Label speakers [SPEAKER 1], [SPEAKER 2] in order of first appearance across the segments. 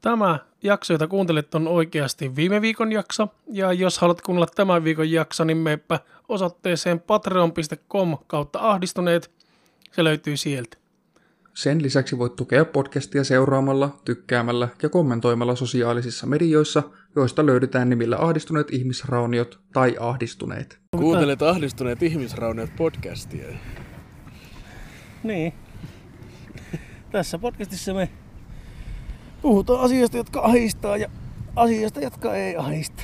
[SPEAKER 1] Tämä jakso, jota kuuntelet, on oikeasti viime viikon jakso. Ja jos haluat kuunnella tämän viikon jakso, niin meepä osoitteeseen patreon.com kautta ahdistuneet. Se löytyy sieltä.
[SPEAKER 2] Sen lisäksi voit tukea podcastia seuraamalla, tykkäämällä ja kommentoimalla sosiaalisissa medioissa, joista löydetään nimillä Ahdistuneet ihmisrauniot tai Ahdistuneet.
[SPEAKER 3] Kuuntelet ahdistuneet ihmisrauneet podcastia.
[SPEAKER 1] Niin. Tässä podcastissa me puhutaan asioista, jotka ahistaa ja asioista, jotka ei ahista.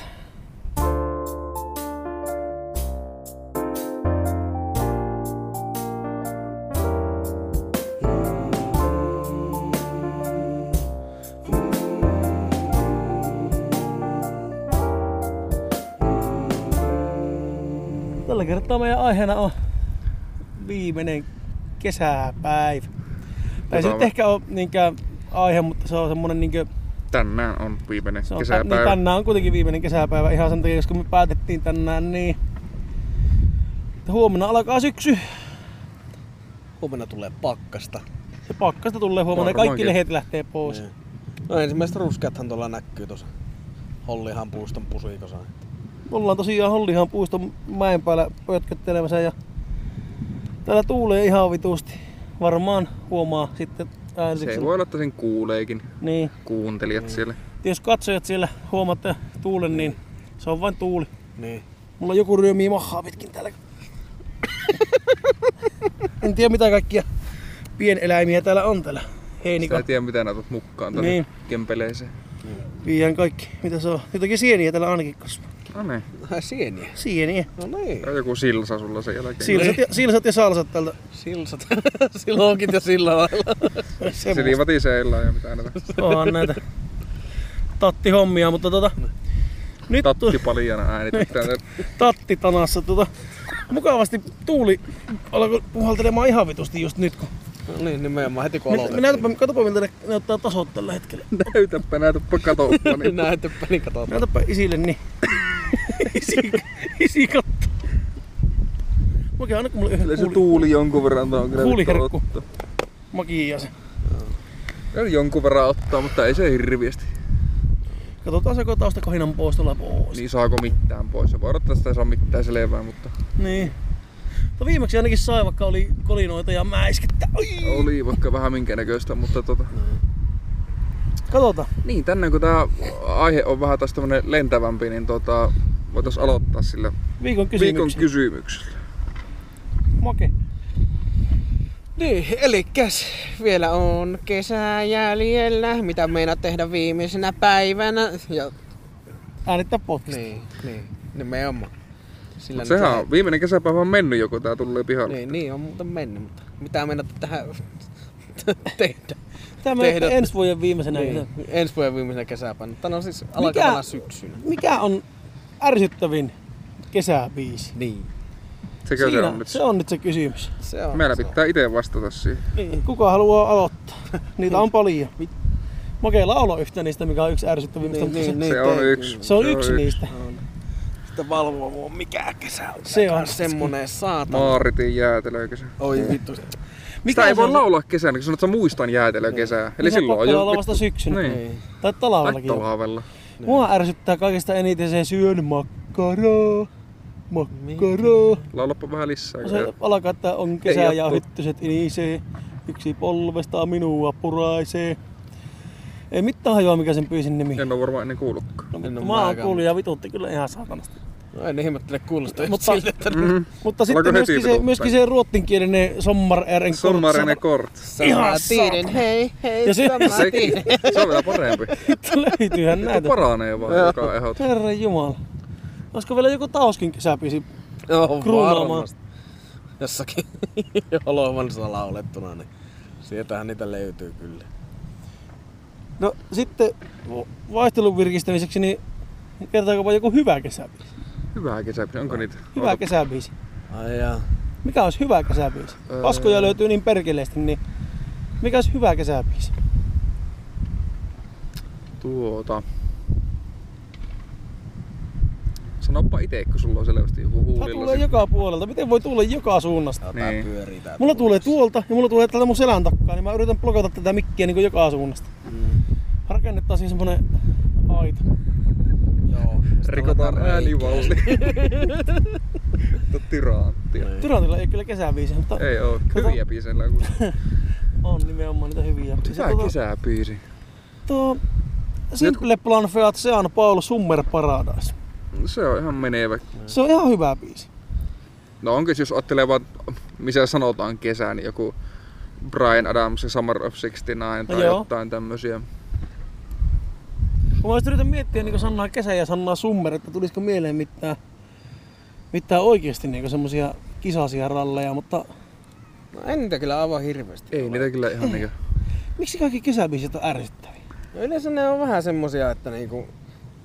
[SPEAKER 1] Tällä kertaa meidän aiheena on viimeinen kesäpäivä. Tai se nyt
[SPEAKER 4] Tota-
[SPEAKER 1] ehkä ole niinkään aihe, mutta se on semmonen niinkö
[SPEAKER 4] Tänään on viimeinen
[SPEAKER 1] Se on Tän,
[SPEAKER 4] kesäpäivä.
[SPEAKER 1] niin tänään on kuitenkin viimeinen kesäpäivä ihan sen takia, koska me päätettiin tänään niin, että huomenna alkaa syksy.
[SPEAKER 3] Huomenna tulee pakkasta.
[SPEAKER 1] Se pakkasta tulee huomenna ja kaikki
[SPEAKER 4] Varmaankin.
[SPEAKER 1] lehet lähtee pois.
[SPEAKER 3] Niin. No ensimmäiset ruskeathan tuolla näkyy tuossa Hollihan puiston pusikossa.
[SPEAKER 1] Me ollaan tosiaan Hollihan puiston mäen päällä pötköttelemässä ja täällä tuulee ihan vitusti. Varmaan huomaa sitten
[SPEAKER 4] Se
[SPEAKER 1] äänityksen.
[SPEAKER 4] voi olla, että sen kuuleekin
[SPEAKER 1] Niin.
[SPEAKER 4] kuuntelijat siellä.
[SPEAKER 1] Et Jos katsojat siellä huomaatte tuulen, niin se on vain tuuli.
[SPEAKER 3] Niin.
[SPEAKER 1] Mulla joku ryömii mahaa pitkin täällä. en tiedä mitä kaikkia pieneläimiä täällä on täällä.
[SPEAKER 4] Sä
[SPEAKER 1] Heinikon.
[SPEAKER 4] et tiedä, mitä näytät mukaan tänne
[SPEAKER 1] Niin.
[SPEAKER 4] niin. kempeleeseen.
[SPEAKER 1] Viian kaikki. Mitä se on? Jotakin sieniä täällä ainakin kasvaa.
[SPEAKER 4] No niin.
[SPEAKER 3] Ai sieniä.
[SPEAKER 1] Sieniä.
[SPEAKER 3] No niin.
[SPEAKER 4] Ja joku silsa sulla sen jälkeen.
[SPEAKER 1] Silsat ja, silsat ja salsat täältä.
[SPEAKER 3] Silsat. Silloinkin jo sillä lailla.
[SPEAKER 1] Semmosta.
[SPEAKER 4] Silivati seillä ja mitä näitä.
[SPEAKER 1] Onhan näitä tatti hommia, mutta tota... Nyt
[SPEAKER 4] Tatti
[SPEAKER 1] tatti.
[SPEAKER 4] paljana äänitetään.
[SPEAKER 1] tatti tanassa tota... Mukavasti tuuli alkoi puhaltelemaan ihan vitusti just nyt kun...
[SPEAKER 3] No niin, nimenomaan heti kun
[SPEAKER 1] Nyt,
[SPEAKER 3] aloitettiin.
[SPEAKER 1] näytäpä, katsopa miltä ne näyttää tasot tällä hetkellä.
[SPEAKER 4] Näytäpä, näytäpä katoppa. Niin.
[SPEAKER 3] Näytäpä niin katsotaan.
[SPEAKER 1] Näytäpä isille niin. isi, isi katto. Mäkin aina kun mulla
[SPEAKER 4] Kyllä
[SPEAKER 1] yhden
[SPEAKER 4] se
[SPEAKER 1] kuuli,
[SPEAKER 4] tuuli jonkun verran tuo on kyllä
[SPEAKER 1] Kuuliherkku.
[SPEAKER 4] nyt ottaa.
[SPEAKER 1] makiin se.
[SPEAKER 4] Kyllä jonkun verran ottaa, mutta ei se hirviästi.
[SPEAKER 1] Katsotaan se tausta kohinan pois tuolla pois. Niin.
[SPEAKER 4] Niin saako mitään pois. Se voi olla, että sitä ei saa mitään selvää, mutta
[SPEAKER 1] niin. Mutta viimeksi ainakin sai, vaikka oli kolinoita ja mäiskettä. Oi!
[SPEAKER 4] oli vaikka vähän minkä näköistä, mutta tota.
[SPEAKER 1] Katsotaan.
[SPEAKER 4] Niin, tänne kun tää aihe on vähän taas tämmönen lentävämpi, niin tota, voitais aloittaa sillä
[SPEAKER 1] Viikon
[SPEAKER 4] viikon
[SPEAKER 1] kysymyksiä.
[SPEAKER 4] kysymyksellä.
[SPEAKER 1] Make.
[SPEAKER 3] Niin, elikäs vielä on kesää jäljellä. Mitä meinaat tehdä viimeisenä päivänä? Ja,
[SPEAKER 1] Äänittää podcast. Niin.
[SPEAKER 3] niin, niin. Nimenomaan. Sillä
[SPEAKER 4] Mut
[SPEAKER 3] nyt
[SPEAKER 4] Sehän
[SPEAKER 3] lähdetään.
[SPEAKER 4] on viimeinen kesäpäivä on mennyt joku tää tulee pihalle.
[SPEAKER 3] Niin, niin on muuten mennyt, mutta mitä mennätte tähän tehdä?
[SPEAKER 1] Tämä me
[SPEAKER 3] Tehdä-
[SPEAKER 1] ensi vuoden viimeisenä.
[SPEAKER 3] Niin.
[SPEAKER 1] Niin.
[SPEAKER 3] Ensi vuoden viimeisenä kesäpäivänä. Tänä on siis alkavana syksynä.
[SPEAKER 1] Mikä on ärsyttävin kesäbiisi?
[SPEAKER 3] Niin.
[SPEAKER 4] Sekö se on nyt?
[SPEAKER 1] se on nyt se kysymys.
[SPEAKER 3] Se on.
[SPEAKER 4] Meillä
[SPEAKER 3] se on.
[SPEAKER 4] pitää itse vastata siihen.
[SPEAKER 1] Niin, kuka haluaa aloittaa? Niitä on paljon. Makeilla olo yhtä niistä, mikä on yksi ärsyttävimmistä.
[SPEAKER 3] Niin,
[SPEAKER 1] mutta se-
[SPEAKER 3] niin, niin,
[SPEAKER 4] Se on
[SPEAKER 3] tein.
[SPEAKER 4] yksi.
[SPEAKER 1] Se on yksi niin. niistä.
[SPEAKER 3] Sitten valvoa mua, mikä kesä on.
[SPEAKER 1] Se on.
[SPEAKER 3] semmonen saatana.
[SPEAKER 4] Maaritin jäätelökesä.
[SPEAKER 3] Oi vittu.
[SPEAKER 4] Sitä ei
[SPEAKER 1] se
[SPEAKER 4] voi
[SPEAKER 1] on?
[SPEAKER 4] laulaa kesänä, kun sanot, että sä muistan jäätelökesää. Eli
[SPEAKER 1] Niin se on
[SPEAKER 4] silloin on
[SPEAKER 1] pakko
[SPEAKER 4] jo
[SPEAKER 1] laulaa vasta syksynä.
[SPEAKER 4] Niin.
[SPEAKER 3] Niin.
[SPEAKER 1] Tai talvellakin. jopa.
[SPEAKER 4] Talavella.
[SPEAKER 1] Mua ärsyttää kaikista eniten se syön makkaraa. Makkaraa.
[SPEAKER 4] Laulapa vähän lisää.
[SPEAKER 1] No
[SPEAKER 4] Se...
[SPEAKER 1] Se alkaa, että on
[SPEAKER 4] Ei
[SPEAKER 1] kesä
[SPEAKER 4] oo
[SPEAKER 1] ja
[SPEAKER 4] tullut.
[SPEAKER 1] hyttyset inisee. Yksi polvesta minua puraisee. Ei mitään hajoa, mikä sen pyysin nimi.
[SPEAKER 4] En ole varmaan ennen kuullutkaan.
[SPEAKER 1] No,
[SPEAKER 3] en
[SPEAKER 1] mutta
[SPEAKER 3] oo
[SPEAKER 1] mä oon
[SPEAKER 3] minäkään.
[SPEAKER 1] kuullut ja vitutti kyllä ihan saatanasti.
[SPEAKER 3] No en ihmettele kuulosta
[SPEAKER 1] Mutta-
[SPEAKER 3] Mutta... siltä, että
[SPEAKER 4] Mm-hmm.
[SPEAKER 1] Mutta sitten
[SPEAKER 4] Alkoi heti
[SPEAKER 1] myöskin se,
[SPEAKER 4] vituttaa.
[SPEAKER 1] myöskin se ruottinkielinen sommar ären
[SPEAKER 4] Sommarinen kort.
[SPEAKER 1] Ihan
[SPEAKER 3] tiiden, hei, hei,
[SPEAKER 1] Ja se-
[SPEAKER 3] samaa
[SPEAKER 4] Sekin.
[SPEAKER 3] tiiden.
[SPEAKER 4] Se on vielä parempi.
[SPEAKER 1] Löytyyhän
[SPEAKER 4] Näitä.
[SPEAKER 1] näitä.
[SPEAKER 4] Paranee vaan
[SPEAKER 3] Joo.
[SPEAKER 4] joka ehot.
[SPEAKER 1] Herra Jumala. Olisiko vielä joku Tauskin kesäbiisi?
[SPEAKER 3] Joo,
[SPEAKER 1] Kruunaamaan.
[SPEAKER 3] varmasti. Jossakin Holovansa laulettuna, niin sieltähän niitä löytyy kyllä.
[SPEAKER 1] No sitten
[SPEAKER 4] No.
[SPEAKER 1] vaihtelun virkistämiseksi, niin kertaakopa joku hyvä kesäbiisi.
[SPEAKER 4] Hyvää kesäpäivä. Onko niitä?
[SPEAKER 1] Hyvä kesäbiisi.
[SPEAKER 3] Ai jaa.
[SPEAKER 1] Mikä olisi hyvä kesäbiisi?
[SPEAKER 4] Öö.
[SPEAKER 1] Paskoja löytyy niin perkeleesti, niin mikä olisi hyvä kesäbiisi?
[SPEAKER 4] Tuota. Sanoppa itse, kun sulla on selvästi joku
[SPEAKER 1] Tää
[SPEAKER 4] huulilla.
[SPEAKER 1] tulee
[SPEAKER 4] se-
[SPEAKER 1] joka puolelta. Miten voi tulla joka suunnasta?
[SPEAKER 3] Tää
[SPEAKER 4] Niin.
[SPEAKER 3] pyörii tää.
[SPEAKER 1] Mulla tulee tuolta ja mulla tulee täältä mun selän takkaa, niin mä yritän blokata tätä mikkiä niin joka suunnasta.
[SPEAKER 3] Mm.
[SPEAKER 1] rakennettaisiin semmonen aita.
[SPEAKER 3] Joo. ja sit
[SPEAKER 4] Rikotaan
[SPEAKER 3] laitetaan reikiä.
[SPEAKER 4] äänivauhti. Mutta tyranttia.
[SPEAKER 3] Niin.
[SPEAKER 1] Tyrantilla ei kyllä kesäbiisi, mutta
[SPEAKER 4] Ei oo. Hyviä biisejä on kuitenkin.
[SPEAKER 1] on nimenomaan niitä hyviä. Ja
[SPEAKER 4] Hyvä
[SPEAKER 1] tota-
[SPEAKER 4] kesäbiisi.
[SPEAKER 1] Tuo Simple Plan Feat Sean Paul Summer Paradise.
[SPEAKER 4] Mm. Se on ihan menevä.
[SPEAKER 1] Se on ihan hyvä biisi.
[SPEAKER 4] No onkin jos ajattelee vaan, missä sanotaan kesä, niin joku Brian Adams ja Summer of 69 tai
[SPEAKER 1] Joo.
[SPEAKER 4] jotain tämmösiä.
[SPEAKER 1] Kun mä just yritän miettiä niin sanaa kesä ja sanaa summer, että tulisiko mieleen mitään, mitään oikeasti niin semmosia kisaisia ralleja, mutta
[SPEAKER 3] No en niitä kyllä aivan hirveästi
[SPEAKER 4] Ei
[SPEAKER 3] ole.
[SPEAKER 4] niitä kyllä
[SPEAKER 1] Niin.
[SPEAKER 4] ihan niinku...
[SPEAKER 1] miksi kaikki kesäbiisit on ärsyttäviä?
[SPEAKER 3] No yleensä ne on vähän semmosia, että niinku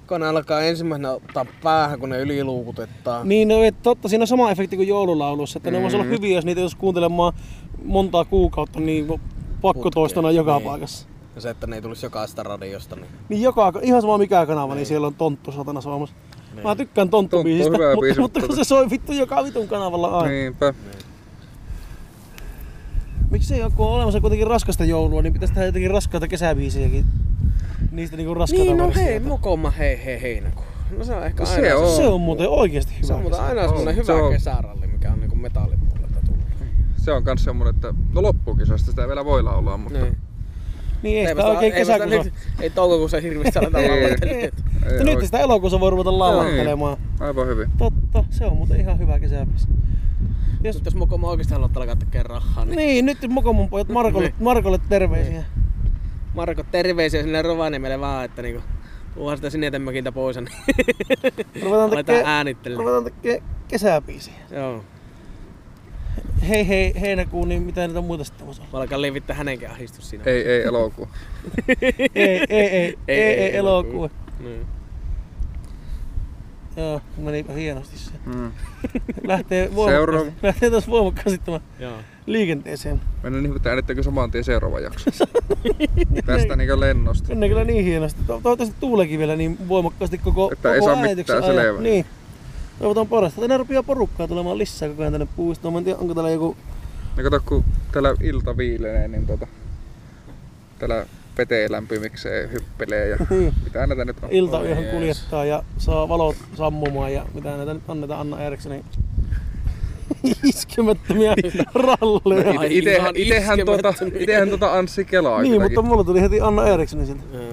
[SPEAKER 3] kone alkaa ensimmäisenä ottaa päähän, kun ne yliluukutetaan.
[SPEAKER 1] Niin, no, et totta, siinä on sama efekti kuin joululaulussa, että ne voisi olla hyviä, jos niitä jos kuuntelemaan montaa kuukautta, niin pakko
[SPEAKER 3] Putkeen,
[SPEAKER 1] toistona joka
[SPEAKER 3] niin.
[SPEAKER 1] paikassa.
[SPEAKER 3] Ja se, että ne ei tulisi jokaista radiosta, niin
[SPEAKER 1] Niin joka, ihan sama mikä kanava, niin siellä on tonttu satana soimassa. Mä tykkään tonttubiisistä,
[SPEAKER 4] hyvä
[SPEAKER 1] mutta,
[SPEAKER 4] biisi,
[SPEAKER 1] mutta kun
[SPEAKER 4] mutta-
[SPEAKER 1] se soi vittu joka vitun kanavalla aina.
[SPEAKER 4] Niinpä.
[SPEAKER 1] Miksi ei ole, kun on olemassa kuitenkin raskasta joulua, niin pitäisi tehdä jotenkin raskaita kesäbiisiäkin. Niistä niinku raskaita
[SPEAKER 3] Niin, no hei,
[SPEAKER 1] versioita.
[SPEAKER 3] mokoma, hei, hei, heinäkuu. No se on ehkä
[SPEAKER 4] No se
[SPEAKER 3] aina
[SPEAKER 4] on.
[SPEAKER 1] Se on muuten oikeesti hyvä.
[SPEAKER 3] se on muuten
[SPEAKER 1] kesä.
[SPEAKER 3] aina semmonen
[SPEAKER 4] On,
[SPEAKER 3] hyvä
[SPEAKER 4] se on.
[SPEAKER 3] kesäralli, mikä on niinku metallipuolelta tullut.
[SPEAKER 4] Se on kans semmonen, että no loppukesästä sitä vielä voi laulaa, mutta...
[SPEAKER 3] Niin.
[SPEAKER 1] Niin ei sitä
[SPEAKER 3] vasta-
[SPEAKER 1] oikein
[SPEAKER 3] vasta
[SPEAKER 1] kesäkuussa.
[SPEAKER 3] nyt- Ei toukokuussa hirveästi aleta
[SPEAKER 4] Ei.
[SPEAKER 3] laulottelemaan.
[SPEAKER 4] Ei
[SPEAKER 1] Mutta nyt
[SPEAKER 4] oike-
[SPEAKER 1] sitä elokuussa voi ruveta laulattelemaan.
[SPEAKER 4] Aivan hyvin.
[SPEAKER 1] Totta, se on muuten ihan hyvä kesäbiisi. Jos...
[SPEAKER 3] Nyt Jos mokoma oikeesti haluat alkaa tekemään rahaa, niin
[SPEAKER 1] Niin, nyt Mokomon pojat Markolle, Markolle terveisiä. Niin.
[SPEAKER 3] Marko, terveisiä sinne Rovaniemelle vaan, että niinku tuohan sitä sinetemökiltä pois, niin
[SPEAKER 1] Ruvetaan
[SPEAKER 3] aletaan
[SPEAKER 1] tekemään
[SPEAKER 3] äänittelemään.
[SPEAKER 1] ruvetaan tekee kesäbiisiä.
[SPEAKER 3] Joo.
[SPEAKER 1] Hei hei, heinäkuun, niin mitä niitä muita sitten voisi olla?
[SPEAKER 3] Mä alkaa levittää hänenkin ahdistus siinä.
[SPEAKER 4] Ei, ei elokuu.
[SPEAKER 1] Ei, ei, ei, ei, ei, elokuu.
[SPEAKER 3] Niin.
[SPEAKER 1] Joo, menipä hienosti se.
[SPEAKER 4] Mm.
[SPEAKER 1] lähtee,
[SPEAKER 4] Seuraava.
[SPEAKER 1] voimakkaasti, lähtee taas voimakkaasti tämä
[SPEAKER 3] Joo.
[SPEAKER 1] liikenteeseen.
[SPEAKER 4] Mennään niin, että äänittäkö saman tien seuraava jakso. Tästä niinku lennosta.
[SPEAKER 1] Mennään kyllä niin hienosti. To- Toivottavasti tuulekin vielä niin voimakkaasti koko,
[SPEAKER 4] Että ei
[SPEAKER 1] koko
[SPEAKER 4] saa mitään
[SPEAKER 1] äänityksen
[SPEAKER 4] selvää.
[SPEAKER 1] Niin. Toivotan parasta. Tänään rupeaa porukkaa tulemaan lisää koko ajan tänne puistoon. Mä en tiedä, onko täällä joku...
[SPEAKER 4] Ja kato, Niinku kun täällä ilta viilenee, niin tota, täällä vetee lämpimikseen hyppelee ja mitä näitä nyt on.
[SPEAKER 1] iltayöhön
[SPEAKER 3] jees.
[SPEAKER 1] kuljettaa ja saa valot sammumaan ja mitä näitä nyt annetaan Anna Erikssonin iskemättömiä
[SPEAKER 4] Niin.
[SPEAKER 1] ralleja.
[SPEAKER 3] No, ai-
[SPEAKER 4] Itehän,
[SPEAKER 3] ihan
[SPEAKER 4] itehän, tuota,
[SPEAKER 3] iskemättömiä.
[SPEAKER 4] itehän tuota Anssi kelaa
[SPEAKER 1] niin,
[SPEAKER 4] kylläkin.
[SPEAKER 1] mutta mulla tuli heti Anna Erikssonin sieltä.
[SPEAKER 3] Joo.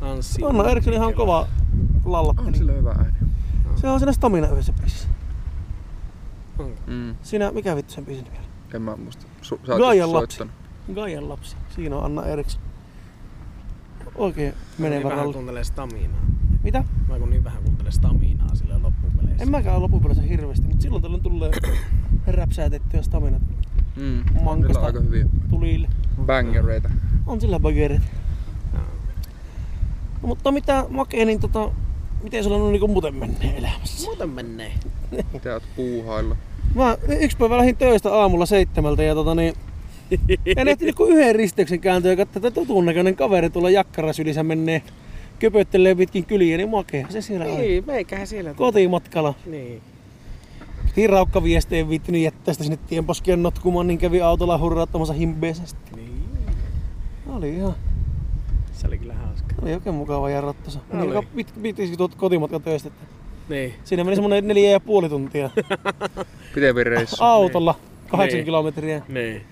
[SPEAKER 3] Anssi.
[SPEAKER 1] Anna Eriksson ihan kova
[SPEAKER 4] On
[SPEAKER 1] lallappeli.
[SPEAKER 4] sillä hyvä ääni.
[SPEAKER 1] Se on siinä Stamina yhdessä biisissä.
[SPEAKER 4] Mm.
[SPEAKER 1] Siinä, mikä vittu sen biisin nimi oli?
[SPEAKER 4] En mä muista. Su, sä oot
[SPEAKER 1] Gaian
[SPEAKER 4] just
[SPEAKER 1] lapsi.
[SPEAKER 4] soittanut.
[SPEAKER 1] Gaian lapsi. Siinä on Anna Eriksson. Oikein menevä
[SPEAKER 3] Niin vähän
[SPEAKER 1] ralli.
[SPEAKER 3] kuuntelee staminaa.
[SPEAKER 1] Mitä?
[SPEAKER 3] Mä kun niin vähän kuuntelen staminaa sille loppupeleissä.
[SPEAKER 1] En mäkään lopupeleissä hirveästi, mutta silloin tällöin tulee räpsäätettyä staminat
[SPEAKER 4] Mm. Sillä on
[SPEAKER 1] mankasta
[SPEAKER 4] aika hyviä
[SPEAKER 1] tulille.
[SPEAKER 4] bangereita.
[SPEAKER 1] On sillä bagerit.
[SPEAKER 3] Joo.
[SPEAKER 1] No, mutta mitä makee, niin tota, miten sulla on niinku muuten mennyt elämässä?
[SPEAKER 3] Muuten menee.
[SPEAKER 4] Mitä oot puuhailla.
[SPEAKER 1] Mä yksi päivä lähdin töistä aamulla seitsemältä ja tota niin... En ehtinyt kuin yhden risteyksen kääntyä ja katsoin, että tutun näköinen kaveri tuolla jakkarasylissä menee köpöttelee pitkin kyliä, niin makea se siellä on.
[SPEAKER 3] Niin, meikähän siellä.
[SPEAKER 1] Kotimatkalla. Niin
[SPEAKER 3] Niin.
[SPEAKER 1] Hiraukka viesti ei viittinyt jättää sitä niin sinne tienposkeen notkumaan, niin kävi autolla hurrauttamassa himbeensä sitten.
[SPEAKER 3] Niin.
[SPEAKER 1] Oli ihan,
[SPEAKER 3] Se oli kyllä hauska.
[SPEAKER 1] oli oikein mukava ja rattosa. Meni
[SPEAKER 3] Oli.
[SPEAKER 1] aika pit, pit, tuot kotimatka töistä. että
[SPEAKER 3] Niin.
[SPEAKER 1] Siinä meni semmonen neljä ja puoli tuntia
[SPEAKER 4] Pitempi reissu.
[SPEAKER 1] autolla. Kahdeksan
[SPEAKER 3] Niin.
[SPEAKER 1] kilometriä.
[SPEAKER 3] Niin.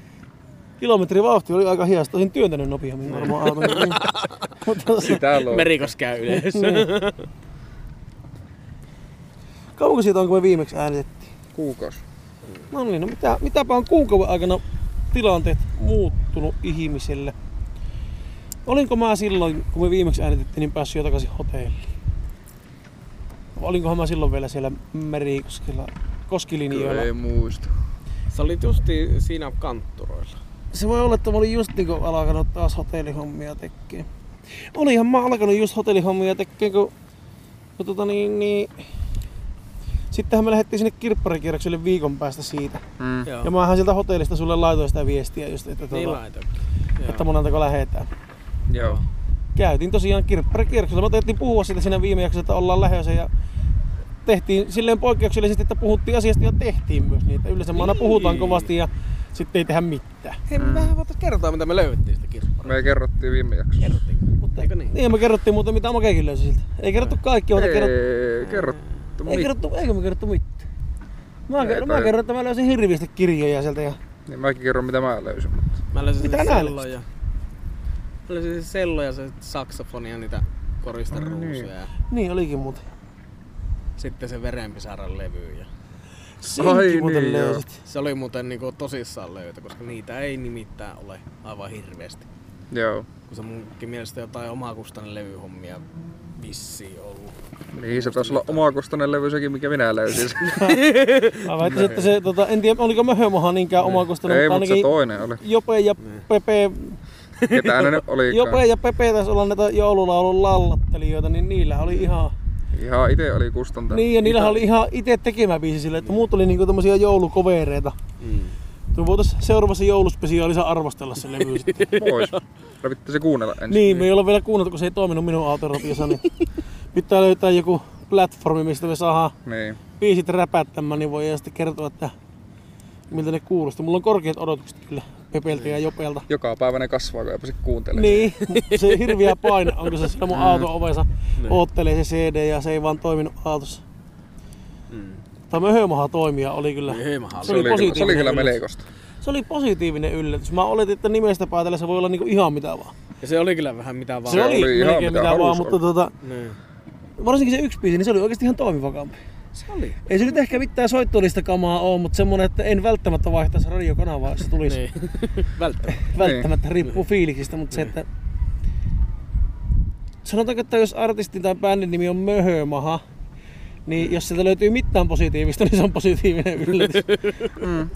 [SPEAKER 1] Kilometrin vauhti oli aika hias. Tosin työntänyt nopeammin varmaan auton. Mutta se-
[SPEAKER 4] Sitä luo.
[SPEAKER 3] Merikos käy yleensä.
[SPEAKER 1] Kauanko siitä on, kun me viimeksi äänitettiin?
[SPEAKER 4] Kuukausi.
[SPEAKER 1] No niin, no mitä, mitäpä on kuukauden aikana tilanteet muuttunut ihmiselle? Olinko mä silloin, kun me viimeksi äänitettiin, niin päässyt jo takaisin hotelliin? Vai Olinkohan mä silloin vielä siellä Merikoskilla,
[SPEAKER 4] Kyllä
[SPEAKER 1] koskilinjoilla?
[SPEAKER 4] ei muista.
[SPEAKER 3] Sä olit justi siinä kantturoilla.
[SPEAKER 1] Se voi olla, että mä olin just niinku alkanut taas hotellihommia tekee. Olihan mä alkanut just hotellihommia tekee, kun, kun tota niin, niin... Sittenhän me lähdettiin sinne kirpparikierrokselle viikon päästä siitä.
[SPEAKER 4] Mm.
[SPEAKER 3] Joo.
[SPEAKER 1] Ja mähän sieltä hotellista sulle laitoin sitä viestiä just, että,
[SPEAKER 3] Niin
[SPEAKER 1] tuota,
[SPEAKER 3] laitoin.
[SPEAKER 1] että monentako lähetään.
[SPEAKER 4] Joo.
[SPEAKER 1] Käytiin tosiaan kirpparikierroksella. Me tehtiin puhua siitä siinä viime jaksossa, että ollaan lähössä ja tehtiin silleen poikkeuksellisesti, että puhuttiin asiasta ja tehtiin myös niitä. Yleensä me aina puhutaan
[SPEAKER 3] Niin.
[SPEAKER 1] kovasti ja sitten ei tehdä mitään.
[SPEAKER 3] Hei, me vähän voitais kertoa, mitä me löydettiin sitä kirpparia.
[SPEAKER 4] Me kerrottiin viime jaksossa.
[SPEAKER 1] Mutta
[SPEAKER 3] Eikö niin?
[SPEAKER 1] Niin, me kerrottiin muuten mitä makekin löysi siltä. Ei kerrottu kaikki, mutta kerrottu...
[SPEAKER 4] Ei, kerrottu.
[SPEAKER 1] Tuota Ei kerrottu, eikö me kerrottu mitään? Mä,
[SPEAKER 4] Ei
[SPEAKER 1] ker- mä
[SPEAKER 4] toi-
[SPEAKER 1] kerron, että mä löysin hirveästi kirjoja sieltä ja
[SPEAKER 4] Niin mäkin kerron mitä mä löysin, mutta
[SPEAKER 3] Mä löysin
[SPEAKER 1] Mitä
[SPEAKER 3] sen
[SPEAKER 1] nää
[SPEAKER 3] sellon ja... Mä löysin sen sellon ja se saksofonia niitä koristeruusuja.
[SPEAKER 4] niin.
[SPEAKER 3] ja
[SPEAKER 1] No niin olikin muuten.
[SPEAKER 3] Sitten se verenpisaran levy. Ja...
[SPEAKER 1] Senkin
[SPEAKER 4] Ai
[SPEAKER 1] muuten
[SPEAKER 4] niin, joo.
[SPEAKER 1] löysit.
[SPEAKER 3] Se oli muuten niinku tosissaan löytö, koska niitä ei nimittäin ole aivan hirveästi.
[SPEAKER 4] joo.
[SPEAKER 3] Kun se munkin mielestä jotain omakustainen levyhommia vissiin ollut.
[SPEAKER 4] Niin se taisi olla omakustainen levy sekin, mikä minä löysin.
[SPEAKER 1] Aivan, että, se- että se, tota, en tiedä oliko möhömaha niinkään oma
[SPEAKER 4] Niin. Ei, mutta se Niin. toinen oli.
[SPEAKER 1] Jope ja Pepe,
[SPEAKER 4] Ketään ne nyt
[SPEAKER 1] Jope
[SPEAKER 4] olikaan.
[SPEAKER 1] ja Pepe taisi olla näitä joululaulun lallattelijoita, niin niillä oli ihan...
[SPEAKER 4] Ihan itse oli kustantanut.
[SPEAKER 1] Niin, ja niillä oli ihan itse tekemä biisi sille, että muut oli niinku tämmösiä joulukovereita.
[SPEAKER 3] Mm.
[SPEAKER 1] Tuo voitais seuraavassa jouluspesiaalissa arvostella se levy sitten.
[SPEAKER 4] Pois. No pitää se kuunnella ensin.
[SPEAKER 1] niin, me ei olla vielä kuunneltu, kun se ei toiminut minun autoropiassa, niin pitää löytää joku platformi, mistä me saadaan
[SPEAKER 4] Niin.
[SPEAKER 1] biisit räpättämään, niin voi sitten kertoa, että miltä ne kuulostaa. Mulla on korkeat odotukset kyllä Pepeltä ja Jopelta.
[SPEAKER 4] Joka päivä ne kasvaa, kun eipä se kuuntele.
[SPEAKER 1] Niin, se hirviä paine, onko se siellä mun auton ovensa, oottelee se CD ja se ei vaan toiminut autossa.
[SPEAKER 3] Mm. Niin.
[SPEAKER 1] Tämä möhömaha toimija oli kyllä.
[SPEAKER 3] Möhömaha
[SPEAKER 1] se
[SPEAKER 4] Se
[SPEAKER 1] oli,
[SPEAKER 4] oli, kyllä, se oli
[SPEAKER 1] positiivinen
[SPEAKER 4] kyllä
[SPEAKER 1] yllätys.
[SPEAKER 4] melekosta.
[SPEAKER 1] Se oli positiivinen yllätys. Mä oletin, että nimestä päätellä se voi olla niinku ihan mitä vaan.
[SPEAKER 3] Ja se oli kyllä vähän mitä vaan.
[SPEAKER 1] Se, oli,
[SPEAKER 4] oli ihan
[SPEAKER 1] melkein
[SPEAKER 4] mitä
[SPEAKER 1] mitä vaan,
[SPEAKER 4] halusi
[SPEAKER 1] mutta tota,
[SPEAKER 3] Niin.
[SPEAKER 1] varsinkin se yksi biisi, niin se oli oikeasti ihan toimivakampi.
[SPEAKER 3] Se oli.
[SPEAKER 1] Ei se nyt ehkä mitään soittolista kamaa ole, mutta semmonen, että en välttämättä vaihtaisi radiokanavaa, jos se tulisi.
[SPEAKER 3] Niin. Välttämättä.
[SPEAKER 4] Niin.
[SPEAKER 1] välttämättä riippuu fiiliksistä, mutta se, että sanotaanko, että jos artistin tai bändin nimi on Möhömaha, niin jos sieltä löytyy mitään positiivista, niin se on positiivinen yllätys.
[SPEAKER 4] Mm.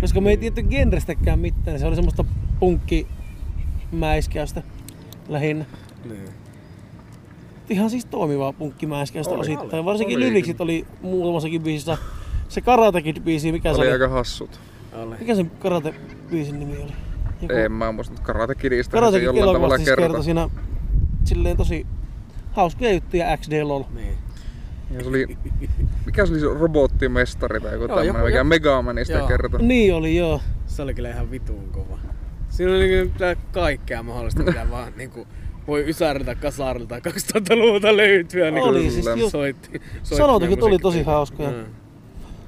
[SPEAKER 1] Koska me ei tietty genrestäkään mitään, se oli semmoista punkkimäiskäystä lähinnä.
[SPEAKER 3] Niin.
[SPEAKER 1] Ihan siis toimivaa punkkimäiskäystä
[SPEAKER 4] Oli,
[SPEAKER 1] osittain.
[SPEAKER 3] oli.
[SPEAKER 1] Varsinkin
[SPEAKER 4] Oli
[SPEAKER 1] lyriksit oli muutamassakin biisissä. Se Karatekin biisi, mikä se
[SPEAKER 4] Oli
[SPEAKER 1] oli?
[SPEAKER 4] aika hassut.
[SPEAKER 3] Oli.
[SPEAKER 1] Mikä sen Karate biisin nimi oli? Joku-
[SPEAKER 4] En mä muista, mutta Karate Kidistä se
[SPEAKER 1] Niin. Karate
[SPEAKER 4] jollain tavalla
[SPEAKER 1] elokuvasti siis
[SPEAKER 4] kerta.
[SPEAKER 1] kertoi siinä silleen tosi hauskoja juttuja XD LOL.
[SPEAKER 4] No.
[SPEAKER 3] Niin.
[SPEAKER 4] Ja se oli, mikä se oli se robottimestari tai joku
[SPEAKER 3] Joo,
[SPEAKER 4] tämmönen,
[SPEAKER 3] joku-
[SPEAKER 4] mikä
[SPEAKER 3] joku-
[SPEAKER 4] Megamanista
[SPEAKER 3] joo.
[SPEAKER 4] kertoi.
[SPEAKER 1] Niin oli joo.
[SPEAKER 3] Se oli kyllä ihan vitun kova. Siinä oli kyllä tää kaikkea mahdollista, mitä vaan niinku voi ysäriltä kasarilta 2000-luvulta löytyä. Niin
[SPEAKER 1] Oli
[SPEAKER 4] kyllä.
[SPEAKER 1] siis just,
[SPEAKER 3] soitti. soitti niinku
[SPEAKER 1] sanotaankin tuli
[SPEAKER 3] musiikkia.
[SPEAKER 1] tosi hauskoja.
[SPEAKER 3] Mm.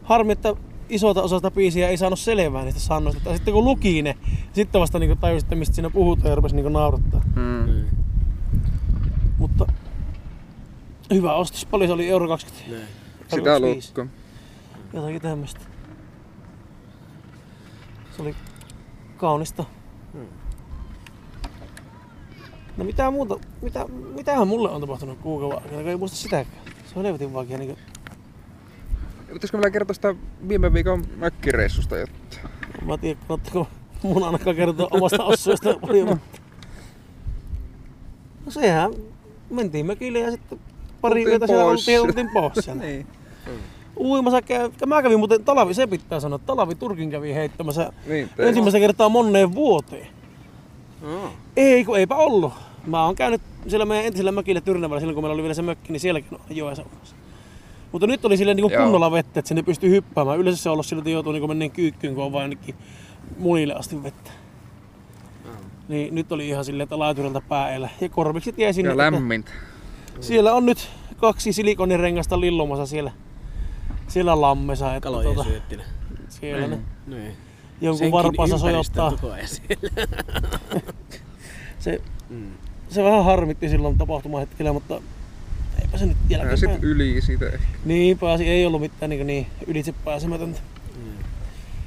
[SPEAKER 1] Harmi, että isolta osasta biisiä ei saanut selvää niistä sanoista. Tai sitten kun luki ne, sitten vasta niinku tajusi, että mistä siinä puhutaan ja rupesi niinku naurattaa.
[SPEAKER 4] Mm.
[SPEAKER 3] Niin.
[SPEAKER 1] Mutta hyvä ostos. Paljon se oli euro 20?
[SPEAKER 3] Niin.
[SPEAKER 4] Sitä
[SPEAKER 1] 25.
[SPEAKER 4] lukko.
[SPEAKER 1] Jotakin tämmöstä. Se oli kaunista.
[SPEAKER 3] Mm.
[SPEAKER 1] No mitä muuta, mitä, mitähän mulle on tapahtunut kuukauden aikana, kun ei muista sitäkään. Se on helvetin vaikea niinku.
[SPEAKER 4] Pitäisikö meillä kertoa sitä viime viikon mökkireissusta jotta?
[SPEAKER 1] Mä en tiedä, kannattaako mun ainakaan kertoa omasta osuudesta paljon. mutta- No sehän, mentiin mökille ja sitten pari
[SPEAKER 4] Tultiin
[SPEAKER 1] yötä siellä
[SPEAKER 4] pois.
[SPEAKER 1] oltiin ja tultiin pois sieltä.
[SPEAKER 4] Niin.
[SPEAKER 1] Uimassa käy, mä kävin muuten, Talavi, se pitää sanoa, Talavi Turkin kävi heittämässä
[SPEAKER 4] Niin, tein.
[SPEAKER 1] ensimmäistä kertaa moneen vuoteen.
[SPEAKER 3] Oh.
[SPEAKER 1] Ei, kun eipä ollut. Mä oon käynyt siellä meidän entisellä mökillä Tyrnävällä silloin, kun meillä oli vielä se mökki, niin sielläkin on joessa uimassa. Mutta nyt oli silleen niin
[SPEAKER 4] Joo.
[SPEAKER 1] kunnolla vettä, että sinne pystyy hyppäämään. Yleensä se on ollut sillä, että joutuu niin menneen kyykkyyn, kun on vain ainakin munille asti vettä. Niin nyt oli ihan silleen, että laiturilta päällä. Ja korvikset jäi sinne.
[SPEAKER 4] Ja
[SPEAKER 1] että
[SPEAKER 4] lämmintä.
[SPEAKER 1] Siellä on nyt kaksi silikonirengasta lillumassa siellä, siellä lammessa. Että
[SPEAKER 3] Kalojen
[SPEAKER 1] tuota,
[SPEAKER 3] tuota. syöttinä.
[SPEAKER 1] siellä ne
[SPEAKER 3] Niin.
[SPEAKER 1] jonkun
[SPEAKER 3] Senkin
[SPEAKER 1] varpaansa
[SPEAKER 3] ympäristön
[SPEAKER 1] sojottaa.
[SPEAKER 3] tuhoaja siellä.
[SPEAKER 1] Se,
[SPEAKER 3] Mm.
[SPEAKER 1] se vähän harmitti silloin tapahtumahetkellä, mutta eipä se nyt
[SPEAKER 4] Ja sit
[SPEAKER 1] jälkeenpäin.
[SPEAKER 4] yli siitä ehkä.
[SPEAKER 1] Niin, pääsi ei ollut mitään niin, niin ylitse pääsemätöntä.
[SPEAKER 4] Mm.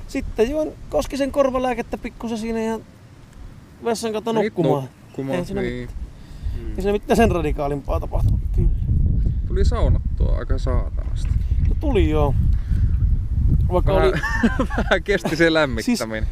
[SPEAKER 1] Sitten juon Koskisen korvalääkettä pikkusen siinä ja vessan kautta
[SPEAKER 4] Niin,
[SPEAKER 1] nukkumaan.
[SPEAKER 4] nukkumaan,
[SPEAKER 1] Ei siinä
[SPEAKER 4] niin.
[SPEAKER 1] Ei siinä mitään sen radikaalimpaa tapahtunut kyllä.
[SPEAKER 4] Tuli saunattua aika saatanasti.
[SPEAKER 1] No, tuli joo. Vaikka oli,
[SPEAKER 4] Vähän, vähän kesti se lämmittäminen.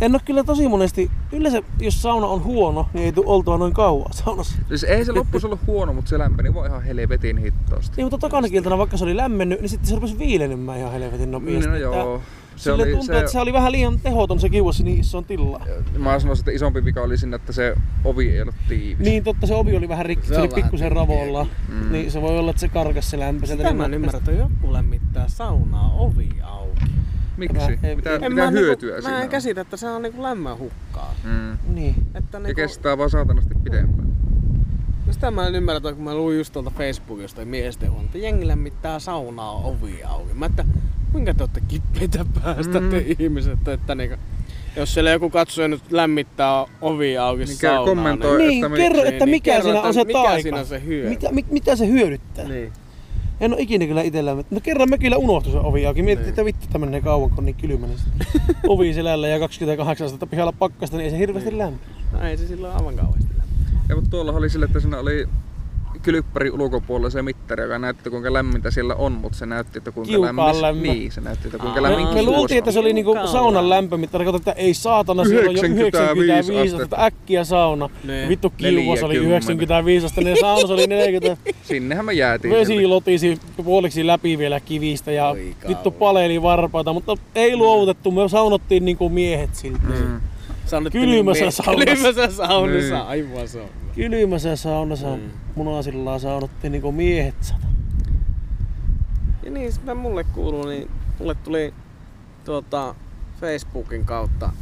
[SPEAKER 1] en ole kyllä tosi monesti, yleensä jos sauna on huono, niin ei tule oltua noin kauan saunassa.
[SPEAKER 4] Siis... siis ei se loppuisi ollut huono, mutta se lämpeni vaan ihan helvetin hittaasti.
[SPEAKER 1] Niin, mutta takana kiltana, vaikka se oli lämmennyt, niin sitten se rupesi viilenemään ihan helvetin nopeasti.
[SPEAKER 4] No
[SPEAKER 1] Niin, Tää-
[SPEAKER 4] joo. Se
[SPEAKER 1] Sille
[SPEAKER 4] oli,
[SPEAKER 1] tuntuu,
[SPEAKER 4] se,
[SPEAKER 1] että se oli vähän liian tehoton se kiuas niin isoon tillaan.
[SPEAKER 4] Mä sanoisin, että isompi vika oli sinne, että se ovi ei ollut tiivis.
[SPEAKER 1] Niin totta, se ovi oli vähän rikki, se,
[SPEAKER 3] Se on
[SPEAKER 1] oli
[SPEAKER 3] vähän
[SPEAKER 1] pikkusen
[SPEAKER 3] timmiä.
[SPEAKER 1] ravolla. Mm. Niin se voi olla, että se karkas se lämpö sieltä. niin
[SPEAKER 3] Sitä mä en
[SPEAKER 1] nopeasti.
[SPEAKER 3] ymmärrä, että joku lämmittää saunaa ovi auki.
[SPEAKER 4] Miksi?
[SPEAKER 1] Mä en-
[SPEAKER 4] Mitä,
[SPEAKER 1] en
[SPEAKER 3] mä
[SPEAKER 4] mitä hyötyä
[SPEAKER 3] niinku,
[SPEAKER 4] siinä
[SPEAKER 3] Mä en
[SPEAKER 4] on?
[SPEAKER 3] käsitä, että se on niinku lämmön hukkaa.
[SPEAKER 4] Mm.
[SPEAKER 1] Niin.
[SPEAKER 3] Että
[SPEAKER 4] Ja
[SPEAKER 3] niinku,
[SPEAKER 4] kestää vaan saatanasti pidempään.
[SPEAKER 3] no sitä mä en ymmärrä, että kun mä luin just tuolta Facebookista miesten huolta, että jengi lämmittää saunaa ovi auki. Mä että, kuinka te ootte kipeitä päästä mm.
[SPEAKER 4] Mm-hmm.
[SPEAKER 3] te ihmiset, että niinku, jos siellä joku katsoja nyt lämmittää ovi auki
[SPEAKER 4] Niin
[SPEAKER 3] niin
[SPEAKER 4] käy
[SPEAKER 3] saunaa,
[SPEAKER 4] kommentoi. Toi,
[SPEAKER 1] niin,
[SPEAKER 4] että
[SPEAKER 1] kerro,
[SPEAKER 4] miksi-
[SPEAKER 1] että
[SPEAKER 3] niin
[SPEAKER 1] mikä
[SPEAKER 3] kerro,
[SPEAKER 1] siinä on
[SPEAKER 3] että
[SPEAKER 1] se
[SPEAKER 3] mikä
[SPEAKER 1] taika.
[SPEAKER 3] siinä on se hyöty.
[SPEAKER 1] Mitä, mit, mitä se hyödyttää?
[SPEAKER 3] niin, niin.
[SPEAKER 1] En ole ikinä kyllä itsellä. No kerran mä kyllä unohtui se ovi auki. Mietin,
[SPEAKER 3] Niin.
[SPEAKER 1] että vittu tämä menee kauan, kun on niin kylmänä. sitten. Ovi selällä ja 28 astetta pihalla pakkasta, niin ei se hirveästi
[SPEAKER 3] Niin.
[SPEAKER 1] lämmin.
[SPEAKER 3] No ei se silloin aivan kauheasti lämmin.
[SPEAKER 4] Ja mutta tuolla oli sille, että siinä oli kylppäri ulkopuolella se mittari, joka näytti, kuinka lämmintä siellä on, mutta se näytti, että kuinka
[SPEAKER 1] Kiukaan Ah.
[SPEAKER 4] lämmin...
[SPEAKER 1] lämmö.
[SPEAKER 4] Niin, se näytti, että kuinka
[SPEAKER 3] Aa.
[SPEAKER 4] lämmin
[SPEAKER 1] Me, me
[SPEAKER 4] kiuas
[SPEAKER 1] luultiin,
[SPEAKER 4] on.
[SPEAKER 1] että se oli niinku
[SPEAKER 3] Kaula.
[SPEAKER 1] saunan lämpömittari. Katsotaan, että ei saatana, siellä on jo
[SPEAKER 4] 95
[SPEAKER 1] 95 astetta. Äkkiä sauna.
[SPEAKER 3] Niin.
[SPEAKER 1] Vittu kiuas oli
[SPEAKER 4] 40.
[SPEAKER 1] 95 astetta, ja saunassa oli 40.
[SPEAKER 4] Sinnehän me jäätiin.
[SPEAKER 1] Vesi lotisi puoliksi läpi vielä kivistä ja
[SPEAKER 3] Oi Mm. kauhean.
[SPEAKER 1] vittu paleili varpaita, mutta ei luovutettu. Me saunottiin niinku miehet silti.
[SPEAKER 4] Mm.
[SPEAKER 3] Sanoitte
[SPEAKER 1] Kylmässä
[SPEAKER 3] niin,
[SPEAKER 1] saunassa.
[SPEAKER 3] Kylmässä saunassa,
[SPEAKER 4] Niin.
[SPEAKER 3] aivan se on.
[SPEAKER 1] Kylmässä saunassa
[SPEAKER 3] Mm.
[SPEAKER 1] mm. munasillaan saunottiin niinku miehet sata.
[SPEAKER 3] Ja niin, mitä mulle kuuluu, niin mulle tuli tuota, Facebookin kautta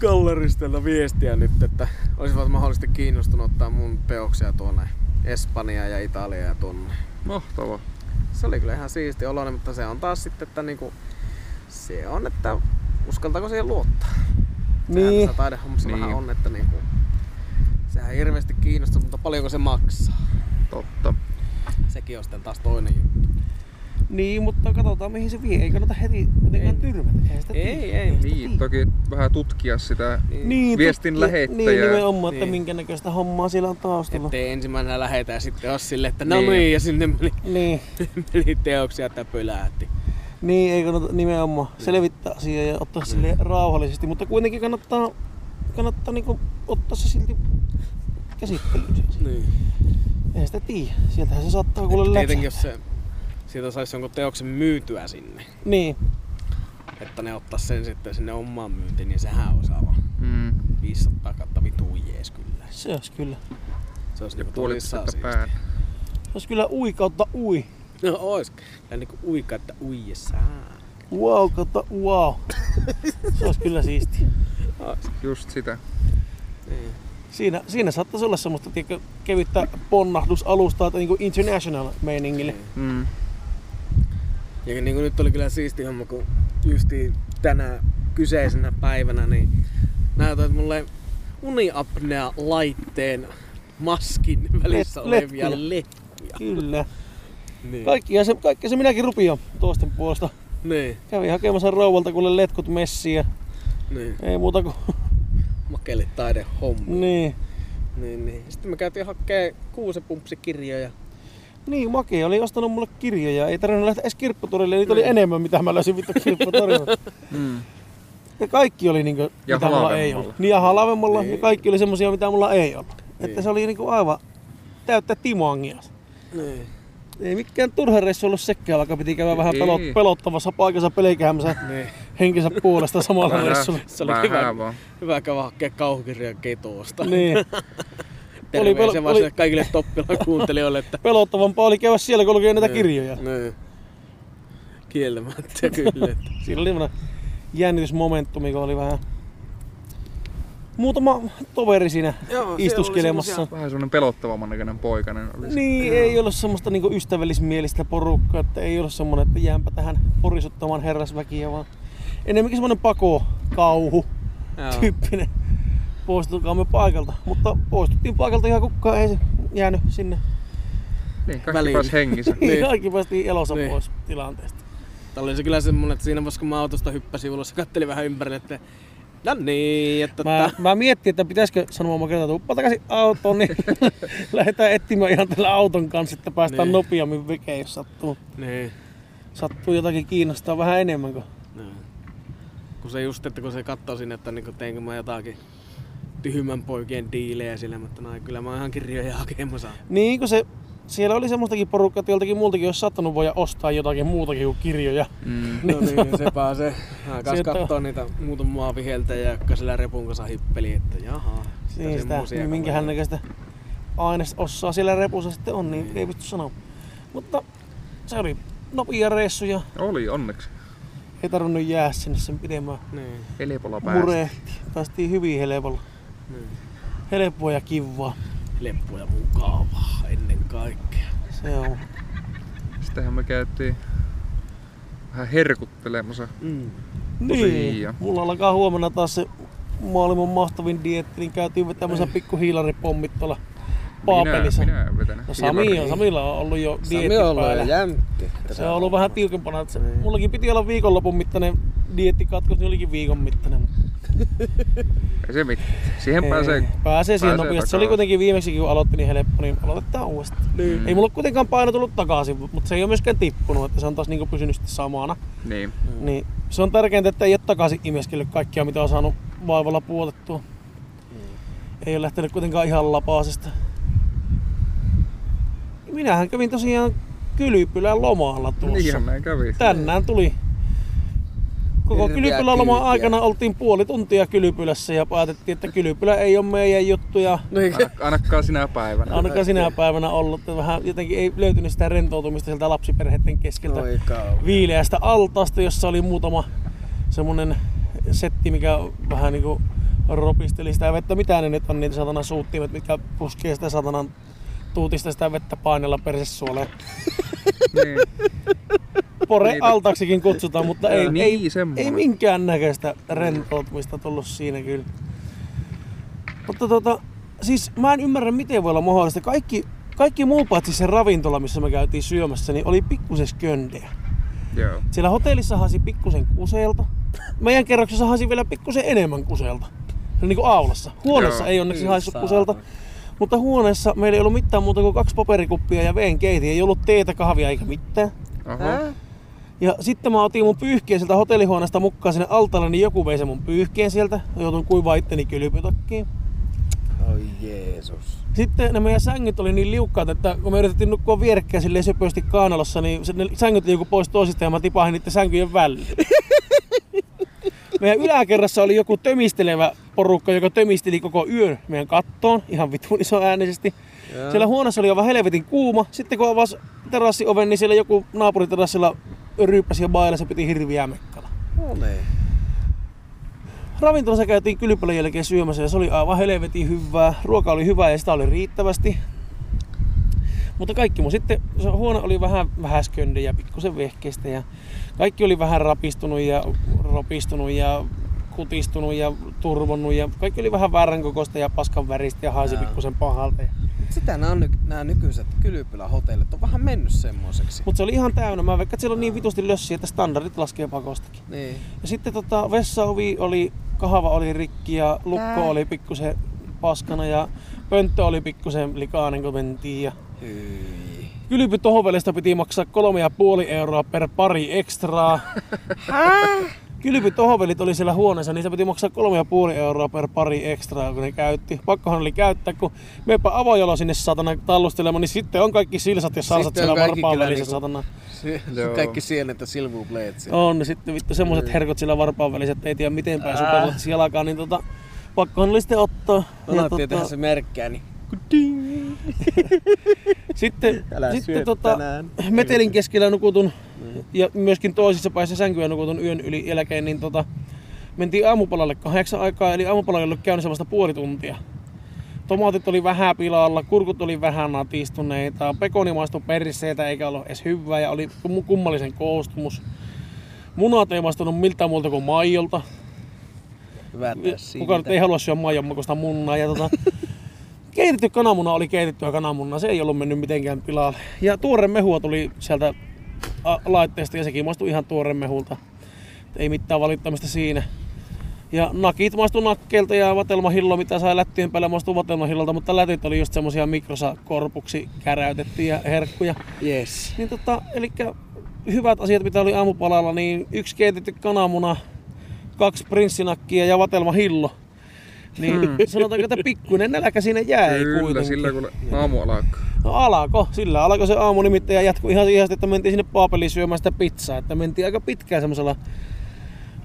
[SPEAKER 3] galleristelta viestiä nyt, että olisivat mahdollisesti kiinnostunut ottaa mun teoksia tuonne Espanjaan ja Italiaan ja tuonne.
[SPEAKER 4] Mahtava.
[SPEAKER 3] Se oli kyllä ihan siisti oloinen, mutta se on taas sitten, että niinku, se on, että uskaltaako siihen luottaa. Sehän
[SPEAKER 1] Niin.
[SPEAKER 3] tässä taidehommassa
[SPEAKER 4] Niin.
[SPEAKER 3] niin. vähän on, että niinku, sehän hirveästi kiinnostaa, mutta paljonko se maksaa.
[SPEAKER 4] Totta.
[SPEAKER 3] Sekin on sitten taas toinen juttu.
[SPEAKER 1] Niin, mutta katsotaan mihin se vie. Ei kannata heti kuitenkaan
[SPEAKER 3] Ei.
[SPEAKER 1] tyrmätä. Eihän sitä
[SPEAKER 3] Ei,
[SPEAKER 1] tiedä.
[SPEAKER 3] ei.
[SPEAKER 1] sitä
[SPEAKER 4] Niin,
[SPEAKER 1] tiedä.
[SPEAKER 4] toki vähän tutkia sitä.
[SPEAKER 1] Niin,
[SPEAKER 4] Viestin
[SPEAKER 1] totta.
[SPEAKER 4] lähettäjä.
[SPEAKER 1] Niin, nimenomaan, että
[SPEAKER 3] Niin.
[SPEAKER 1] minkä näköistä hommaa siellä on taustalla.
[SPEAKER 3] Ettei ensimmäisenä lähetä ja sitten ole silleen, että no
[SPEAKER 4] Niin.
[SPEAKER 3] niin, niin ja sinne meni,
[SPEAKER 1] Niin,
[SPEAKER 3] meni teoksia täpölähti.
[SPEAKER 1] niin, ei kannata nimenomaan selvittää asiaa ja ottaa
[SPEAKER 3] Mm.
[SPEAKER 1] sille rauhallisesti, mutta kuitenkin kannattaa, kannattaa niinku ottaa se silti käsittelyyn. se asia.
[SPEAKER 3] Niin.
[SPEAKER 1] Eihän sitä tiedä. Sieltähän se saattaa kuule
[SPEAKER 3] Tietenkin
[SPEAKER 1] läpsähtää.
[SPEAKER 3] jos se, siitä saisi jonkun teoksen myytyä sinne,
[SPEAKER 1] Niin,
[SPEAKER 3] että ne ottaa sen sitten sinne omaan myyntiin, niin sehän olisi aivan
[SPEAKER 4] Mm.
[SPEAKER 3] 500 kautta vitun jees kyllä.
[SPEAKER 1] se olisi kyllä.
[SPEAKER 3] Se olisi
[SPEAKER 4] Ja
[SPEAKER 3] niinku
[SPEAKER 4] puolet
[SPEAKER 3] tosissaan
[SPEAKER 4] sitä
[SPEAKER 3] siistiä.
[SPEAKER 4] pään.
[SPEAKER 1] Se olisi kyllä ui kautta ui.
[SPEAKER 3] No ois. Ja niinku uika, että uijessaan.
[SPEAKER 1] Wow kautta wow. Se olisi kyllä siisti.
[SPEAKER 3] Ois.
[SPEAKER 4] Just sitä.
[SPEAKER 3] Niin.
[SPEAKER 1] Siinä, siinä saattaisi olla semmoista tiedätkö, kevyttä ponnahdusalustaa tai niinku international meiningille.
[SPEAKER 3] Niin.
[SPEAKER 4] Mm.
[SPEAKER 3] Ja niin kuin nyt oli kyllä siisti homma, kun justi tänä kyseisenä päivänä niin näytät mulle uniapnea laitteen maskin välissä
[SPEAKER 1] Let-
[SPEAKER 3] olevia
[SPEAKER 1] letkuja.
[SPEAKER 3] letkuja.
[SPEAKER 1] Kyllä.
[SPEAKER 3] Niin.
[SPEAKER 1] Kaikkia se, kaikki se minäkin rupion toisten puolesta.
[SPEAKER 3] Niin,
[SPEAKER 1] Kävin hakemassa rouvalta kuule letkut messiä.
[SPEAKER 3] niin.
[SPEAKER 1] Ei muuta kuin...
[SPEAKER 3] Makelle taidehommi.
[SPEAKER 1] niin.
[SPEAKER 3] Niin, niin. Sitten me käytiin hakkee kuusepumpsikirjoja.
[SPEAKER 1] Niin, Maki oli ostanut mulle kirjoja. Ei tarvinnut lähteä edes kirpputorille. Niitä oli
[SPEAKER 3] Niin.
[SPEAKER 1] enemmän, mitä mä löysin vittu kirpputorilla.
[SPEAKER 4] Mm.
[SPEAKER 1] Ja kaikki oli niinku,
[SPEAKER 4] Ja
[SPEAKER 1] mitä mulla ei
[SPEAKER 4] halvemmalla.
[SPEAKER 1] ollut. Niin ja halvemmalla.
[SPEAKER 3] Niin.
[SPEAKER 1] Ja kaikki oli semmosia, mitä mulla ei ollut. Että
[SPEAKER 3] Niin.
[SPEAKER 1] se oli niinku aivan täyttä timangia.
[SPEAKER 3] Niin.
[SPEAKER 1] Ei mikään turha reissu ollut sekään, vaikka piti käydä vähän
[SPEAKER 4] Ei.
[SPEAKER 1] pelot, pelottavassa paikassa pelkäämässä
[SPEAKER 3] niin.
[SPEAKER 1] henkensä puolesta samalla
[SPEAKER 4] Vähän,
[SPEAKER 1] reissulla.
[SPEAKER 3] Se oli
[SPEAKER 4] vähän
[SPEAKER 3] hyvä.
[SPEAKER 4] vaan.
[SPEAKER 3] Hyvä käydä hakkee kauhukirjoja ketosta.
[SPEAKER 1] Niin. Oli,
[SPEAKER 3] Terveisiä
[SPEAKER 1] pel-
[SPEAKER 3] vaan
[SPEAKER 1] oli
[SPEAKER 3] sinne kaikille Toppilan kuuntelijoille, että
[SPEAKER 1] pelottavampaa oli käydä siellä, kun lukee näitä
[SPEAKER 3] Niin,
[SPEAKER 1] kirjoja.
[SPEAKER 3] Niin. Kieltämättä kyllä. että-
[SPEAKER 1] Siinä oli semmonen jännitysmomenttumi, kun oli vähän muutama toveri siinä
[SPEAKER 3] Joo, siellä
[SPEAKER 1] istuskelemassa.
[SPEAKER 3] oli
[SPEAKER 4] Vähän semmonen pelottavamman näköinen poikainen oli se.
[SPEAKER 1] Niin, ei ollut semmoista niinku ystävällismielistä porukkaa, että ei ollut semmoinen, että jäänpä tähän porisuttamaan herrasväkiä, vaan enemmänkin semmoinen pako, kauhu,
[SPEAKER 3] semmosia- Joo.
[SPEAKER 1] tyyppinen. Poistutukaamme paikalta, mutta poistuttiin paikalta ihan kukaan ei se jäänyt sinne.
[SPEAKER 4] Niin, kaikki
[SPEAKER 3] Väliin.
[SPEAKER 4] pääsi hengissä.
[SPEAKER 1] Niin.
[SPEAKER 3] Niin.
[SPEAKER 1] Kaikki päästiin elossa
[SPEAKER 3] Niin.
[SPEAKER 1] pois tilanteesta.
[SPEAKER 3] Tää oli se kyllä semmonen, että siinä vaiheessa kun mä autosta hyppäsin ulos ja kattelin vähän ympärille, että no niin, että
[SPEAKER 1] Mä,
[SPEAKER 3] mä...
[SPEAKER 1] mä miettin, että pitäisikö sanoa mä kertaan, että takaisin autoon, niin lähdetään etsimään ihan tällä auton kanssa, että päästään
[SPEAKER 3] Niin.
[SPEAKER 1] nopeammin vikeen, jos sattuu.
[SPEAKER 3] Niin.
[SPEAKER 1] Sattuu jotakin kiinnostaa vähän enemmän kuin...
[SPEAKER 3] No. Kun se just, että kun se katsoo sinne, että niinku teinkö mä jotakin tyhmän poikien diilejä sillä, mutta no, kyllä mä oon ihan kirjoja hakemassa.
[SPEAKER 1] Niin kun se, siellä oli semmoistakin porukkaa, että joltakin muultakin olisi sattunut voida ostaa jotakin muutakin kuin kirjoja.
[SPEAKER 4] Mm.
[SPEAKER 3] No niin, se pääsee. Mä kans
[SPEAKER 1] Sieltä-
[SPEAKER 3] kattoo niitä muutamaa viheltäjä, jotka sillä repun kanssa hippeli, että jaha.
[SPEAKER 1] Niin sitä,
[SPEAKER 3] semmosia
[SPEAKER 1] niin minkähän
[SPEAKER 3] kavereita.
[SPEAKER 1] näköistä ainesosaa siellä repussa sitten on, niin ei pysty sanomaan. Mutta se oli nopea reissu ja
[SPEAKER 4] Oli onneksi.
[SPEAKER 1] Ei tarvinnut jää sinne sen pidemmän
[SPEAKER 3] Niin.
[SPEAKER 4] Helpolla päästä.
[SPEAKER 1] murehtiin. Päästiin hyvin helpolla.
[SPEAKER 3] niin.
[SPEAKER 1] Helppoa ja kivaa.
[SPEAKER 3] Leppua ja mukavaa ennen kaikkea.
[SPEAKER 1] Se on.
[SPEAKER 4] Sitähän me käytiin vähän herkuttelemassa.
[SPEAKER 3] Mm.
[SPEAKER 1] Niin.
[SPEAKER 4] Tosiaan.
[SPEAKER 1] Mulla alkaa huomenna taas se maailman mahtavin dietti, niin käytiin vetämässä pikku hiilaripommit tuolla Paapelissa.
[SPEAKER 4] Minä, minä en vetänyt.
[SPEAKER 1] No
[SPEAKER 4] Hiilaria.
[SPEAKER 1] Sami on, Samilla on ollut jo dietti
[SPEAKER 3] Sami on ollut Niin. jo
[SPEAKER 1] päällä.
[SPEAKER 3] jäntti.
[SPEAKER 1] Se on ollut vähän tiukempana. Että se, mullakin piti olla viikonlopun mittainen diettikatkos, niin olikin viikon mittainen. mutta
[SPEAKER 4] Ei se mitään. Siihen
[SPEAKER 1] ei,
[SPEAKER 4] pääsee.
[SPEAKER 1] pääsee siihen
[SPEAKER 4] pääsee
[SPEAKER 1] nopeasti. Se oli
[SPEAKER 4] takaisin.
[SPEAKER 1] kuitenkin viimeksikin, kun aloitti, niin helppo, niin aloitetaan uudestaan.
[SPEAKER 3] Niin.
[SPEAKER 1] Ei mulla ole kuitenkaan paino tullut takaisin, mutta se ei ole myöskään tippunut, että se on taas niinku pysynyt sitten samana.
[SPEAKER 4] Niin.
[SPEAKER 1] Niin se on tärkeintä, että ei ole takaisin imeskellyt kaikkia, mitä on saanut vaivalla puolettua.
[SPEAKER 3] Mm.
[SPEAKER 1] Ei ole lähtenyt kuitenkaan ihan lapasesta. Minähän kävin tosiaan Kylpylän lomalla tuossa.
[SPEAKER 3] Niin,
[SPEAKER 4] Niinhän näin kävi.
[SPEAKER 1] Tänään tuli. Koko
[SPEAKER 3] Hirveä
[SPEAKER 1] Kylpylän loman
[SPEAKER 3] kyytiä.
[SPEAKER 1] aikana oltiin puoli tuntia Kylpylässä ja päätettiin, että Kylpylä ei ole meidän juttuja.
[SPEAKER 3] Niin.
[SPEAKER 4] Aina- Ainakaan sinä päivänä.
[SPEAKER 1] Ainakaan sinä päivänä ollut. että Vähän jotenkin ei löytynyt sitä rentoutumista sieltä lapsiperheiden keskeltä
[SPEAKER 3] Oi kauan.
[SPEAKER 1] viileästä altaasta, jossa oli muutama semmonen setti, mikä vähän niinku ropisteli sitä vettä. Mitä ne nyt on niitä satana suuttimet, mitkä puskee sitä satanan tuutista sitä vettä painella persesuoleen.
[SPEAKER 4] Niin.
[SPEAKER 1] Pore
[SPEAKER 4] Niitä.
[SPEAKER 1] altaksikin kutsutaan, mutta ei,
[SPEAKER 4] Niin,
[SPEAKER 1] ei, ei
[SPEAKER 4] semmoinen.
[SPEAKER 1] minkään näköistä rentoutumista tullut siinä kyllä. Mutta tota, siis mä en ymmärrä miten voi olla mahdollista. Kaikki, kaikki muu paitsi se ravintola, missä me käytiin syömässä, niin oli pikkusen sköndeä.
[SPEAKER 4] Joo.
[SPEAKER 1] Siellä hotellissa hasi pikkusen kuseelta. Meidän kerroksessa hasi vielä pikkusen enemmän kuseelta. Se oli niinku aulassa. Huoneessa
[SPEAKER 4] Joo.
[SPEAKER 1] ei onneksi
[SPEAKER 3] Niin,
[SPEAKER 1] haissut
[SPEAKER 3] saatana.
[SPEAKER 1] kuseelta. Mutta huoneessa meillä ei ollut mitään muuta kuin kaksi paperikuppia ja veen keiti. Ei ollut teetä, kahvia eikä mitään.
[SPEAKER 4] Oho.
[SPEAKER 1] Ja sitten mä otin mun pyyhkeen sieltä hotellihuoneesta mukaan sinne altaalle, niin joku vei sen mun pyyhkeen sieltä. Joutun kuivaa itteni kylpytakkiin.
[SPEAKER 3] Oi Jeesus.
[SPEAKER 1] Sitten ne meidän sängyt oli niin liukkaat, että kun me yritettiin nukkua vierekkäin silleen söpösti kaanalossa, niin se- ne sängyt liukui pois toisistaan ja mä tipahin niiden sänkyjen väliin. Meidän yläkerrassa oli joku tömistelevä porukka, joka tömisteli koko yön meidän kattoon, ihan vitun iso äänisesti.
[SPEAKER 3] Joo.
[SPEAKER 1] Siellä huoneessa oli aivan helvetin kuuma. Sitten kun avasi terassioven, niin siellä joku naapuriterassilla ryyppäsi ja bailasi ja piti hirviä mekkala.
[SPEAKER 3] No niin.
[SPEAKER 1] Ravintolassa käytiin kylpylän jälkeen syömässä ja se oli aivan helvetin hyvää. Ruoka oli hyvää ja sitä oli riittävästi. Mutta kaikki mun sitten, se huone oli vähän vähäskönde ja pikkusen vehkeistä ja kaikki oli vähän rapistunut ja ropistunut ja kutistunut ja turvonnut ja kaikki oli vähän väärän kokoista ja paskan väristä ja haisi
[SPEAKER 3] Joo.
[SPEAKER 1] pikkusen pahalta.
[SPEAKER 3] Sitä nämä, ny- nämä nykyiset kylpylähotellit on vähän mennyt semmoiseksi.
[SPEAKER 1] Mutta se oli ihan täynnä. Mä veikkaan, että siellä on niin vitusti lössiä, että standardit laskee pakostakin.
[SPEAKER 3] Niin.
[SPEAKER 1] Ja sitten tota, vessaovi oli, kahava oli rikki ja lukko oli pikkusen paskana ja pönttö oli pikkusen likainen kun mentiin. Ja
[SPEAKER 3] Hyi.
[SPEAKER 1] kylpytohvelista piti maksaa kolme ja puoli euroa per pari ekstraa. Kylpytohvelit oli siellä huoneessa, niistä piti maksaa kolme ja puoli euroa per pari ekstraa, kun ne käytti. Pakkohan oli käyttää, kun meepä avojalo sinne satana tallustelemaan, niin sitten on kaikki silsat ja salsat
[SPEAKER 3] Sitten on
[SPEAKER 1] siellä niin
[SPEAKER 3] kaikki
[SPEAKER 1] varpaan
[SPEAKER 3] kyllä
[SPEAKER 1] välissä
[SPEAKER 3] niinku-
[SPEAKER 1] satana.
[SPEAKER 3] Si-
[SPEAKER 4] Joo.
[SPEAKER 3] Kaikki sienet ja silvupleet siellä.
[SPEAKER 1] On, niin sitten vittu semmoset herkot siellä varpaan välissä, että ei tiedä miten päin sun
[SPEAKER 3] Mm. Ää.
[SPEAKER 1] perlattis jalkaa, niin tota, pakkohan oli sitten ottaa. Ja tota,
[SPEAKER 3] Alattiin tehdä se merkkää, niin
[SPEAKER 1] Sitten,
[SPEAKER 3] Älä
[SPEAKER 1] sitten
[SPEAKER 3] syö
[SPEAKER 1] tota,
[SPEAKER 3] tänään. Niin.
[SPEAKER 1] metelin keskellä nukutun ja myöskin toisissa päissä sänkyä nukutun yön yli jälkeen, niin tota, mentiin aamupalalle kahdeksan aikaa, eli aamupala oli ollut käynyt semmoista puoli tuntia. Tomaatit oli vähän pilalla, kurkut oli vähän natistuneita, pekoni maistui perseitä eikä ollut edes hyvää ja oli kum- kummallisen koostumus. Munat ei maistunut miltään muulta kuin maijolta.
[SPEAKER 3] hyvä tässä
[SPEAKER 1] Kuka nyt ei halua syödä maijan makuista munnaa. Ja tota, keitetty kananmuna oli keitettyä kananmunnaa, se ei ollut mennyt mitenkään pilalle. Ja tuore mehua tuli sieltä a- laitteesta ja sekin maistui ihan tuore mehulta. Et Ei mitään valittamista siinä. Ja nakit maistu nakkeelta ja vatelmahillo, mitä sai lättien päälle, maistui vatelmahillolta, mutta lätit oli just semmosia mikrosakorpuksi käräytettyjä herkkuja.
[SPEAKER 3] Yes.
[SPEAKER 1] Niin tota, eli hyvät asiat, mitä oli aamupalalla, niin yksi keitetty kananmuna, kaksi prinssinakkia ja vatelma hillo. Niin mm. sanotaanko, että pikkuinen nälkä sinne jäi
[SPEAKER 4] Kyllä,
[SPEAKER 1] kuitenkin.
[SPEAKER 4] sillä kun aamu alkaa. Niin
[SPEAKER 1] No alako, sillä alako se aamu nimittäin ja jatkui ihan siihen asti, että mentiin sinne paapeliin syömään sitä pizzaa. Että mentiin aika pitkään semmoisella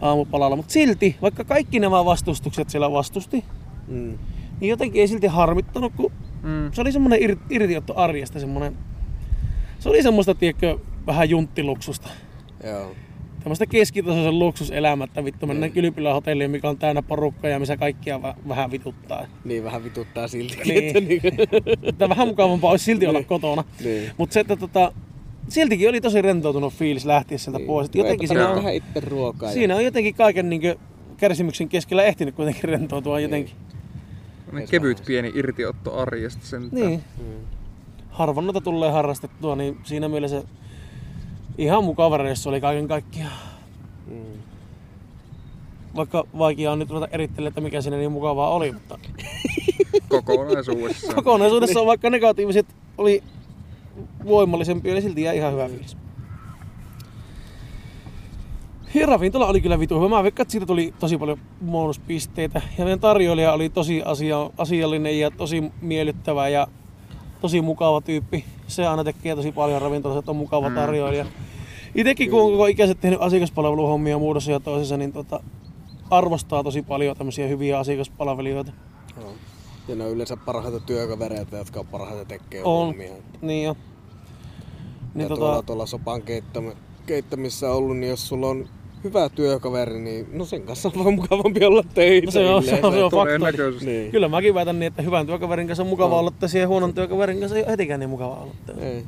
[SPEAKER 1] aamupalalla. Mutta silti, vaikka kaikki nämä vastustukset siellä vastusti,
[SPEAKER 3] Mm.
[SPEAKER 1] niin jotenkin ei silti harmittanut, kun
[SPEAKER 4] Mm.
[SPEAKER 1] se oli semmoinen ir- irtiotto arjesta, semmoinen... Se oli semmoista, tiedätkö, vähän junttiluksusta.
[SPEAKER 3] Joo.
[SPEAKER 1] tämmöistä keskitasoisen luksuselämättä vittu mennään kylpylän hotelliin, mikä on täynnä porukkaa ja missä kaikkia va- vähän vituttaa.
[SPEAKER 3] Niin vähän vituttaa siltikin,
[SPEAKER 1] Niin.
[SPEAKER 3] että niinku...
[SPEAKER 1] Mutta vähän mukavampaa olisi silti olla
[SPEAKER 3] Niin.
[SPEAKER 1] kotona.
[SPEAKER 3] niin.
[SPEAKER 1] Mutta se, että tota, siltikin oli tosi rentoutunut fiilis lähtiä
[SPEAKER 3] Niin.
[SPEAKER 1] sieltä pois. Et Jotenkin
[SPEAKER 3] Eipä
[SPEAKER 1] siinä
[SPEAKER 3] tarvitse
[SPEAKER 1] on,
[SPEAKER 3] tehdä itse ruokaa.
[SPEAKER 1] siinä on jotenkin kaiken niin kärsimyksen keskellä ehtinyt kuitenkin rentoutua jotenkin.
[SPEAKER 3] Ei
[SPEAKER 4] Niin
[SPEAKER 3] se
[SPEAKER 4] kevyt
[SPEAKER 3] vähän.
[SPEAKER 4] pieni irtiotto arjesta sen.
[SPEAKER 1] Niin.
[SPEAKER 3] Ja... Mm.
[SPEAKER 1] Harvoin noita tulee harrastettua, niin siinä mielessä ihan mukava reissu oli kaiken kaikkiaan.
[SPEAKER 3] Mm.
[SPEAKER 1] Vaikka vaikea on nyt ruveta erittelemään, että mikä siinä niin mukavaa oli, mutta
[SPEAKER 4] kokonaisuudessaan.
[SPEAKER 1] kokonaisuudessaan vaikka negatiiviset oli voimallisempia, niin silti jäi ihan hyvä fiilis. Ja ravintola oli kyllä vitu hyvä. Mä veikkaan, että siitä tuli tosi paljon bonuspisteitä. Ja meidän tarjoilija oli tosi asia, asiallinen ja tosi miellyttävä ja tosi mukava tyyppi. Se aina tekee tosi paljon ravintolassa, että on mukava tarjoilija. Itekin kun on koko ikäiset tehnyt asiakaspalveluhommia muodossa ja toisessa, niin tota, arvostaa tosi paljon tämmöisiä hyviä asiakaspalvelijoita.
[SPEAKER 3] Joo. Ja ne on yleensä parhaita työkavereita, jotka on parhaita tekee
[SPEAKER 1] On.
[SPEAKER 3] hommia.
[SPEAKER 1] Niin jo.
[SPEAKER 3] Niin ja
[SPEAKER 1] Niin
[SPEAKER 3] tota... tuolla,
[SPEAKER 1] tota,
[SPEAKER 3] tuolla sopan keittämä, keittämissä ollut, niin jos sulla on hyvä työkaveri, niin no sen kanssa on vaan mukavampi olla töitä.
[SPEAKER 1] No se on- se on-
[SPEAKER 3] yleensä.
[SPEAKER 1] se on.
[SPEAKER 4] Todennäköisesti.
[SPEAKER 3] Niin.
[SPEAKER 1] Kyllä mäkin väitän niin, että hyvän työkaverin kanssa on mukava
[SPEAKER 3] On.
[SPEAKER 1] olla tässä ja huonon työkaverin kanssa ei ole hetikään niin mukava olla tässä.
[SPEAKER 3] Ei.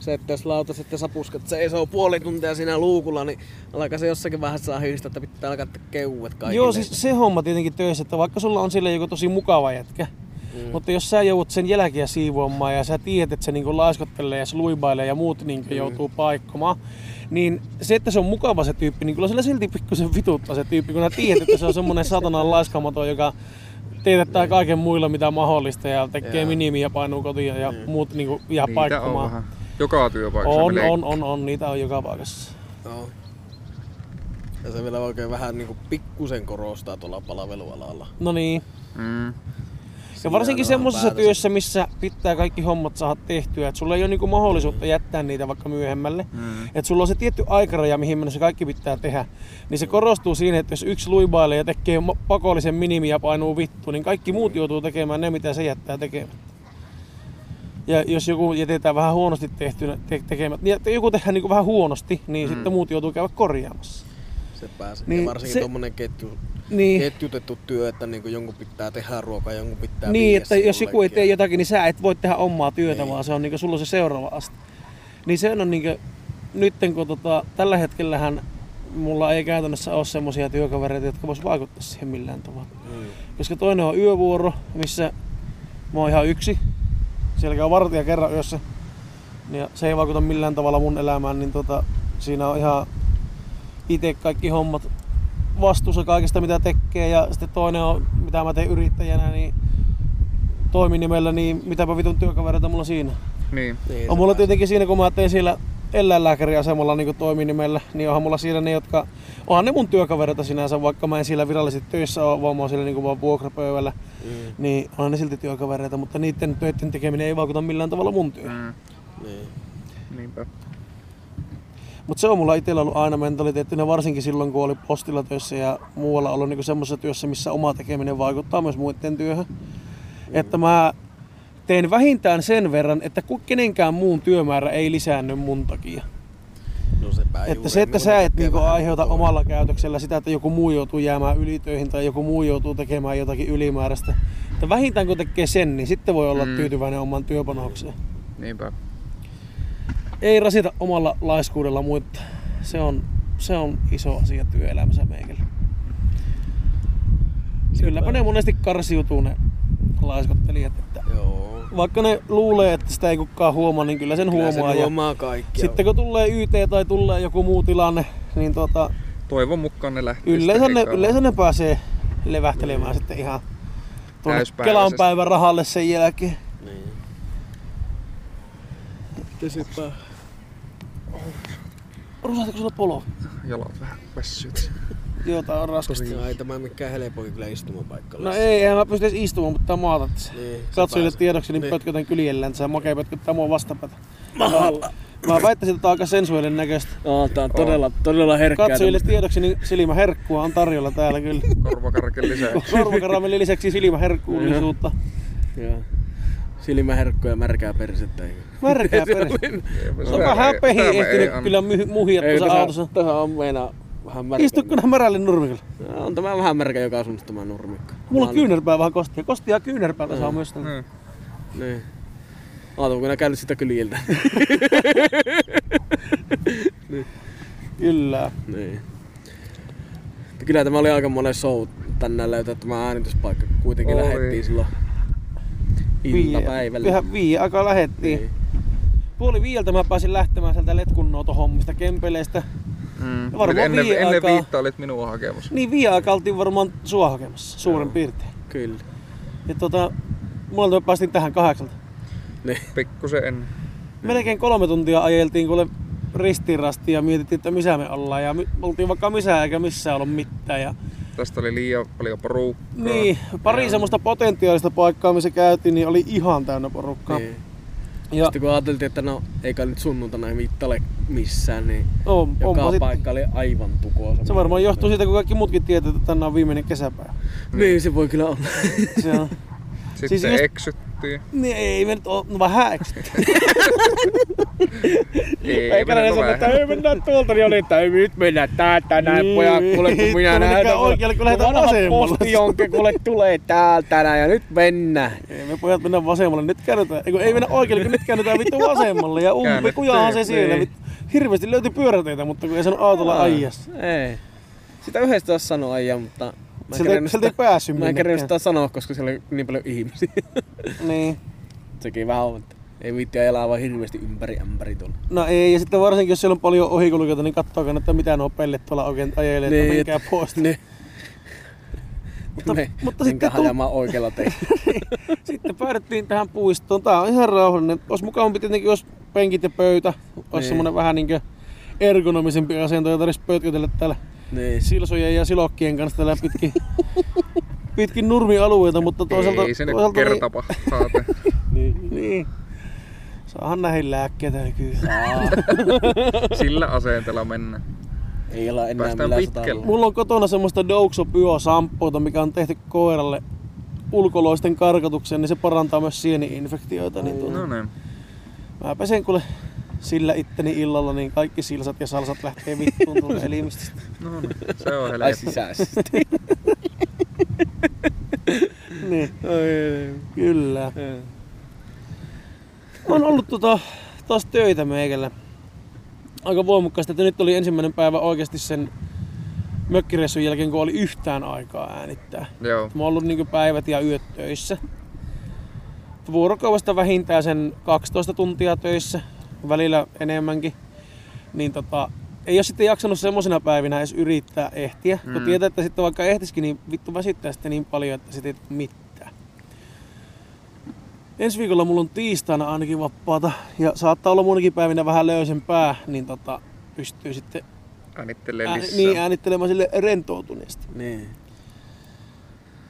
[SPEAKER 3] Se, että jos lautaset ja sapuskat seisoo puoli tuntia siinä luukulla, niin alkaa se jossakin vaiheessa ahdistaa, että pitää alkaa tehdä keuet kaikille.
[SPEAKER 1] Joo, siis se homma tietenkin töissä, että vaikka sulla on sille joku tosi mukava jätkä,
[SPEAKER 3] Mm.
[SPEAKER 1] mutta jos sä joudut sen jälkiä siivoamaan ja sä tiedät, että se niinku laiskottelee ja se luibailee ja muut niinku joutuu paikkomaan, niin se, että se on mukava se tyyppi, niin kyllä sillä silti pikkusen vituttaa se tyyppi, kun sä tiedät, että se on semmonen satanan laiskamaton, joka teetettää kaiken muilla mitä mahdollista ja tekee
[SPEAKER 3] Jaa.
[SPEAKER 1] minimiä, painuu kotiin ja muut niinku jää
[SPEAKER 4] Niitä on
[SPEAKER 1] paikkomaan.
[SPEAKER 4] vähän. Joka työpaikassa
[SPEAKER 1] On,
[SPEAKER 4] melkein.
[SPEAKER 1] on, on, on, niitä on joka paikassa.
[SPEAKER 3] Joo. Ja se vielä oikein vähän niinku pikkusen korostaa tuolla palvelualalla.
[SPEAKER 1] No niin.
[SPEAKER 4] Mm.
[SPEAKER 1] Ja
[SPEAKER 3] Siinä
[SPEAKER 1] varsinkin
[SPEAKER 3] on
[SPEAKER 1] semmoisessa
[SPEAKER 3] päätös.
[SPEAKER 1] työssä, missä pitää kaikki hommat saada tehtyä, että sulla ei ole niinku mahdollisuutta jättää niitä vaikka myöhemmälle.
[SPEAKER 4] Mm.
[SPEAKER 1] Että sulla on se tietty aikaraja, mihin mennessä kaikki pitää tehdä. Niin se korostuu siinä, että jos yksi luibailee ja tekee ma- pakollisen minimi ja painuu vittu, niin kaikki
[SPEAKER 4] Mm.
[SPEAKER 1] muut joutuu tekemään ne, mitä se jättää tekemättä. Ja jos joku jätetään vähän huonosti tehtynä, te- tekemättä, niin että joku tehdään niinku vähän huonosti, niin
[SPEAKER 4] Mm.
[SPEAKER 1] sitten muut joutuu käydä korjaamassa.
[SPEAKER 3] Se pääsee.
[SPEAKER 1] Niin,
[SPEAKER 3] Niin, ja varsinkin
[SPEAKER 1] se-
[SPEAKER 3] se... tuommoinen ketju,
[SPEAKER 1] Niin.
[SPEAKER 3] ketjutettu työ, että niinku jonkun pitää tehdä ruokaa, jonkun pitää
[SPEAKER 1] Niin,
[SPEAKER 3] viedä
[SPEAKER 1] että
[SPEAKER 3] se
[SPEAKER 1] jos joku ei
[SPEAKER 3] jollekin.
[SPEAKER 1] tee jotakin, niin sä et voi tehdä omaa työtä,
[SPEAKER 3] Ei.
[SPEAKER 1] vaan se on niinku, sulla on se seuraava aste. Niin se on niinku, nytten kun tota, tällä hetkellähän mulla ei käytännössä ole semmoisia työkavereita, jotka vois vaikuttaa siihen millään tavalla.
[SPEAKER 3] Mm.
[SPEAKER 1] Koska toinen on yövuoro, missä mä oon ihan yksi. Siellä käy vartija kerran yössä. Ja se ei vaikuta millään tavalla mun elämään, niin tota, siinä on ihan itse kaikki hommat vastuussa kaikesta mitä tekee. Ja sitten toinen on, mitä mä teen yrittäjänä, niin toiminimellä, niin mitäpä vitun työkavereita mulla siinä.
[SPEAKER 4] Niin.
[SPEAKER 3] Niin,
[SPEAKER 1] On
[SPEAKER 3] se
[SPEAKER 1] mulla
[SPEAKER 3] pääsee.
[SPEAKER 1] tietenkin siinä, kun mä tein siellä eläinlääkäriasemalla niin toiminimellä, niin onhan mulla siinä ne, jotka... Onhan ne mun työkavereita sinänsä, vaikka mä en siellä virallisesti töissä ole, vaan mä oon siellä niin vaan vuokrapöydällä.
[SPEAKER 3] Mm.
[SPEAKER 1] Niin onhan ne silti työkavereita, mutta niiden töiden tekeminen ei vaikuta millään tavalla mun työhön.
[SPEAKER 4] Mm.
[SPEAKER 3] Niin.
[SPEAKER 4] Niinpä.
[SPEAKER 1] Mutta se on mulla itsellä ollut aina mentaliteettina, varsinkin silloin kun oli postilla töissä ja muualla ollut niinku semmoisessa työssä, missä oma tekeminen vaikuttaa myös muiden työhön. Että mä tein vähintään sen verran, että ku- kenenkään muun työmäärä ei lisäänny mun takia.
[SPEAKER 3] No sepä
[SPEAKER 1] Että
[SPEAKER 3] juuri,
[SPEAKER 1] se, että
[SPEAKER 3] mulla
[SPEAKER 1] sä et
[SPEAKER 3] tekee
[SPEAKER 1] niinku
[SPEAKER 3] vähän
[SPEAKER 1] aiheuta
[SPEAKER 3] tuo-
[SPEAKER 1] omalla käytöksellä sitä, että joku muu joutuu jäämään ylitöihin tai joku muu joutuu tekemään jotakin ylimääräistä. Että vähintään kun tekee sen, niin sitten voi olla
[SPEAKER 4] Mm.
[SPEAKER 1] tyytyväinen oman työpanokseen.
[SPEAKER 4] Niinpä.
[SPEAKER 1] Ei rasita omalla laiskuudella muita. Se on, se on iso asia työelämässä meikällä. Kylläpä ne monesti karsiutuu ne laiskottelijat. Että
[SPEAKER 3] Joo.
[SPEAKER 1] vaikka ne luulee, että sitä ei kukaan huomaa, niin kyllä sen
[SPEAKER 3] Kyllä
[SPEAKER 1] huomaa.
[SPEAKER 3] sen
[SPEAKER 1] ja
[SPEAKER 3] huomaa kaikki.
[SPEAKER 1] sitten kun tulee YT tai tulee joku muu tilanne, niin tota,
[SPEAKER 4] Toivon mukaan ne lähtee
[SPEAKER 1] Yleensä
[SPEAKER 4] sitten
[SPEAKER 1] ne,
[SPEAKER 4] ekaan.
[SPEAKER 1] yleensä ne pääsee levähtelemään sitten ihan tuonne
[SPEAKER 4] Täyspäiväisesti.
[SPEAKER 1] Kelan päivän rahalle sen jälkeen.
[SPEAKER 3] Niin. Ja sepä...
[SPEAKER 1] Rusahtiko sulla polo?
[SPEAKER 4] Jalat vähän väsyt.
[SPEAKER 1] Joo, tää on raskasta.
[SPEAKER 3] No ei tämä mikään helpoin kyllä istumapaikka.
[SPEAKER 1] No
[SPEAKER 3] ole.
[SPEAKER 1] ei, en mä pysty edes istumaan, mutta tää maata tässä.
[SPEAKER 3] Niin, se
[SPEAKER 1] Katsojille
[SPEAKER 3] pääsee.
[SPEAKER 1] tiedoksi, niin
[SPEAKER 3] Niin.
[SPEAKER 1] pötkötän kyljellensä ja makea pötköttää mua vastapäätä.
[SPEAKER 3] Mahalla.
[SPEAKER 1] Mä väittäisin, että tää on aika sensuaalinen näköistä.
[SPEAKER 3] No, tää on todella, todella herkkää.
[SPEAKER 1] Katsojille tiedoksi, niin silmäherkkua on tarjolla täällä kyllä.
[SPEAKER 4] Korvakarken lisäksi.
[SPEAKER 1] niin Sormakaramellin lisäksi silmäherkkuullisuutta.
[SPEAKER 3] Joo. silmäherkkuja ja märkää persettä.
[SPEAKER 1] Märkää
[SPEAKER 3] Se
[SPEAKER 1] perse.
[SPEAKER 3] oli-
[SPEAKER 1] No vähän pehi ehtinyt kyllä myhy- muhia
[SPEAKER 3] Ei,
[SPEAKER 1] tuossa autossa.
[SPEAKER 3] Tähän on meinaa vähän märkä.
[SPEAKER 1] Istutko nää märälle nurmikolle?
[SPEAKER 3] On tämä vähän märkä joka asunnossa tämä nurmikko.
[SPEAKER 1] Mulla on
[SPEAKER 3] Mä-
[SPEAKER 1] kyynärpää vähän kostia. Kostia ja kyynärpäätä saa myös tänne.
[SPEAKER 4] Mm.
[SPEAKER 3] Niin. Oletko minä käynyt sitä kyliltä? Mm.
[SPEAKER 1] Kyllä.
[SPEAKER 3] niin. Mutta Kyllä tämä oli aika monen show tänään löytää tämä äänityspaikka, kun kuitenkin
[SPEAKER 4] Oi.
[SPEAKER 3] lähettiin silloin iltapäivällä.
[SPEAKER 1] Ihan viiden aikaa lähettiin.
[SPEAKER 3] Niin.
[SPEAKER 1] Puoli viieltä mä pääsin lähtemään sieltä letkunnouto hommista kempeleistä.
[SPEAKER 4] Mm.
[SPEAKER 1] Varmaan
[SPEAKER 4] ennen,
[SPEAKER 1] viiden
[SPEAKER 4] ennen
[SPEAKER 1] aikaa.
[SPEAKER 4] viittaa olit minua hakemassa.
[SPEAKER 1] Niin viiden aikaa oltiin varmaan sua hakemassa suurin piirtein.
[SPEAKER 3] Kyllä.
[SPEAKER 1] Ja tota, mulla me päästiin tähän kahdeksalta.
[SPEAKER 3] Niin.
[SPEAKER 4] Pikkusen ennen.
[SPEAKER 1] Melkein kolme tuntia ajeltiin kuule ristirasti ja mietittiin, että missä me ollaan. Ja mi- oltiin vaikka missä eikä missään ollut mitään. Ja
[SPEAKER 4] Tästä oli liian paljon porukkaa.
[SPEAKER 1] Niin, pari semmoista potentiaalista paikkaa, missä käytiin, niin oli ihan täynnä porukkaa.
[SPEAKER 3] Niin.
[SPEAKER 1] Ja
[SPEAKER 3] Sitten kun ajateltiin, että no eikä nyt sunnuntaina viittale missään, niin
[SPEAKER 1] on,
[SPEAKER 3] joka
[SPEAKER 1] onpa sit,
[SPEAKER 3] paikka oli aivan tukoa.
[SPEAKER 1] se varmaan johtuu siitä, kun kaikki muutkin tietää, että tänään on viimeinen kesäpäivä.
[SPEAKER 3] Niin, se voi kyllä olla.
[SPEAKER 1] Se on,
[SPEAKER 4] Sitten
[SPEAKER 1] Siis
[SPEAKER 4] siis
[SPEAKER 1] just-
[SPEAKER 4] eksyttiin.
[SPEAKER 1] niin ei me nyt oo, no vähän eks.
[SPEAKER 4] Ei,
[SPEAKER 3] Eikä ne
[SPEAKER 4] mennyt
[SPEAKER 1] no,
[SPEAKER 3] sanoi, että
[SPEAKER 4] vähän.
[SPEAKER 3] ei mennään tuolta, niin oli, että ei nyt mennään täältä näin,
[SPEAKER 1] Niin,
[SPEAKER 3] pojat, kuule kun minä
[SPEAKER 1] ei
[SPEAKER 3] näen.
[SPEAKER 1] tullutkaan oikealle, kun lähdetään
[SPEAKER 3] vanha
[SPEAKER 1] vasemmalle.
[SPEAKER 3] posti jonkin, kuule tulee täältä näin ja nyt mennään.
[SPEAKER 1] Ei me pojat mennä vasemmalle, nyt käännetään, ei, kun ei mennä oikealle, kun nyt käännetään vittu vasemmalle. Ja umpi kujahan se
[SPEAKER 4] Käännettiin,
[SPEAKER 1] siellä.
[SPEAKER 3] niin.
[SPEAKER 1] Vittu. Hirveästi löytyi pyöräteitä, mutta kun ei saanut autolla ajassa.
[SPEAKER 3] Ei. Sitä yhdestä olisi sanonut aijaa, mutta mä en
[SPEAKER 1] Sieltä, ei-
[SPEAKER 3] kerännyt
[SPEAKER 1] sieltä
[SPEAKER 3] sitä,
[SPEAKER 1] ei päässyt
[SPEAKER 3] mä en kerännyt
[SPEAKER 1] minnekään.
[SPEAKER 3] sitä sanoa, koska siellä oli niin paljon ihmisiä.
[SPEAKER 1] Niin.
[SPEAKER 3] Sekin vähän on, että ei viitti elää vaan hirveästi ympäri ämpäri tuolla.
[SPEAKER 1] No ei, ja sitten varsinkin jos siellä on paljon ohikulkijoita, niin katsoo kannattaa mitä nuo pellet tuolla oikein ajelee, niin, että
[SPEAKER 3] Niin,
[SPEAKER 1] menkää
[SPEAKER 3] et-
[SPEAKER 1] pois.
[SPEAKER 3] Ne,
[SPEAKER 1] Mutta,
[SPEAKER 3] me,
[SPEAKER 1] mutta
[SPEAKER 3] menkää
[SPEAKER 1] sitten, tu-
[SPEAKER 3] hajamaan oikealla teillä.
[SPEAKER 1] sitten päädyttiin tähän puistoon. Tää on ihan rauhallinen. Olisi mukavampi tietenkin, jos penkit ja pöytä olisi
[SPEAKER 3] Niin.
[SPEAKER 1] semmoinen vähän niinkö ergonomisempi asento, ja tarvitsisi pötkötellä täällä
[SPEAKER 3] niin.
[SPEAKER 1] silsojen ja silokkien kanssa täällä pitkin, pitkin nurmialueita, mutta toisaalta...
[SPEAKER 4] ei se nyt
[SPEAKER 1] toisaalta
[SPEAKER 4] kerta pahaa tee.
[SPEAKER 1] Niin, niin. Saahan näihin lääkkeitä nykyään.
[SPEAKER 3] Aa,
[SPEAKER 4] Sillä asenteella mennään.
[SPEAKER 3] ei olla enää
[SPEAKER 4] Päästään
[SPEAKER 3] millään
[SPEAKER 4] pitkälle.
[SPEAKER 3] satalla.
[SPEAKER 1] Mulla on kotona semmoista Doxopyo-samppuota, mikä on tehty koiralle ulkoloisten karkotukseen, niin se parantaa myös sieni-infektioita. Niin tuota,
[SPEAKER 4] No niin.
[SPEAKER 1] mä pesen kuule sillä itteni illalla, niin kaikki silsat ja salsat lähtee vittuun tuolta elimistöstä.
[SPEAKER 4] No niin. Se on
[SPEAKER 3] Ai
[SPEAKER 4] helppo.
[SPEAKER 3] sisäisesti.
[SPEAKER 1] niin, kyllä. On ollut tota, taas töitä meikällä. Aika voimakkaasti, että nyt oli ensimmäinen päivä oikeasti sen mökkireissun jälkeen, kun oli yhtään aikaa äänittää.
[SPEAKER 4] Joo.
[SPEAKER 1] Mä oon ollut niinku päivät ja yöt töissä. Vuorokaudesta vähintään sen 12 tuntia töissä, välillä enemmänkin. Niin tota, ei ole sitten jaksanut semmosina päivinä edes yrittää ehtiä, mm. kun
[SPEAKER 4] Mm.
[SPEAKER 1] tietää, että sitten vaikka ehtiskin, niin vittu väsyttää sitten niin paljon, että sitten ei tee mitään. Ensi viikolla mulla on tiistaina ainakin vapaata ja saattaa olla muinakin päivinä vähän löysen pää, niin tota, pystyy sitten
[SPEAKER 4] Äänittelee
[SPEAKER 1] ää,
[SPEAKER 4] lisää.
[SPEAKER 1] niin äänittelemään sille rentoutuneesti
[SPEAKER 3] niin.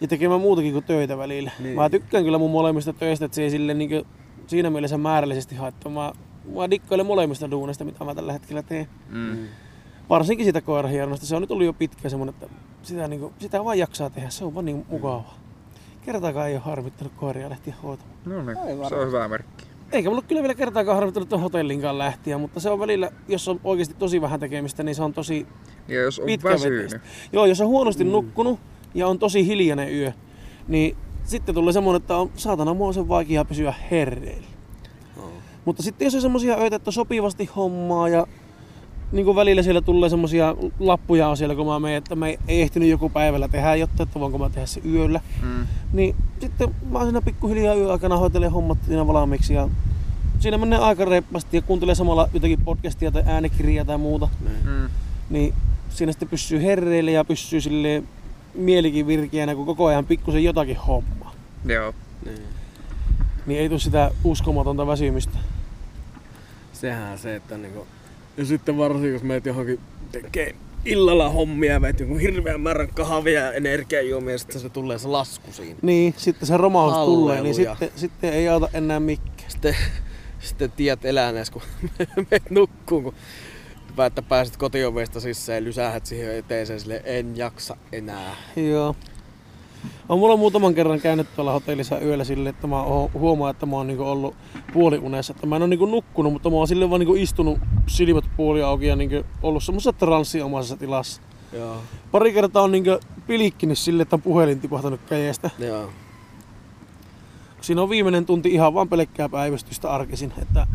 [SPEAKER 1] ja tekemään muutakin kuin töitä välillä. Niin.
[SPEAKER 3] Niin.
[SPEAKER 1] Mä tykkään kyllä mun molemmista töistä, että se ei sille niin kuin, siinä mielessä määrällisesti haittaa. Mä, mä dikkailen molemmista duunista, mitä mä tällä hetkellä teen.
[SPEAKER 4] mm.
[SPEAKER 1] Varsinkin sitä koirahieronasta. Se on nyt ollut jo pitkä semmoinen, että sitä, niin kuin, sitä vaan jaksaa tehdä. Se on vaan niin mukavaa. Kertaakaan ei ole harmittanut koiria lähteä hoitamaan.
[SPEAKER 4] No niin.
[SPEAKER 3] Ei varmaan.
[SPEAKER 4] Se on hyvä merkki.
[SPEAKER 1] Eikä mulla kyllä vielä kertaakaan harmittanut tuon hotellinkaan lähtiä, mutta se on välillä, jos on oikeasti tosi vähän tekemistä, niin se on tosi
[SPEAKER 4] Ja jos on
[SPEAKER 1] pitkäveteistä.
[SPEAKER 4] väsynyt.
[SPEAKER 1] Joo, jos on huonosti mm. nukkunut ja on tosi hiljainen yö, niin sitten tulee semmoinen, että on saatana mua on sen vaikea pysyä herreillä.
[SPEAKER 3] Oh.
[SPEAKER 1] Mutta sitten jos on semmoisia öitä, että sopivasti hommaa ja niin kuin välillä siellä tulee semmoisia lappuja on siellä, kun mä menen, että mä ei ei ehtinyt joku päivällä tehdä jotta, että voinko mä tehdä se yöllä.
[SPEAKER 4] Mm.
[SPEAKER 1] Niin sitten mä oon siinä pikkuhiljaa yön aikana hoitelen hommat siinä valmiiksi ja siinä menee aika reippaasti ja kuuntelee samalla jotakin podcastia tai äänikirjaa tai muuta
[SPEAKER 3] Niin.
[SPEAKER 4] Mm.
[SPEAKER 1] niin siinä sitten pysyy herreillä ja pysyy sille mielikin virkeänä, kun koko ajan pikkusen jotakin hommaa.
[SPEAKER 4] Joo.
[SPEAKER 3] Niin.
[SPEAKER 1] Niin ei tule sitä uskomatonta väsymistä.
[SPEAKER 3] Sehän se, että niinku... Ja sitten varsinkin, jos meet johonkin tekee illalla hommia, meet jonkun hirveän määrän kahvia ja energiajuomia, ja sitten se tulee se lasku siinä.
[SPEAKER 1] Niin, sitten se romaus
[SPEAKER 3] Halleluja.
[SPEAKER 1] tulee, niin sitten, sitten ei auta enää mikään.
[SPEAKER 3] Sitten, sitten tiedät elänees, kun meet nukkuun, kun että pääset kotiovesta sisään ja lysähät siihen eteeseen sille en jaksa enää.
[SPEAKER 1] Joo. On mulla muutaman kerran käynyt tuolla hotellissa yöllä silleen, että mä oon, huomaa, että mä oon niinku ollut puoliunessa. Että mä en oo niinku nukkunut, mutta mä oon silleen vaan niinku istunut silmät puoli auki ja niinku ollut semmoisessa transsinomaisessa tilassa.
[SPEAKER 3] Joo.
[SPEAKER 1] Pari kertaa on niinku pilikkinyt silleen, että on puhelin tipahtanut käjestä.
[SPEAKER 3] Joo.
[SPEAKER 1] Siinä on viimeinen tunti ihan vaan pelkkää päivystystä arkisin, että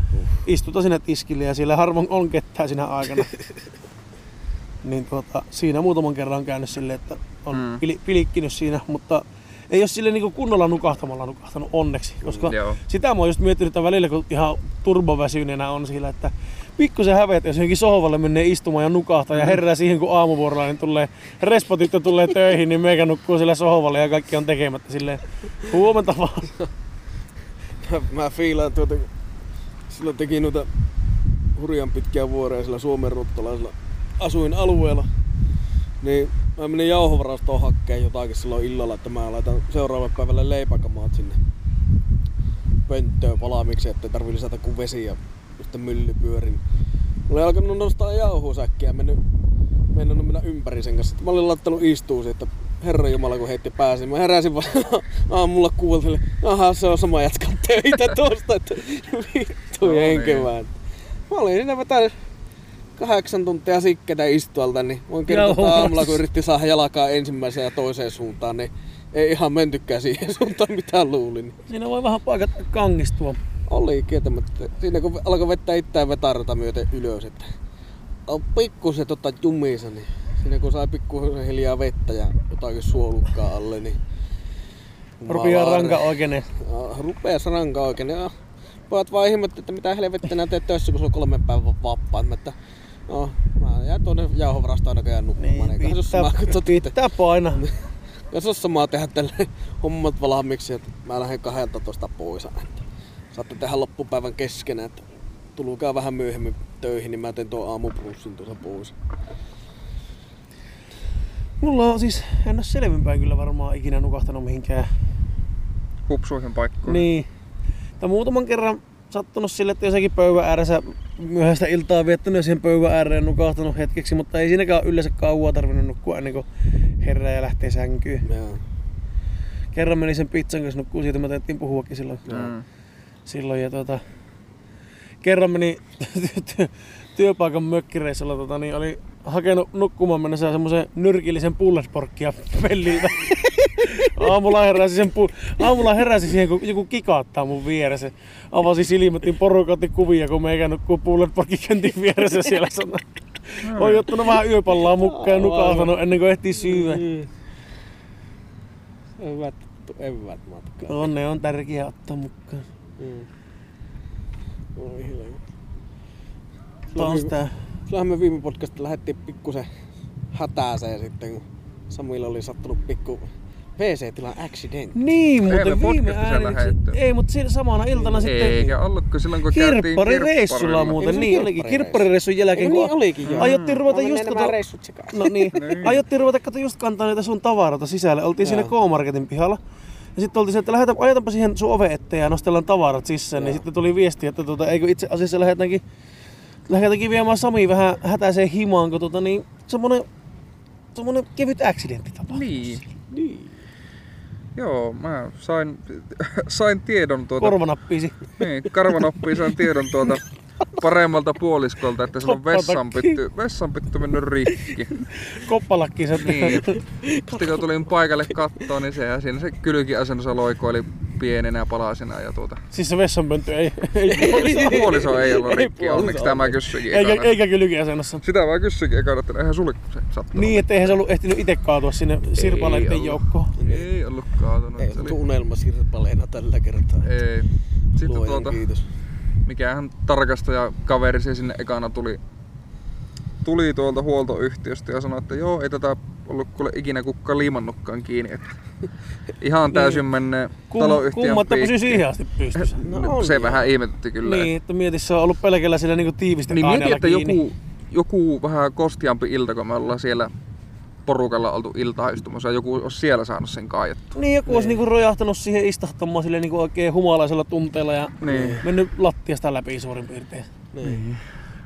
[SPEAKER 1] istutaan sinne tiskille ja siellä harvoin on ketään sinä aikana. niin tuota, siinä muutaman kerran on käynyt silleen, että on
[SPEAKER 4] Mm.
[SPEAKER 1] mm. pili- pilikkinyt siinä, mutta ei ole sille niinku kunnolla nukahtamalla nukahtanut onneksi, koska
[SPEAKER 4] Mm, Joo.
[SPEAKER 1] sitä mä oon just miettinyt, että välillä kun ihan turboväsyneenä on sillä, että pikkusen hävetä, jos johonkin sohvalle menee istumaan ja nukahtaa
[SPEAKER 4] Mm.
[SPEAKER 1] ja herää siihen, kun aamuvuorolainen tulee, respotyttö tulee töihin, niin meikä nukkuu sillä sohvalle ja kaikki on tekemättä silleen, huomenta vaan.
[SPEAKER 3] Mä, mä fiilaan tuota, kun silloin teki noita hurjan pitkiä vuoreja sillä Suomen ruttalaisella asuinalueella. Niin mä menin jauhovarastoon hakkeen jotakin silloin illalla, että mä laitan seuraavalle päivälle leipäkamaat sinne pönttöön palaamiksi, ettei tarvi lisätä kuin vesiä sitten mylly pyörin. Mulla oli alkanut nostaa jauhosäkkiä ja mennyt, mennyt mennä ympäri sen kanssa. Mä olin laittanut istuu siitä, herra Jumala kun heitti pääsin. Mä heräsin vaan aamulla kuultille, aha se on sama jatkaa töitä tosta, että vittu
[SPEAKER 4] No
[SPEAKER 3] no,
[SPEAKER 4] niin.
[SPEAKER 3] henkevään. Mä olin siinä vetänyt kahdeksan tuntia sikketä istualta, niin voin kertoa, että
[SPEAKER 1] Jauhovarastus.
[SPEAKER 3] aamulla kun yritti saada jalkaa ensimmäiseen ja toiseen suuntaan, niin ei ihan mentykään siihen suuntaan mitä luulin.
[SPEAKER 1] Siinä voi vähän paikat kangistua.
[SPEAKER 3] Oli kieltämättä. Siinä kun alkoi vetää itseään vetarata myöten ylös, että on pikkusen tota jumissa, niin siinä kun sai pikkusen hiljaa vettä ja jotakin suolukkaa alle, niin...
[SPEAKER 1] Rupeaa
[SPEAKER 3] Jumalauta.
[SPEAKER 1] ranka oikeeneen.
[SPEAKER 3] Joo, Rupees ranka oikein. Ja pojat vaan ihmettä, että mitä helvettiä nää teet töissä, kun se on kolmen päivän vapaa. Mä, että, no, mä jään tuonne jauhovarastoon näköjään nukkumaan. Niin, eiköhän se ole sama, kun pitää.
[SPEAKER 1] pitää painaa.
[SPEAKER 3] Jos on samaa tehdä tälle hommat valmiiksi, että mä lähden 12 pois. aina, Että saatte tehdä loppupäivän keskenä, että tulkaa vähän myöhemmin töihin, niin mä teen tuon aamuprussin tuossa pois.
[SPEAKER 1] Mulla on siis, en ole selvinpäin kyllä varmaan ikinä nukahtanut mihinkään.
[SPEAKER 4] Hupsuihin paikkoihin.
[SPEAKER 1] Niin. Tai muutaman kerran sattunut sille, että jossakin pöydän ääressä myöhäistä iltaa viettänyt ja siihen pöydän ääreen nukahtanut hetkeksi, mutta ei siinäkään ole yleensä kauan tarvinnut nukkua ennen kuin herää ja lähtee sänkyyn.
[SPEAKER 3] Joo.
[SPEAKER 1] Kerran meni sen pizzan kanssa nukkuu, siitä me tehtiin puhuakin silloin.
[SPEAKER 4] Mm.
[SPEAKER 1] silloin ja tota, kerran meni ty- ty- työpaikan mökkireissulla, tota, niin oli hakenut nukkumaan mennessä semmoisen nyrkillisen pullesporkkia pelliltä. aamulla, heräsi sen pu- aamulla heräsi siihen, kun joku kikaattaa mun vieressä. Avasi silmät, niin porukka otti kuvia, kun meikä nukkuu pullesporkki köntin vieressä siellä. Sana. Oli ottanut vähän yöpallaa mukaan ja nukahtanut ennen kuin ehtii syyä.
[SPEAKER 3] Hyvät evät matkaa.
[SPEAKER 1] Onne on tärkeää ottaa mukaan.
[SPEAKER 3] Mm. Voi helvetti.
[SPEAKER 1] Tää on sitä
[SPEAKER 3] Kyllähän me viime podcastilla lähdettiin pikkusen hätääseen sitten, kun Samuilla oli sattunut pikku PC-tilan accident.
[SPEAKER 1] Niin,
[SPEAKER 4] Ei me
[SPEAKER 1] mutta viime
[SPEAKER 4] podcastissa
[SPEAKER 1] äänitykset...
[SPEAKER 4] lähetty.
[SPEAKER 1] Ei, mutta siinä samana iltana sitten...
[SPEAKER 4] Eikä ollut, kun silloin kun
[SPEAKER 1] Kirppari
[SPEAKER 4] käytiin
[SPEAKER 1] reissulla
[SPEAKER 4] kirpparilla.
[SPEAKER 1] muuten,
[SPEAKER 3] Ei,
[SPEAKER 1] niin
[SPEAKER 3] se
[SPEAKER 1] olikin.
[SPEAKER 3] kirpparireissu.
[SPEAKER 1] Kirpparireissun jälkeen,
[SPEAKER 3] Eikö
[SPEAKER 1] kun
[SPEAKER 3] niin olikin jo?
[SPEAKER 1] aiottiin ruveta just
[SPEAKER 3] nämä
[SPEAKER 1] kato...
[SPEAKER 3] reissut sekaan.
[SPEAKER 1] No niin, aiottiin ruveta kato just kantaa niitä sun tavaroita sisälle. Oltiin siinä
[SPEAKER 3] Joo.
[SPEAKER 1] K-Marketin pihalla. Ja sitten oltiin se, että lähetä, ajetaanpa siihen sun ove eteen ja nostellaan tavarat sisään. Niin
[SPEAKER 3] Joo.
[SPEAKER 1] sitten tuli viesti, että tuota, eikö itse asiassa lähdetäänkin, lähdetäänkin viemään Sami vähän hätäiseen himaan, kun tuota, niin, semmonen, semmonen kevyt accidentti tapahtui.
[SPEAKER 4] Niin.
[SPEAKER 3] Niin.
[SPEAKER 4] Joo, mä sain, sain tiedon tuota...
[SPEAKER 1] Korvanappiisi.
[SPEAKER 4] Niin, karvanoppiin sain tiedon tuolta paremmalta puoliskolta, että sillä on
[SPEAKER 1] Totta
[SPEAKER 4] vessanpitty, vessanpitty mennyt rikki.
[SPEAKER 1] Koppalakkiin se
[SPEAKER 4] Niin. Sitten kun tulin paikalle kattoon, niin sehän siinä se kylkiasennossa loikoili pienenä palasena ja tuota.
[SPEAKER 1] Siis se vessanpöntö ei, ei,
[SPEAKER 4] Puoliso ei ollut
[SPEAKER 1] Ei
[SPEAKER 4] rikki,
[SPEAKER 1] puoliso
[SPEAKER 4] onneksi tämä kysyikin
[SPEAKER 1] eikä,
[SPEAKER 4] ekana.
[SPEAKER 1] eikä kylkiasennossa.
[SPEAKER 4] Sitä mä kysyikin ekana, että eihän sulle se sattunut.
[SPEAKER 1] Niin, ettei se ollut ehtinyt itse kaatua sinne sirpaleiden
[SPEAKER 4] ollut.
[SPEAKER 1] joukkoon.
[SPEAKER 4] Ei ollut kaatunut.
[SPEAKER 3] Ei
[SPEAKER 4] se
[SPEAKER 3] ollut
[SPEAKER 4] oli-
[SPEAKER 3] unelma sirpaleena tällä kertaa.
[SPEAKER 4] Ei. Sitten
[SPEAKER 3] Luojan
[SPEAKER 4] tuota,
[SPEAKER 3] kiitos.
[SPEAKER 4] mikähän tarkastaja kaveri se sinne ekana tuli, tuli tuolta huoltoyhtiöstä ja sanoi, että joo, ei tätä ollut kuule ikinä kukaan liimannutkaan kiinni. Että ihan täysin menee
[SPEAKER 1] Kum, siis-
[SPEAKER 4] taloyhtiön
[SPEAKER 1] kumma, että pysyy
[SPEAKER 4] piikkiin.
[SPEAKER 1] siihen asti pystyssä.
[SPEAKER 3] No on
[SPEAKER 4] se
[SPEAKER 3] joo.
[SPEAKER 4] vähän ihmetytti kyllä.
[SPEAKER 1] Niin, että mieti, se on ollut pelkällä sillä niinku
[SPEAKER 4] että,
[SPEAKER 1] tiivistä
[SPEAKER 4] niin mieti,
[SPEAKER 1] aineella
[SPEAKER 4] että
[SPEAKER 1] kiinni.
[SPEAKER 4] joku, joku vähän kostiampi ilta, kun me ollaan siellä porukalla oltu iltaa istumassa, ja joku olisi siellä saanut sen kaajettua.
[SPEAKER 1] Niin, joku olisi niinku rojahtanut siihen istahtamaan sille niinku oikein humalaisella tunteella ja
[SPEAKER 4] Niin.
[SPEAKER 1] mennyt lattiasta läpi suurin piirtein.
[SPEAKER 3] Niin.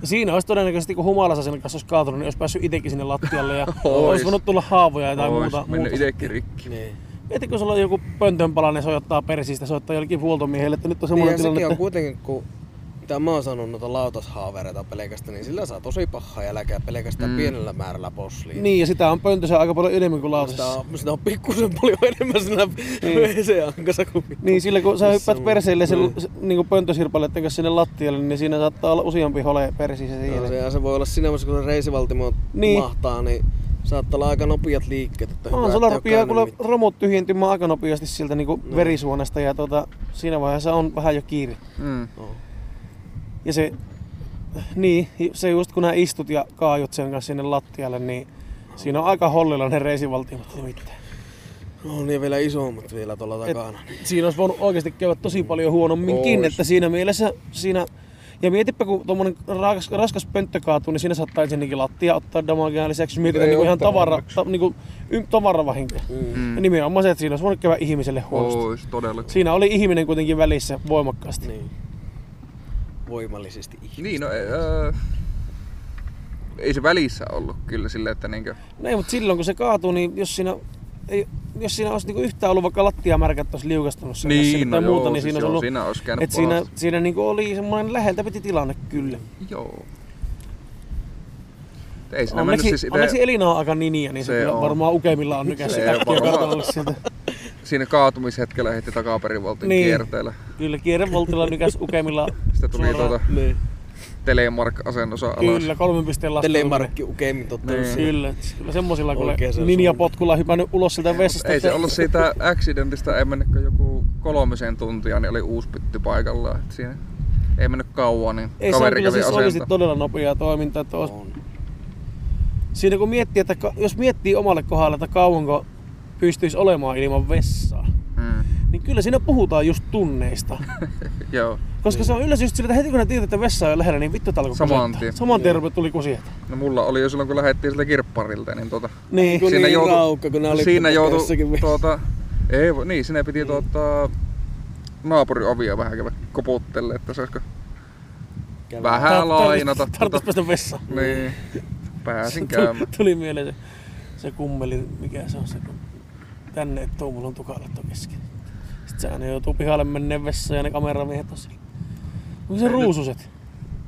[SPEAKER 1] Ja siinä olisi todennäköisesti, kun humalassa sen kanssa olisi kaatunut, niin olisi päässyt itsekin sinne lattialle ja
[SPEAKER 4] Ois.
[SPEAKER 1] olisi voinut tulla haavoja tai
[SPEAKER 4] Ois
[SPEAKER 1] muuta.
[SPEAKER 4] mennyt
[SPEAKER 1] muuta.
[SPEAKER 4] itsekin rikki.
[SPEAKER 3] Niin.
[SPEAKER 1] Mieti, kun sulla on joku pöntön palanen sojottaa persistä, soittaa jollekin huoltomiehelle, että nyt on semmoinen
[SPEAKER 3] Niin,
[SPEAKER 1] tilanne,
[SPEAKER 3] sekin
[SPEAKER 1] että...
[SPEAKER 3] on kuitenkin, kun mitä mä oon saanut noita lautashaavereita pelkästään, niin sillä saa tosi pahaa jälkeä pelkästään
[SPEAKER 4] Mm.
[SPEAKER 3] mm. pienellä määrällä posliin.
[SPEAKER 1] Niin, ja sitä on pöntössä aika paljon enemmän kuin
[SPEAKER 3] Sitä
[SPEAKER 1] lautasessa.
[SPEAKER 3] on, sitä on pikkusen paljon enemmän sillä WC-ankassa kuin mitä.
[SPEAKER 1] Niin, sillä kun sä
[SPEAKER 3] Missä
[SPEAKER 1] hyppäät
[SPEAKER 3] on-
[SPEAKER 1] perseille sen,
[SPEAKER 3] Niin.
[SPEAKER 1] niin pöntösirpaleiden kanssa sinne lattialle, niin siinä saattaa olla useampi hole persissä siinä.
[SPEAKER 3] No, se, se voi olla siinä vaiheessa, kun se reisivaltimo
[SPEAKER 1] Niin.
[SPEAKER 3] niin. mahtaa, niin saattaa olla aika nopeat liikkeet. Että hyvä,
[SPEAKER 1] On, sulla
[SPEAKER 3] että
[SPEAKER 1] rupeaa
[SPEAKER 3] jokainen
[SPEAKER 1] kuule
[SPEAKER 3] mit-
[SPEAKER 1] romut tyhjentymään aika nopeasti siltä niin no. verisuonesta ja tuota, siinä vaiheessa on vähän jo kiire.
[SPEAKER 4] Mm.
[SPEAKER 3] Joo.
[SPEAKER 1] Ja se, niin, se just kun nää istut ja kaajut sen kanssa sinne lattialle, niin siinä on aika hollilla ne reisivaltimat nimittäin.
[SPEAKER 3] No niin, vielä isommat vielä tuolla
[SPEAKER 1] Et
[SPEAKER 3] takana.
[SPEAKER 1] siinä olisi voinut oikeasti käydä tosi paljon huonomminkin,
[SPEAKER 3] Ois.
[SPEAKER 1] että siinä mielessä siinä... Ja mietipä, kun tuommoinen raskas, raskas pönttö kaatuu, niin siinä saattaa ensinnäkin lattia ottaa damagea lisäksi. Mietitään
[SPEAKER 4] ei
[SPEAKER 1] niinku ihan
[SPEAKER 4] ottanut
[SPEAKER 1] tavara,
[SPEAKER 4] onneksi.
[SPEAKER 1] ta, niinku, ym, tavaravahinkoja.
[SPEAKER 3] Mm.
[SPEAKER 1] Ja
[SPEAKER 4] Mm.
[SPEAKER 1] nimenomaan se, että siinä olisi voinut käydä ihmiselle huonosti.
[SPEAKER 4] Ois todella.
[SPEAKER 1] Siinä oli ihminen kuitenkin välissä voimakkaasti.
[SPEAKER 3] Niin. Voimallisesti ihminen.
[SPEAKER 4] Niin, no öö, ei se välissä ollut kyllä silleen, että niinkö...
[SPEAKER 1] No ei, mutta silloin kun se kaatuu, niin jos siinä, ei, jos siinä olisi niinku yhtään ollut vaikka lattia märkät olisi liukastunut sen kanssa
[SPEAKER 4] Niin,
[SPEAKER 1] tai
[SPEAKER 4] no
[SPEAKER 1] muuta,
[SPEAKER 4] joo,
[SPEAKER 1] niin
[SPEAKER 4] siis
[SPEAKER 1] siinä olisi
[SPEAKER 4] joo,
[SPEAKER 1] ollut...
[SPEAKER 4] siinä olisi käynyt
[SPEAKER 1] Et siinä,
[SPEAKER 4] pahasti.
[SPEAKER 1] siinä niinku oli semmoinen läheltä piti tilanne kyllä.
[SPEAKER 4] Joo. Ei siinä mennyt
[SPEAKER 1] Onneksi,
[SPEAKER 4] siis ite-
[SPEAKER 1] onneksi no, Elina on aika niniä, niin se,
[SPEAKER 4] Se
[SPEAKER 1] kyllä
[SPEAKER 4] on.
[SPEAKER 1] varmaan ukeimmilla on nykässä
[SPEAKER 4] Se on
[SPEAKER 1] äkkiä
[SPEAKER 4] varmaan.
[SPEAKER 1] kartalla sieltä.
[SPEAKER 4] siinä kaatumishetkellä heitti takaperivoltin
[SPEAKER 1] Niin.
[SPEAKER 4] niin. kierteellä.
[SPEAKER 1] Kyllä, kierrevoltilla nykäs ukeimmilla
[SPEAKER 4] Sitä tuli
[SPEAKER 1] Suoraan.
[SPEAKER 4] tuota
[SPEAKER 3] Niin.
[SPEAKER 4] telemark-asennosa alas.
[SPEAKER 1] kyllä kolmen pisteen lasku.
[SPEAKER 3] Telemarkki ukemmin ottanut
[SPEAKER 4] Niin.
[SPEAKER 3] sille.
[SPEAKER 1] Kyllä, kyllä semmoisilla kun
[SPEAKER 3] Oikein se on
[SPEAKER 1] ninjapotkulla hypännyt ulos sieltä vessasta.
[SPEAKER 4] Ei se
[SPEAKER 1] että-
[SPEAKER 4] ollut siitä accidentista, ei mennyt kuin joku kolmisen tuntia, niin oli uusi pytty paikallaan. Et siinä ei mennyt kauan, niin
[SPEAKER 1] Ei se on
[SPEAKER 4] kaveri
[SPEAKER 1] kyllä
[SPEAKER 4] kävi
[SPEAKER 1] siis oikeasti
[SPEAKER 4] asenta.
[SPEAKER 1] todella nopeaa toimintaa. Että olisi
[SPEAKER 3] On.
[SPEAKER 1] Siinä kun miettii, että ka- jos miettii omalle kohdalle, että kauanko pystyisi olemaan ilman vessaa,
[SPEAKER 4] Mm.
[SPEAKER 1] niin kyllä siinä puhutaan just tunneista.
[SPEAKER 4] Joo.
[SPEAKER 1] Koska se on yleensä just sillä, että heti kun ne tietää, että vessa on lähellä, niin vittu tää alkoi
[SPEAKER 4] Niin. Saman
[SPEAKER 1] kusettaa.
[SPEAKER 4] tien.
[SPEAKER 1] Saman tien rupeaa- tuli kusieta.
[SPEAKER 4] No mulla oli jo silloin, kun lähdettiin sille kirpparilta, niin tuota,
[SPEAKER 1] Niin.
[SPEAKER 3] Kun
[SPEAKER 4] siinä
[SPEAKER 3] niin
[SPEAKER 4] joutui-
[SPEAKER 3] raukka, kun ne oli
[SPEAKER 4] siinä joutui
[SPEAKER 3] jossakin vessassa.
[SPEAKER 4] tuota, ei, voi- niin, siinä piti tuota, naapurin ovia vähän käydä koputtelle, että saisiko
[SPEAKER 3] Kävi.
[SPEAKER 4] vähän lainata. tota.
[SPEAKER 1] Tarttis päästä vessaan.
[SPEAKER 4] niin, pääsin
[SPEAKER 1] Tuli,
[SPEAKER 4] käymään.
[SPEAKER 1] tuli mieleen se, se kummeli, mikä se on se, kun tänne et tuu, mulla on tukalatto kesken. Sitten se aina joutuu pihalle menneen vessaan ja ne kameramiehet on siellä. Onko se
[SPEAKER 4] Ei nyt-
[SPEAKER 1] ruususet?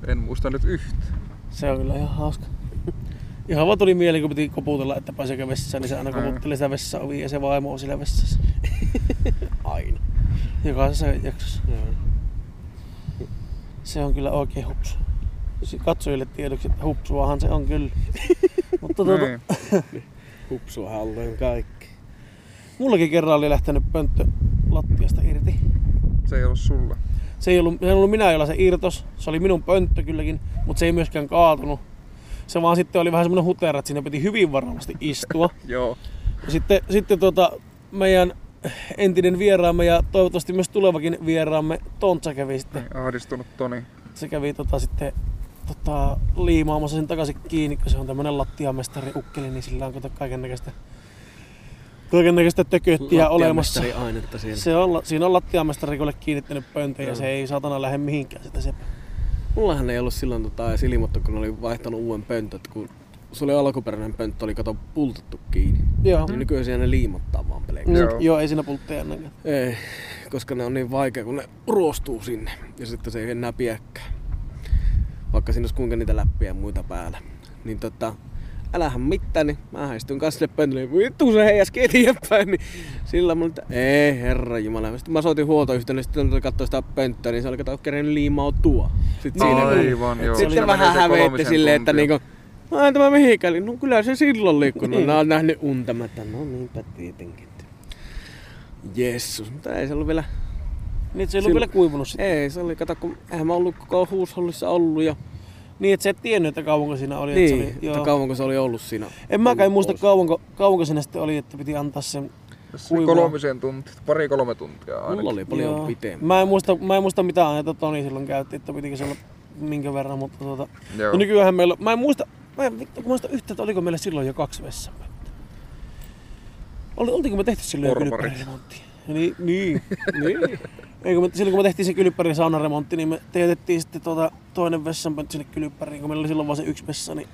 [SPEAKER 4] En muista nyt yhtä.
[SPEAKER 1] Se on kyllä ihan hauska. Ihan vaan tuli mieleen, kun piti koputella, että pääseekö vessaan, niin se aina koputteli sitä vessaovia ja se vaimo on siellä vessassa.
[SPEAKER 3] Aina.
[SPEAKER 1] Jokaisessa jaksossa.
[SPEAKER 3] Joo.
[SPEAKER 1] Se on kyllä oikein hupsu. Si- Katsojille tiedoksi, että hupsuahan se on kyllä. Mutta tuota,
[SPEAKER 4] Niin.
[SPEAKER 3] Hupsua halleen kaikki.
[SPEAKER 1] mullakin kerran oli lähtenyt pönttö lattiasta irti.
[SPEAKER 4] Se ei ollut sulla.
[SPEAKER 1] Se ei ollut, se ei ollut minä, jolla se irtos. Se oli minun pönttö kylläkin, mutta se ei myöskään kaatunut. Se vaan sitten oli vähän semmoinen hutera, että siinä piti hyvin varmasti istua.
[SPEAKER 4] Joo.
[SPEAKER 1] Ja Sitten, sitten tuota, meidän entinen vieraamme ja toivottavasti myös tulevakin vieraamme Tontsa kävi sitten.
[SPEAKER 4] Niin, ahdistunut Toni.
[SPEAKER 1] Se kävi tota, sitten tota, liimaamassa sen takaisin kiinni, kun se on tämmönen lattiamestari ukkeli, niin sillä on kato kaiken näköistä kaiken näköistä tököttiä olemassa.
[SPEAKER 3] Lattiamestari ainetta siellä.
[SPEAKER 1] Se on, la- siinä on lattiamestari kuule kiinnittänyt pöntöön ja
[SPEAKER 3] Joo.
[SPEAKER 1] se ei saatana lähde mihinkään sitä se.
[SPEAKER 3] Mullahan ei ollut silloin tota edes ilmoittu, kun oli vaihtanut uuden pöntön, että kun se oli alkuperäinen pönttö, oli kato pultattu kiinni.
[SPEAKER 1] Joo.
[SPEAKER 3] Niin nykyään ne liimottaa vaan pelkästään.
[SPEAKER 1] Mm,
[SPEAKER 4] Joo.
[SPEAKER 1] joo, ei siinä pultteja ennenkään.
[SPEAKER 3] Ei, koska ne on niin vaikea, kun ne ruostuu sinne ja sitten se ei enää piekkää. Vaikka siinä olisi kuinka niitä läppiä ja muita päällä. Niin tota, älähän mitään, niin mä istun kanssa sille pöntölle, niin vittu se heijaski eteenpäin, niin sillä mulla, että ei herra jumala. Sitten mä soitin huoltoyhtiön, niin sitten katsoin sitä pönttöä, niin se oli kato kerran liimaa tuo. Sitten siinä, kun-
[SPEAKER 4] No Aivan, joo.
[SPEAKER 3] sitten
[SPEAKER 4] Siinä
[SPEAKER 3] vähän
[SPEAKER 4] meni se
[SPEAKER 3] hävetti
[SPEAKER 4] kolmisen
[SPEAKER 3] silleen, että
[SPEAKER 4] tuntia. Niin.
[SPEAKER 3] niinku, mä en tämä mihinkään, niin no kyllä se silloin liikkunut, no, mä oon nähnyt unta, mä että no niinpä tietenkin. Jessus, mutta ei se ollut vielä,
[SPEAKER 1] Niin, et se ei ollut
[SPEAKER 3] Silloin-
[SPEAKER 1] vielä kuivunut sitten.
[SPEAKER 3] ei se oli, kato kun eihän mä ollut koko huushollissa ollut ja
[SPEAKER 1] Niin, että sä et tiennyt, että kauanko siinä oli. et se
[SPEAKER 3] niin,
[SPEAKER 1] oli
[SPEAKER 3] että kauanko se oli ollut siinä.
[SPEAKER 1] En mäkään muista
[SPEAKER 3] Pois.
[SPEAKER 1] kauanko, kauanko sinä sitten oli, että piti antaa sen
[SPEAKER 4] Tässä oli
[SPEAKER 1] kuivaa.
[SPEAKER 4] Siis kolmisen tuntia, pari kolme tuntia
[SPEAKER 3] Mulla
[SPEAKER 4] ainakin.
[SPEAKER 3] oli paljon pitemmän.
[SPEAKER 1] Mä en muista, mä en muista mitä aineita Toni silloin käytti, että pitikö se olla minkä verran, mutta tuota...
[SPEAKER 4] Joo.
[SPEAKER 1] No nykyään meillä on- Mä en muista, mä en vittu muista yhtä, että oliko meillä silloin jo kaksi vessapönttöä. Oli, oltiinko me tehty silloin jo
[SPEAKER 4] Porvarit.
[SPEAKER 1] kylppäriremontti? Niin, niin. niin. Eikö me, silloin kun me tehtiin se kylppärin saunaremontti, niin me teetettiin sitten tuota, toinen vessanpönttö sinne kylppäriin, kun meillä oli silloin vaan se yksi vessa, niin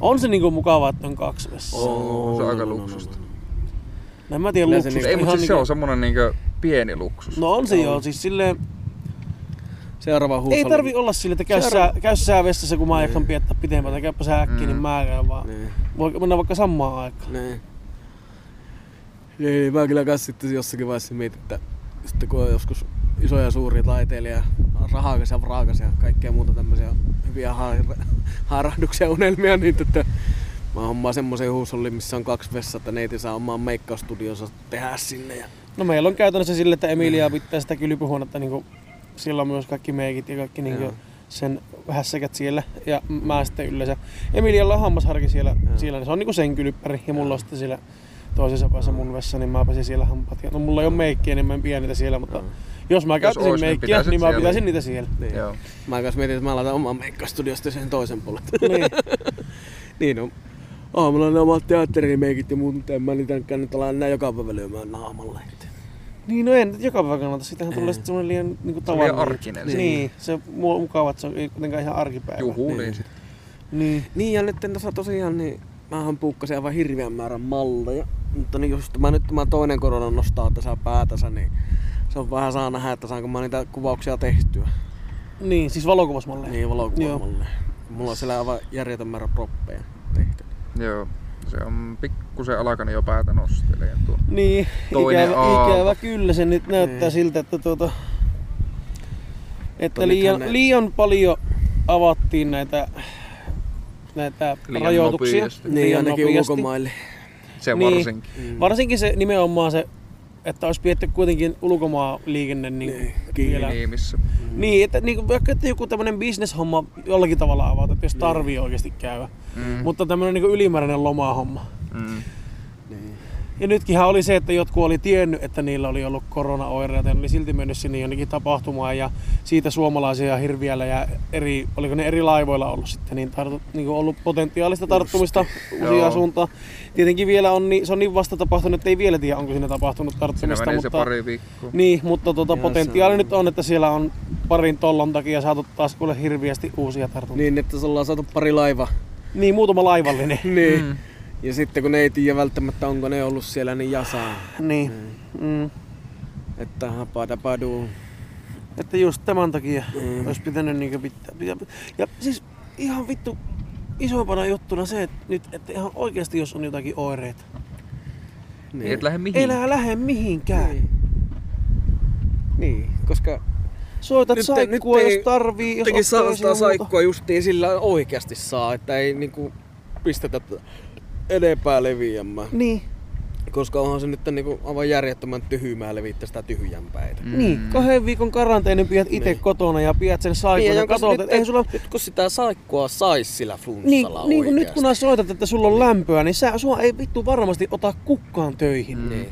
[SPEAKER 1] on se niinku mukavaa, että on kaksi vessaa.
[SPEAKER 4] On, se on aika
[SPEAKER 3] no, no, no,
[SPEAKER 4] luksusta.
[SPEAKER 3] no, no.
[SPEAKER 1] Näin En mä tiedä
[SPEAKER 3] Kyllä se
[SPEAKER 1] luksus.
[SPEAKER 3] niinku-
[SPEAKER 4] Ei, mutta
[SPEAKER 1] ihan
[SPEAKER 4] siis se on
[SPEAKER 1] niinku-
[SPEAKER 4] semmonen niinkö pieni luksus.
[SPEAKER 1] No on se joo, siis silleen,
[SPEAKER 3] Seuraava huusholli.
[SPEAKER 1] ei tarvi olla sille, että käy sää, käy sää vessassa, kun mä jaksan piettää pitemmän, tai käypä sä äkkiä, niin mä käyn vaan.
[SPEAKER 3] Niin,
[SPEAKER 1] Voi mennä vaikka samaan aikaan.
[SPEAKER 3] niin. Niin, mä kyllä kans sitten jossakin vaiheessa mietin, että sitten kun on joskus isoja suuria taiteilija, rahakas ja raakas ja kaikkea muuta tämmöisiä hyviä haira- haarahduksia ja unelmia, niin että mä hommaan semmoisen huusollin, missä on kaksi vessaa, että neiti saa omaan meikkaustudionsa tehdä sinne ja
[SPEAKER 1] No meillä on käytännössä sille, että Emilia
[SPEAKER 3] Niin.
[SPEAKER 1] pitää sitä kylpyhuonetta, niin sillä on myös kaikki meikit ja kaikki niin
[SPEAKER 3] Joo.
[SPEAKER 1] sen hässäkät siellä. Ja m- mä sitten yleensä. Emilialla on hammasharki siellä,
[SPEAKER 3] Joo.
[SPEAKER 1] siellä niin se on niin sen kylppäri ja mulla on sitten siellä toisessa päässä mun vessa, niin mä pesin siellä hampaat. Ja- No mulla ei ole meikkiä, niin mä en pidä niitä siellä, mutta
[SPEAKER 3] Joo.
[SPEAKER 1] jos mä käyttäisin
[SPEAKER 4] ois, niin
[SPEAKER 1] meikkiä,
[SPEAKER 4] pitäisit
[SPEAKER 1] niin mä
[SPEAKER 4] siellä.
[SPEAKER 1] pitäisin niitä siellä.
[SPEAKER 3] niin.
[SPEAKER 4] Joo.
[SPEAKER 3] Mä kanssa mietin, että mä laitan oman meikkastudiosta sen toisen puolen.
[SPEAKER 1] niin.
[SPEAKER 3] niin on. Aamulla on ne omat teatterimeikit ja muut, mutta en mä niitä nyt ala enää joka päivä lyömään naamalle. että-
[SPEAKER 1] niin, no en nyt joka päivä kannata. Sitähän tulee
[SPEAKER 3] Ei.
[SPEAKER 1] sitten semmoinen liian niin kuin
[SPEAKER 4] Se on liian
[SPEAKER 1] tavallinen.
[SPEAKER 4] arkinen.
[SPEAKER 1] Niin.
[SPEAKER 4] se.
[SPEAKER 1] niin, se on mu- mukava, että se on- ei kuitenkaan ihan arkipäivä.
[SPEAKER 4] Juhu, niin.
[SPEAKER 3] Niin.
[SPEAKER 4] sit.
[SPEAKER 1] Niin.
[SPEAKER 3] Niin ja nyt tässä tosiaan, niin mähän puukkasin aivan hirveän määrän malleja. Mutta niin just mä nyt tämä toinen korona nostaa tässä päätänsä, niin se on vähän saa nähdä, että saanko mä niitä kuvauksia tehtyä.
[SPEAKER 1] Niin, siis valokuvasmalleja.
[SPEAKER 3] Niin
[SPEAKER 1] Joo.
[SPEAKER 3] valokuvaamalle. Mulla on siellä aivan järjetön määrä proppeja tehty.
[SPEAKER 4] Joo. Se on pikkusen alakani jo päätä nostelee tuo.
[SPEAKER 1] Niin,
[SPEAKER 4] Toinen
[SPEAKER 1] ikävä,
[SPEAKER 4] aalto.
[SPEAKER 1] ikävä kyllä se nyt näyttää
[SPEAKER 3] Niin.
[SPEAKER 1] siltä, että tuota, että
[SPEAKER 3] Mutta
[SPEAKER 1] liian,
[SPEAKER 3] nythän ne-
[SPEAKER 1] liian paljon avattiin näitä, näitä
[SPEAKER 4] Liian
[SPEAKER 1] rajoituksia.
[SPEAKER 4] nopeasti.
[SPEAKER 3] Niin ainakin
[SPEAKER 1] nopeasti.
[SPEAKER 3] ulkomaille.
[SPEAKER 4] Se
[SPEAKER 1] Niin.
[SPEAKER 4] varsinkin.
[SPEAKER 3] Mm.
[SPEAKER 1] Varsinkin se nimenomaan se, että olisi pidetty kuitenkin ulkomaan liikenne niin
[SPEAKER 3] Niin,
[SPEAKER 1] niin,
[SPEAKER 3] kiinni.
[SPEAKER 1] vielä. Niin.
[SPEAKER 4] Niin, missä.
[SPEAKER 1] Niin, että niin, vaikka että joku tämmöinen bisneshomma jollakin tavalla avata, että jos tarvii oikeasti käydä.
[SPEAKER 4] Niin. Mm.
[SPEAKER 1] Mutta tämmöinen niin ylimääräinen lomahomma.
[SPEAKER 4] Mm.
[SPEAKER 3] Niin.
[SPEAKER 1] Ja nytkinhän oli se, että jotkut oli tiennyt, että niillä oli ollut koronaoireita ja ne oli silti mennyt sinne jonnekin tapahtumaan ja siitä suomalaisia hirviällä ja eri, oliko ne eri laivoilla ollut sitten, niin, tartu, niin kuin ollut potentiaalista tarttumista
[SPEAKER 4] Joo.
[SPEAKER 1] uusia suuntaan. Tietenkin vielä on, niin, se on niin vasta tapahtunut, että ei vielä tiedä, onko siinä tapahtunut
[SPEAKER 4] Siinä
[SPEAKER 1] tarttumista,
[SPEAKER 4] meni se
[SPEAKER 1] mutta,
[SPEAKER 4] pari viikkoa.
[SPEAKER 1] niin, mutta tuota,
[SPEAKER 3] Ihan
[SPEAKER 1] potentiaali
[SPEAKER 3] sama.
[SPEAKER 1] nyt on, että siellä on parin tollon takia saatu taas kuule hirviästi uusia tartuntoja.
[SPEAKER 3] niin, että se ollaan saatu pari laivaa.
[SPEAKER 1] Niin, niin muutama laivallinen.
[SPEAKER 3] niin. Mm. Ja sitten kun ne ei tiedä välttämättä onko ne ollut siellä, niin jasaa.
[SPEAKER 1] niin. Mm.
[SPEAKER 3] Että hapada padu.
[SPEAKER 1] Että just tämän takia mm.
[SPEAKER 3] Mm.
[SPEAKER 1] olisi pitänyt niinku pitää, pitää. Ja siis ihan vittu isompana juttuna se, että nyt, että ihan oikeasti jos on jotakin oireita,
[SPEAKER 4] Niin. Et lähde
[SPEAKER 1] Mihin?
[SPEAKER 4] mihin.
[SPEAKER 1] elää lähde mihinkään. Niin.
[SPEAKER 3] Niin. niin, koska
[SPEAKER 1] Soitat nyt,
[SPEAKER 3] Nyt-
[SPEAKER 1] saikkua,
[SPEAKER 3] nyt
[SPEAKER 1] nyt
[SPEAKER 3] ei-
[SPEAKER 1] jos tarvii, jos
[SPEAKER 3] jotenkin saa
[SPEAKER 1] ottaa
[SPEAKER 3] sitä
[SPEAKER 1] jotain
[SPEAKER 3] saikkoa justiin sillä oikeasti saa, että ei niinku pistetä enempää leviämään.
[SPEAKER 1] Niin,
[SPEAKER 3] Koska onhan se nyt niinku aivan järjettömän tyhjymää levittää sitä tyhjänpäitä.
[SPEAKER 1] mm. niin. Kahden viikon karanteenin pidät itse
[SPEAKER 3] Niin.
[SPEAKER 1] kotona ja pidät sen saikkoon Niin, ja
[SPEAKER 3] jonka
[SPEAKER 1] katsot,
[SPEAKER 3] nyt-
[SPEAKER 1] että ei sulla...
[SPEAKER 3] nyt kun sitä saikkoa sais sillä
[SPEAKER 1] Niin,
[SPEAKER 3] flunssalla
[SPEAKER 1] niin kun nyt kun
[SPEAKER 3] oikeasti.
[SPEAKER 1] nää soitat, että sulla on lämpöä, niin sä, sua ei vittu varmasti ota kukkaan töihin. Mm.
[SPEAKER 3] Niin.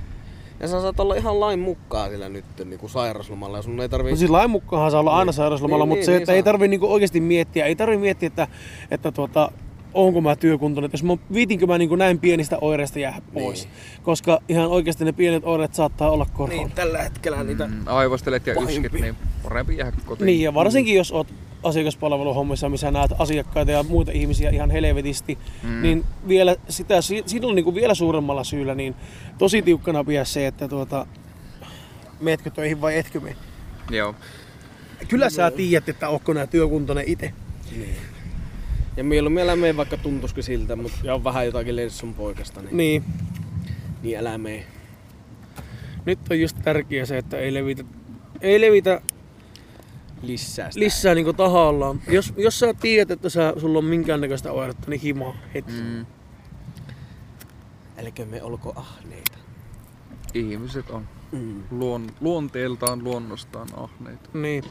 [SPEAKER 3] Ja sä saat olla ihan lain mukaan sillä nyt niinku sairaslomalla ja sun ei tarvii...
[SPEAKER 1] No siis lain mukaan saa olla aina sairauslomalla,
[SPEAKER 3] Niin,
[SPEAKER 1] mutta
[SPEAKER 3] niin,
[SPEAKER 1] se,
[SPEAKER 3] niin
[SPEAKER 1] että ei
[SPEAKER 3] saa.
[SPEAKER 1] tarvi niinku oikeasti miettiä, ei tarvi miettiä, että, että tuota, onko mä työkuntoinen, että jos mä viitinkö mä niinku näin pienistä oireista
[SPEAKER 3] Niin.
[SPEAKER 1] jäädä pois. Koska ihan oikeasti ne pienet oireet saattaa olla korona.
[SPEAKER 3] Niin,
[SPEAKER 1] Niin,
[SPEAKER 3] tällä hetkellä niitä...
[SPEAKER 4] Mm, aivostelet ja
[SPEAKER 3] Pahimpi.
[SPEAKER 4] yskit, niin parempi jäädä kotiin.
[SPEAKER 1] niin ja varsinkin jos oot asiakaspalveluhommissa, missä näet asiakkaita ja muita ihmisiä ihan helvetisti, mm. niin vielä sitä, si- silloin niinku vielä suuremmalla syyllä, niin tosi tiukkana pidä se, että tuota, meetkö töihin vai etkö mene.
[SPEAKER 4] Joo.
[SPEAKER 1] Kyllä sä tiedät, että onko nää työkuntoinen itse.
[SPEAKER 3] Ja mieluummin älä mene vaikka tuntuisikin siltä, mutta ja on vähän jotakin lensi sun poikasta, niin, niin.
[SPEAKER 1] Niin.
[SPEAKER 3] niin älä mene.
[SPEAKER 1] Nyt on just tärkeää se, että ei levitä, ei levitä
[SPEAKER 3] Lissää sitä.
[SPEAKER 1] lisää niinku tahallaan. Jos, jos sä tiedät, että sä, sulla on minkäännäköistä oiretta, niin himaa heti. Mm.
[SPEAKER 4] Mm,
[SPEAKER 3] Älkö me olko ahneita.
[SPEAKER 4] ihmiset on
[SPEAKER 3] Mm.
[SPEAKER 4] luon, luonteeltaan, luonnostaan ahneita.
[SPEAKER 1] Niin.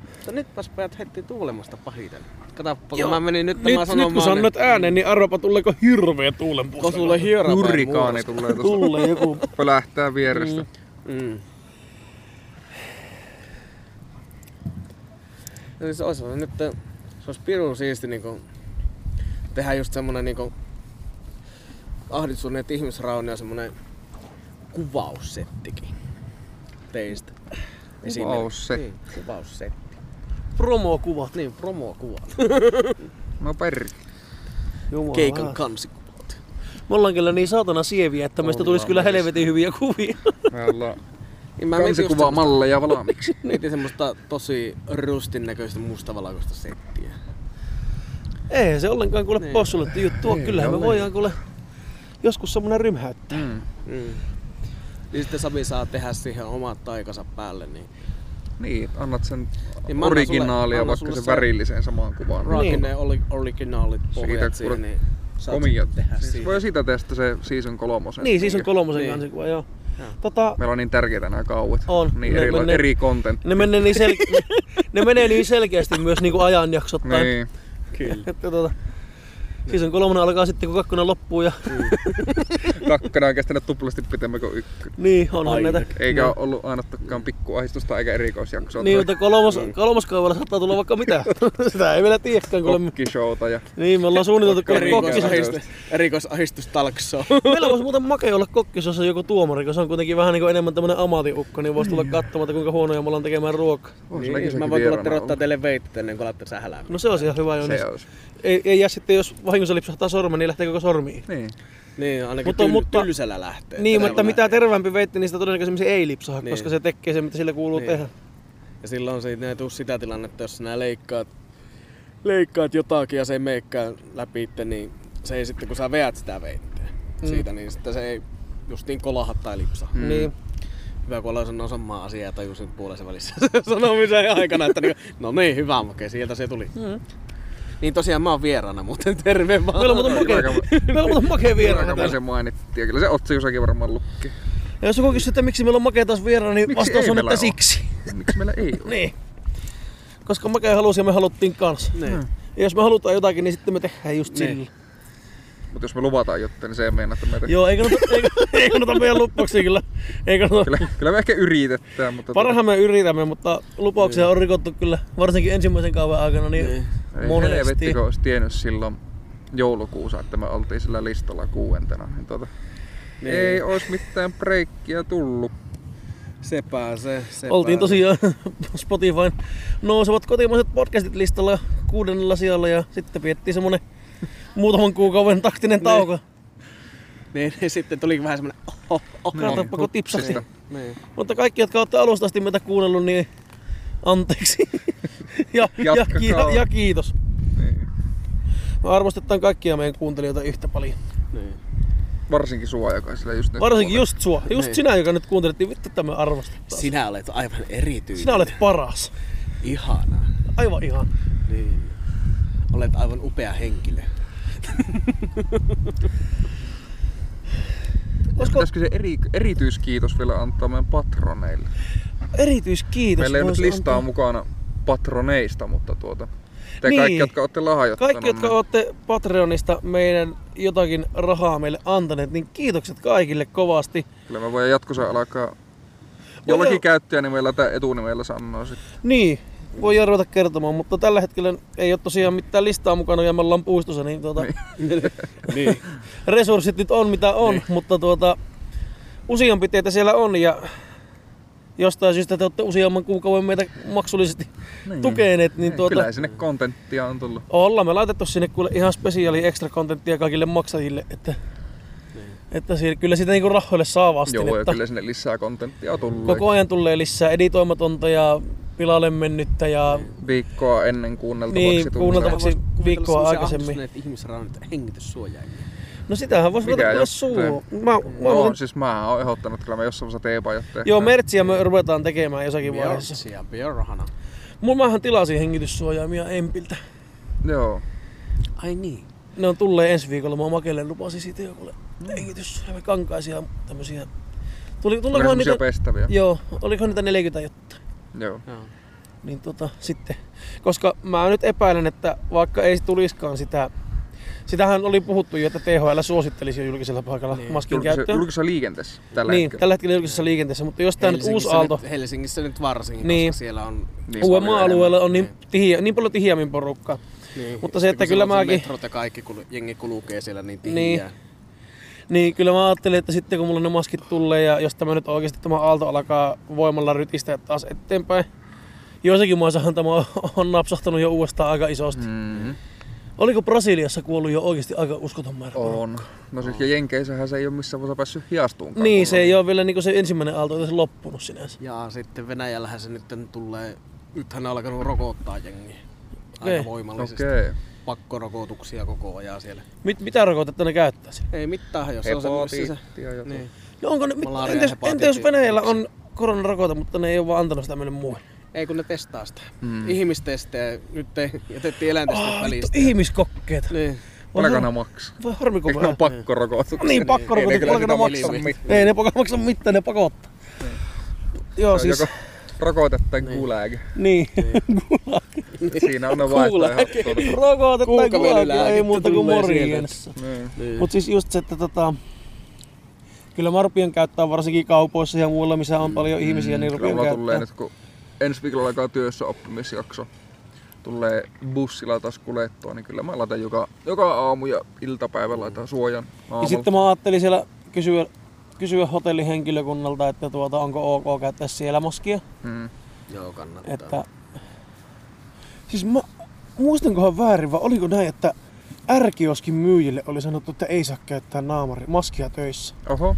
[SPEAKER 3] Mutta nyt pas päät heti tuulemasta pahiten. Katappa,
[SPEAKER 1] Joo.
[SPEAKER 3] kun mä menin nyt,
[SPEAKER 1] Nyt,
[SPEAKER 3] tämä
[SPEAKER 1] nyt
[SPEAKER 3] sanomaan,
[SPEAKER 1] kun sanoit ääneen, niin arvapa tuleeko hirveä
[SPEAKER 3] kun
[SPEAKER 1] tuulenpuuska.
[SPEAKER 3] sulle hierapää
[SPEAKER 4] Hurrikaani
[SPEAKER 3] muodostuu.
[SPEAKER 4] tulee tuossa.
[SPEAKER 1] Tulee joku.
[SPEAKER 4] Pölähtää vierestä.
[SPEAKER 3] Mm. No siis olisi ollut nyt, se olisi pirun siisti niinku tehdä just semmonen niinku ahdistuneet ihmisraunia semmonen kuvaussettikin teistä. Esimerkiksi.
[SPEAKER 4] Kuvaussetti.
[SPEAKER 3] Niin, kuvaussetti.
[SPEAKER 1] Promokuvat.
[SPEAKER 3] Niin, promokuvat.
[SPEAKER 4] No perki.
[SPEAKER 1] Jumala.
[SPEAKER 3] Keikan kansikuvat.
[SPEAKER 1] Me ollaan kyllä niin saatana sieviä, että meistä tulisi
[SPEAKER 4] Ollaan
[SPEAKER 1] kyllä
[SPEAKER 4] meistä.
[SPEAKER 1] helvetin hyviä kuvia.
[SPEAKER 4] Me ollaan
[SPEAKER 3] Niin mä mietin just semmoista-
[SPEAKER 4] kansikuvaamalleja valmiiksi.
[SPEAKER 3] Mietin semmoista tosi rustin näköistä mustavalkoista settiä.
[SPEAKER 1] Ei se ollenkaan kuule
[SPEAKER 3] Niin.
[SPEAKER 1] possulle juttu on.
[SPEAKER 4] Ei
[SPEAKER 1] Kyllähän me
[SPEAKER 4] ole.
[SPEAKER 1] voidaan kuule joskus semmonen rymhäyttää.
[SPEAKER 4] Mm.
[SPEAKER 3] Mm. Niin sitten Sami saa tehdä siihen omat taikansa päälle, niin
[SPEAKER 4] Niin, annat sen
[SPEAKER 3] Niin mä annan sulle-
[SPEAKER 4] originaalia
[SPEAKER 3] annan
[SPEAKER 4] vaikka
[SPEAKER 3] sulle
[SPEAKER 4] sen
[SPEAKER 3] se-
[SPEAKER 4] värilliseen samaan kuvaan.
[SPEAKER 3] raakin
[SPEAKER 1] Niin.
[SPEAKER 3] ne oli- originaalit pohjat
[SPEAKER 4] Siitä
[SPEAKER 3] siihen,
[SPEAKER 4] kuule-
[SPEAKER 3] niin saat
[SPEAKER 4] Omia.
[SPEAKER 3] tehdä
[SPEAKER 4] Siis
[SPEAKER 3] siihen.
[SPEAKER 4] voi sitä testata se season kolmosen.
[SPEAKER 1] Niin, siis on kolmosen niin.
[SPEAKER 3] Niin.
[SPEAKER 1] kansikuva, joo.
[SPEAKER 3] Joo.
[SPEAKER 1] Tota,
[SPEAKER 4] Meillä on niin tärkeitä nämä kauet.
[SPEAKER 1] On.
[SPEAKER 4] Niin,
[SPEAKER 1] Ne
[SPEAKER 4] erila-
[SPEAKER 1] menee-
[SPEAKER 4] eri content.
[SPEAKER 1] ne menee niin, sel- ne, ne menee niin selkeästi myös niinku ajanjaksottain.
[SPEAKER 4] Niin.
[SPEAKER 3] Kyllä.
[SPEAKER 1] Että tota, siis on kolmonen alkaa sitten kun kakkonen loppuu ja
[SPEAKER 3] Mm.
[SPEAKER 4] Kakkonen on kestänyt tuplasti pitemmän kuin ykkönen.
[SPEAKER 1] niin onhan
[SPEAKER 3] Aina.
[SPEAKER 1] näitä.
[SPEAKER 4] Eikä
[SPEAKER 1] no.
[SPEAKER 4] ole ollut ainuttakaan pikkuahdistusta eikä erikoisjaksoa.
[SPEAKER 1] Niin,
[SPEAKER 4] tai
[SPEAKER 1] mutta kolmos, kolmoskaivalla saattaa tulla vaikka mitä. Sitä ei vielä tiedäkään kuule.
[SPEAKER 4] kokkishowta ja
[SPEAKER 1] Niin, me ollaan suunniteltu kuule
[SPEAKER 4] Erikoisahis-
[SPEAKER 1] kokkisessa.
[SPEAKER 3] Erikoisahist- Erikoisahistustalksoa.
[SPEAKER 1] Meillä voisi muuten makea olla kokkisossa joku tuomari, kun se on kuitenkin vähän niin enemmän tämmönen amatiukko, niin voisi tulla katsomaan, että kuinka huonoja me ollaan tekemään ruokaa.
[SPEAKER 4] Vois
[SPEAKER 3] Niin,
[SPEAKER 4] Mäkisäkin
[SPEAKER 3] mä voin tulla
[SPEAKER 4] vieraana
[SPEAKER 3] terottaa
[SPEAKER 4] olla.
[SPEAKER 3] teille veitteet ennen kuin alatte sählää.
[SPEAKER 1] No se on ihan hyvä jo.
[SPEAKER 4] Se
[SPEAKER 1] Niin
[SPEAKER 4] olisi.
[SPEAKER 1] ei, ei jää sitten, jos vahingossa lipsahtaa sormen, niin lähtee koko sormiin.
[SPEAKER 4] Niin.
[SPEAKER 3] Niin, ainakin
[SPEAKER 1] Mutta-
[SPEAKER 3] mutta, tyl-
[SPEAKER 1] mutta-
[SPEAKER 3] mutta, tylsällä lähtee.
[SPEAKER 1] Niin, mutta
[SPEAKER 3] Terävällä
[SPEAKER 1] mitä
[SPEAKER 3] lähtee.
[SPEAKER 1] terveempi veitti, niin sitä todennäköisemmin se ei lipsaha,
[SPEAKER 3] Niin.
[SPEAKER 1] koska se tekee sen, mitä sillä kuuluu
[SPEAKER 3] Niin.
[SPEAKER 1] tehdä.
[SPEAKER 3] Ja silloin siitä ei tule sitä tilannetta, jos sinä leikkaat, leikkaat jotakin ja se ei meekään läpi itse, niin se ei sitten, kun sä veät sitä veitteä
[SPEAKER 1] Mm.
[SPEAKER 3] mm. siitä, niin sitten se ei justiin kolaha tai lipsa.
[SPEAKER 4] Mm.
[SPEAKER 1] Niin.
[SPEAKER 3] Hyvä, kun aloin sanoa samaa asiaa ja tajusin puolessa välissä sanomisen aikana, että niin, no niin, hyvä makee, sieltä se tuli.
[SPEAKER 1] Mm.
[SPEAKER 3] Niin tosiaan mä oon vieraana, muuten terve vaan.
[SPEAKER 1] Meillä on muuten makea, meillä on muuten makea vieraana
[SPEAKER 4] Aika
[SPEAKER 1] täällä.
[SPEAKER 4] se mainittiin. Kyllä se otsikossakin varmaan lukki.
[SPEAKER 1] Ja jos joku kysyy, että miksi meillä on makea taas vieraana, niin
[SPEAKER 4] Miksi
[SPEAKER 1] vastaus
[SPEAKER 4] ei
[SPEAKER 1] on,
[SPEAKER 4] meillä
[SPEAKER 1] että
[SPEAKER 4] ole?
[SPEAKER 1] siksi.
[SPEAKER 4] Miksi meillä ei ole?
[SPEAKER 1] Niin. Koska makea halusi ja me haluttiin kanssa.
[SPEAKER 4] Hmm.
[SPEAKER 3] Niin.
[SPEAKER 1] Ja jos me halutaan jotakin, niin sitten me tehdään just
[SPEAKER 3] Niin.
[SPEAKER 1] sillä.
[SPEAKER 4] Mutta jos me luvataan jotain, niin se ei meinaa, että me tehdään.
[SPEAKER 1] Joo, ei kannata, ei, ei kannata meidän lupauksia kyllä. Ei kannata.
[SPEAKER 4] Kyllä, kyllä me ehkä yritetään, mutta...
[SPEAKER 1] Parhaamme yritämme, mutta lupauksia on rikottu kyllä, varsinkin ensimmäisen kauan aikana, niin,
[SPEAKER 3] Niin.
[SPEAKER 4] Ei
[SPEAKER 1] monesti.
[SPEAKER 4] helvetti, kun olisi tiennyt silloin joulukuussa, että me oltiin sillä listalla kuuentena. Niin tota,
[SPEAKER 3] Niin.
[SPEAKER 4] Ei olisi mitään breikkiä tullut.
[SPEAKER 3] Sepä se, sepä
[SPEAKER 1] Oltiin
[SPEAKER 3] se.
[SPEAKER 1] tosiaan Spotifyn nousevat kotimaiset podcastit listalla kuudennella sijalla ja sitten piettiin semmonen muutaman kuukauden taktinen
[SPEAKER 3] Niin.
[SPEAKER 1] tauko.
[SPEAKER 3] Niin, niin sitten tuli vähän semmonen oho, oho.
[SPEAKER 1] Katsoppa kun tipsahti.
[SPEAKER 4] Hupsista.
[SPEAKER 3] Niin.
[SPEAKER 1] Mutta kaikki, jotka olette alusta asti meitä kuunnellut, niin anteeksi. ja, ja,
[SPEAKER 4] Jatkakaa.
[SPEAKER 1] ki- ja, ja, kiitos.
[SPEAKER 4] Niin.
[SPEAKER 1] Me arvostetaan kaikkia meidän kuuntelijoita yhtä paljon.
[SPEAKER 3] niin.
[SPEAKER 4] Varsinkin sua, joka sillä just nyt
[SPEAKER 1] Varsinkin
[SPEAKER 4] kuulee.
[SPEAKER 1] just sua. Just
[SPEAKER 3] Niin.
[SPEAKER 1] sinä, joka nyt kuuntelettiin. Vittu, että me arvostetaan. Sinä,
[SPEAKER 3] Sinä olet aivan erityinen.
[SPEAKER 1] sinä olet paras.
[SPEAKER 3] ihana.
[SPEAKER 1] Aivan ihan.
[SPEAKER 3] Niin. Olet aivan upea henkilö.
[SPEAKER 1] Olisiko
[SPEAKER 4] Pitäisikö se eri, erityiskiitos vielä antaa meidän patroneille?
[SPEAKER 1] erityiskiitos?
[SPEAKER 4] Meillä ei nyt
[SPEAKER 1] voisi
[SPEAKER 4] listaa
[SPEAKER 1] antaa?
[SPEAKER 4] mukana patroneista, mutta tuota... Te
[SPEAKER 1] Niin.
[SPEAKER 4] kaikki, jotka olette lahjoittaneet. niin
[SPEAKER 1] Kaikki, jotka olette Patreonista meidän jotakin rahaa meille antaneet, niin kiitokset kaikille kovasti.
[SPEAKER 4] Kyllä me voidaan jatkossa alkaa jollakin niin
[SPEAKER 1] joo.
[SPEAKER 4] käyttäjänimellä tai etunimellä sanoa sit.
[SPEAKER 1] Niin, voi jo ruveta kertomaan, mutta tällä hetkellä ei ole tosiaan mitään listaa mukana ja me ollaan puistossa, niin tuota,
[SPEAKER 3] niin.
[SPEAKER 1] resurssit nyt on mitä on,
[SPEAKER 3] Niin.
[SPEAKER 1] mutta tuota, useampi teitä siellä on ja jostain syystä te olette useamman kuukauden meitä maksullisesti
[SPEAKER 4] Niin.
[SPEAKER 1] tukeneet, niin
[SPEAKER 4] Ei,
[SPEAKER 1] tuota,
[SPEAKER 4] Kyllä sinne kontenttia on tullut.
[SPEAKER 1] ollaan me laitettu sinne kuule ihan spesiaali extra kontenttia kaikille maksajille, että, että siinä, kyllä sitä niinku rahoille saa vastinetta.
[SPEAKER 4] Niin. Joo, ja kyllä sinne lisää kontenttia on tullut.
[SPEAKER 1] Koko ajan tulee lisää editoimatonta ja pilalle mennyttä ja
[SPEAKER 4] Niin. Viikkoa ennen kuunneltavaksi
[SPEAKER 1] Niin,
[SPEAKER 4] tullut.
[SPEAKER 1] kuunneltavaksi.
[SPEAKER 3] Voisi kuvitella
[SPEAKER 1] viikkoa
[SPEAKER 3] semmoisia
[SPEAKER 1] aikaisemmin.
[SPEAKER 3] ahdistuneita ihmisraunioita hengityssuojaimia.
[SPEAKER 1] no sitähän voisi
[SPEAKER 4] Mikä
[SPEAKER 1] ruveta kuule
[SPEAKER 4] juttu?
[SPEAKER 1] suuhun. Mä, mä
[SPEAKER 4] Joo,
[SPEAKER 1] oon,
[SPEAKER 4] siis mä oon ehdottanut, että kyllä me jossain vaiheessa teepajotteja.
[SPEAKER 1] joo, mertsiä me ruvetaan tekemään jossakin vaiheessa.
[SPEAKER 3] Björnsia, Björhana.
[SPEAKER 1] Mun mähän tilasin hengityssuojaimia Empiltä.
[SPEAKER 4] Joo.
[SPEAKER 3] Ai niin.
[SPEAKER 1] Ne on tulee ensi viikolla, mä makelle lupasin siitä jokulle
[SPEAKER 3] Mm.
[SPEAKER 1] hengityssuojaimia, kankaisia tämmösiä. Tuli,
[SPEAKER 4] Onko
[SPEAKER 1] tulikohan
[SPEAKER 4] niitä...
[SPEAKER 1] niitä,
[SPEAKER 4] pestäviä?
[SPEAKER 1] joo, olikohan niitä 40 jotta.
[SPEAKER 4] Joo.
[SPEAKER 3] Joo.
[SPEAKER 1] Niin tota, sitten, koska mä nyt epäilen, että vaikka ei tuliskaan sitä Sitähän oli puhuttu jo, että THL suosittelisi jo julkisella paikalla
[SPEAKER 3] Niin.
[SPEAKER 1] maskin
[SPEAKER 4] Julkisessa,
[SPEAKER 1] käyttöä.
[SPEAKER 4] julkisessa liikenteessä tällä
[SPEAKER 1] niin,
[SPEAKER 4] hetkellä.
[SPEAKER 1] tällä hetkellä julkisessa liikenteessä, mutta jos tämä nyt uusi
[SPEAKER 3] Helsingissä
[SPEAKER 1] aalto
[SPEAKER 3] nyt- Helsingissä nyt
[SPEAKER 1] Niin.
[SPEAKER 3] varsinkin, niin. koska siellä on...
[SPEAKER 4] Niin,
[SPEAKER 1] uuden
[SPEAKER 4] paljon
[SPEAKER 1] maa-alueella on niin,
[SPEAKER 3] enemmän.
[SPEAKER 1] tihiä, niin paljon tihiämmin porukkaa.
[SPEAKER 3] Niin.
[SPEAKER 1] Mutta se,
[SPEAKER 3] Sitten
[SPEAKER 1] että
[SPEAKER 3] kun
[SPEAKER 1] kyllä
[SPEAKER 3] siellä on
[SPEAKER 1] mäkin-
[SPEAKER 3] Metrot ja kaikki, kun jengi kulkee siellä niin tihiä.
[SPEAKER 1] Niin. Niin kyllä mä ajattelin, että sitten kun mulla ne maskit tulee ja jos tämä nyt oikeasti tämä aalto alkaa voimalla rytistää taas eteenpäin, Joissakin maissahan tämä on napsahtanut jo uudestaan aika isosti. Mm.
[SPEAKER 4] enemmän. Mhm.
[SPEAKER 1] Oliko Brasiliassa kuollut jo oikeasti aika uskoton määrä?
[SPEAKER 4] On. No siis ja Jenkeissähän se ei ole missään vaiheessa päässyt hiastuunkaan.
[SPEAKER 1] Niin, se ei ole vielä niin se ensimmäinen aalto on loppunut sinänsä.
[SPEAKER 3] Ja sitten Venäjällähän se nyt tulee, nythän ne on alkanut rokottaa jengiä. Aika
[SPEAKER 1] Okei.
[SPEAKER 3] voimallisesti.
[SPEAKER 4] Okei. Okay.
[SPEAKER 3] Pakkorokotuksia koko ajan siellä.
[SPEAKER 1] Mit, mitä rokotetta ne käyttää siellä?
[SPEAKER 3] Ei mitään, jos se on se, se,
[SPEAKER 4] jotain.
[SPEAKER 3] niin.
[SPEAKER 1] No onko ne, mit,
[SPEAKER 3] Malaria,
[SPEAKER 1] entäs, entä jos
[SPEAKER 3] hepatiitti-
[SPEAKER 1] Venäjällä on koronarokote, mutta ne ei ole vaan antanut sitä meille muille?
[SPEAKER 3] Ei kun ne testaa sitä.
[SPEAKER 4] Mm.
[SPEAKER 3] Mm. Ihmistestejä. Nyt ei, jätettiin eläintestit
[SPEAKER 1] Ah, vittu,
[SPEAKER 3] välistä.
[SPEAKER 1] ihmiskokkeita.
[SPEAKER 3] Niin.
[SPEAKER 4] Paljonko ne maksaa?
[SPEAKER 1] Voi harmi kun
[SPEAKER 4] Eikö ne
[SPEAKER 1] mä...
[SPEAKER 4] ole pakkorokotuksia?
[SPEAKER 1] Niin,
[SPEAKER 4] Ei ne
[SPEAKER 1] pakkorokotit,
[SPEAKER 4] kyllä
[SPEAKER 1] paljonko ne
[SPEAKER 4] sitä maksa
[SPEAKER 1] maksaa?
[SPEAKER 3] miljoonaa.
[SPEAKER 4] mitään. Niin.
[SPEAKER 1] Ei ne pak- maksa mitään, ne pakottaa. Joo,
[SPEAKER 4] Se on
[SPEAKER 1] siis...
[SPEAKER 4] Joko rokote tai gulag.
[SPEAKER 1] Niin.
[SPEAKER 4] Siinä on ne vaihtoehdot.
[SPEAKER 1] Rokote tai
[SPEAKER 3] Kuukavelylääkettä
[SPEAKER 1] kuulaa, ei muuta kuin
[SPEAKER 3] tulee
[SPEAKER 1] morjens.
[SPEAKER 4] Niin.
[SPEAKER 3] Niin.
[SPEAKER 1] Mut siis just se, että tota, kyllä marpien käyttää varsinkin kaupoissa ja muualla, missä on paljon ihmisiä, niin
[SPEAKER 4] Mm. Kyllä
[SPEAKER 1] rupien
[SPEAKER 4] mulla tulee nyt,
[SPEAKER 1] käyttää.
[SPEAKER 4] kun ensi viikolla alkaa työssä oppimisjakso, tulee bussilla taas kulettua, niin kyllä mä laitan joka, joka aamu ja iltapäivä laitan suojan aamulla.
[SPEAKER 1] Ja sitten mä ajattelin siellä kysyä, kysyä hotellihenkilökunnalta, että tuota, onko ok käyttää siellä maskia.
[SPEAKER 4] mm.
[SPEAKER 3] Joo, kannattaa.
[SPEAKER 1] Että... Siis mä muistankohan väärin, vai oliko näin, että ärkioskin myyjille oli sanottu, että ei saa käyttää naamari, maskia töissä.
[SPEAKER 4] Oho,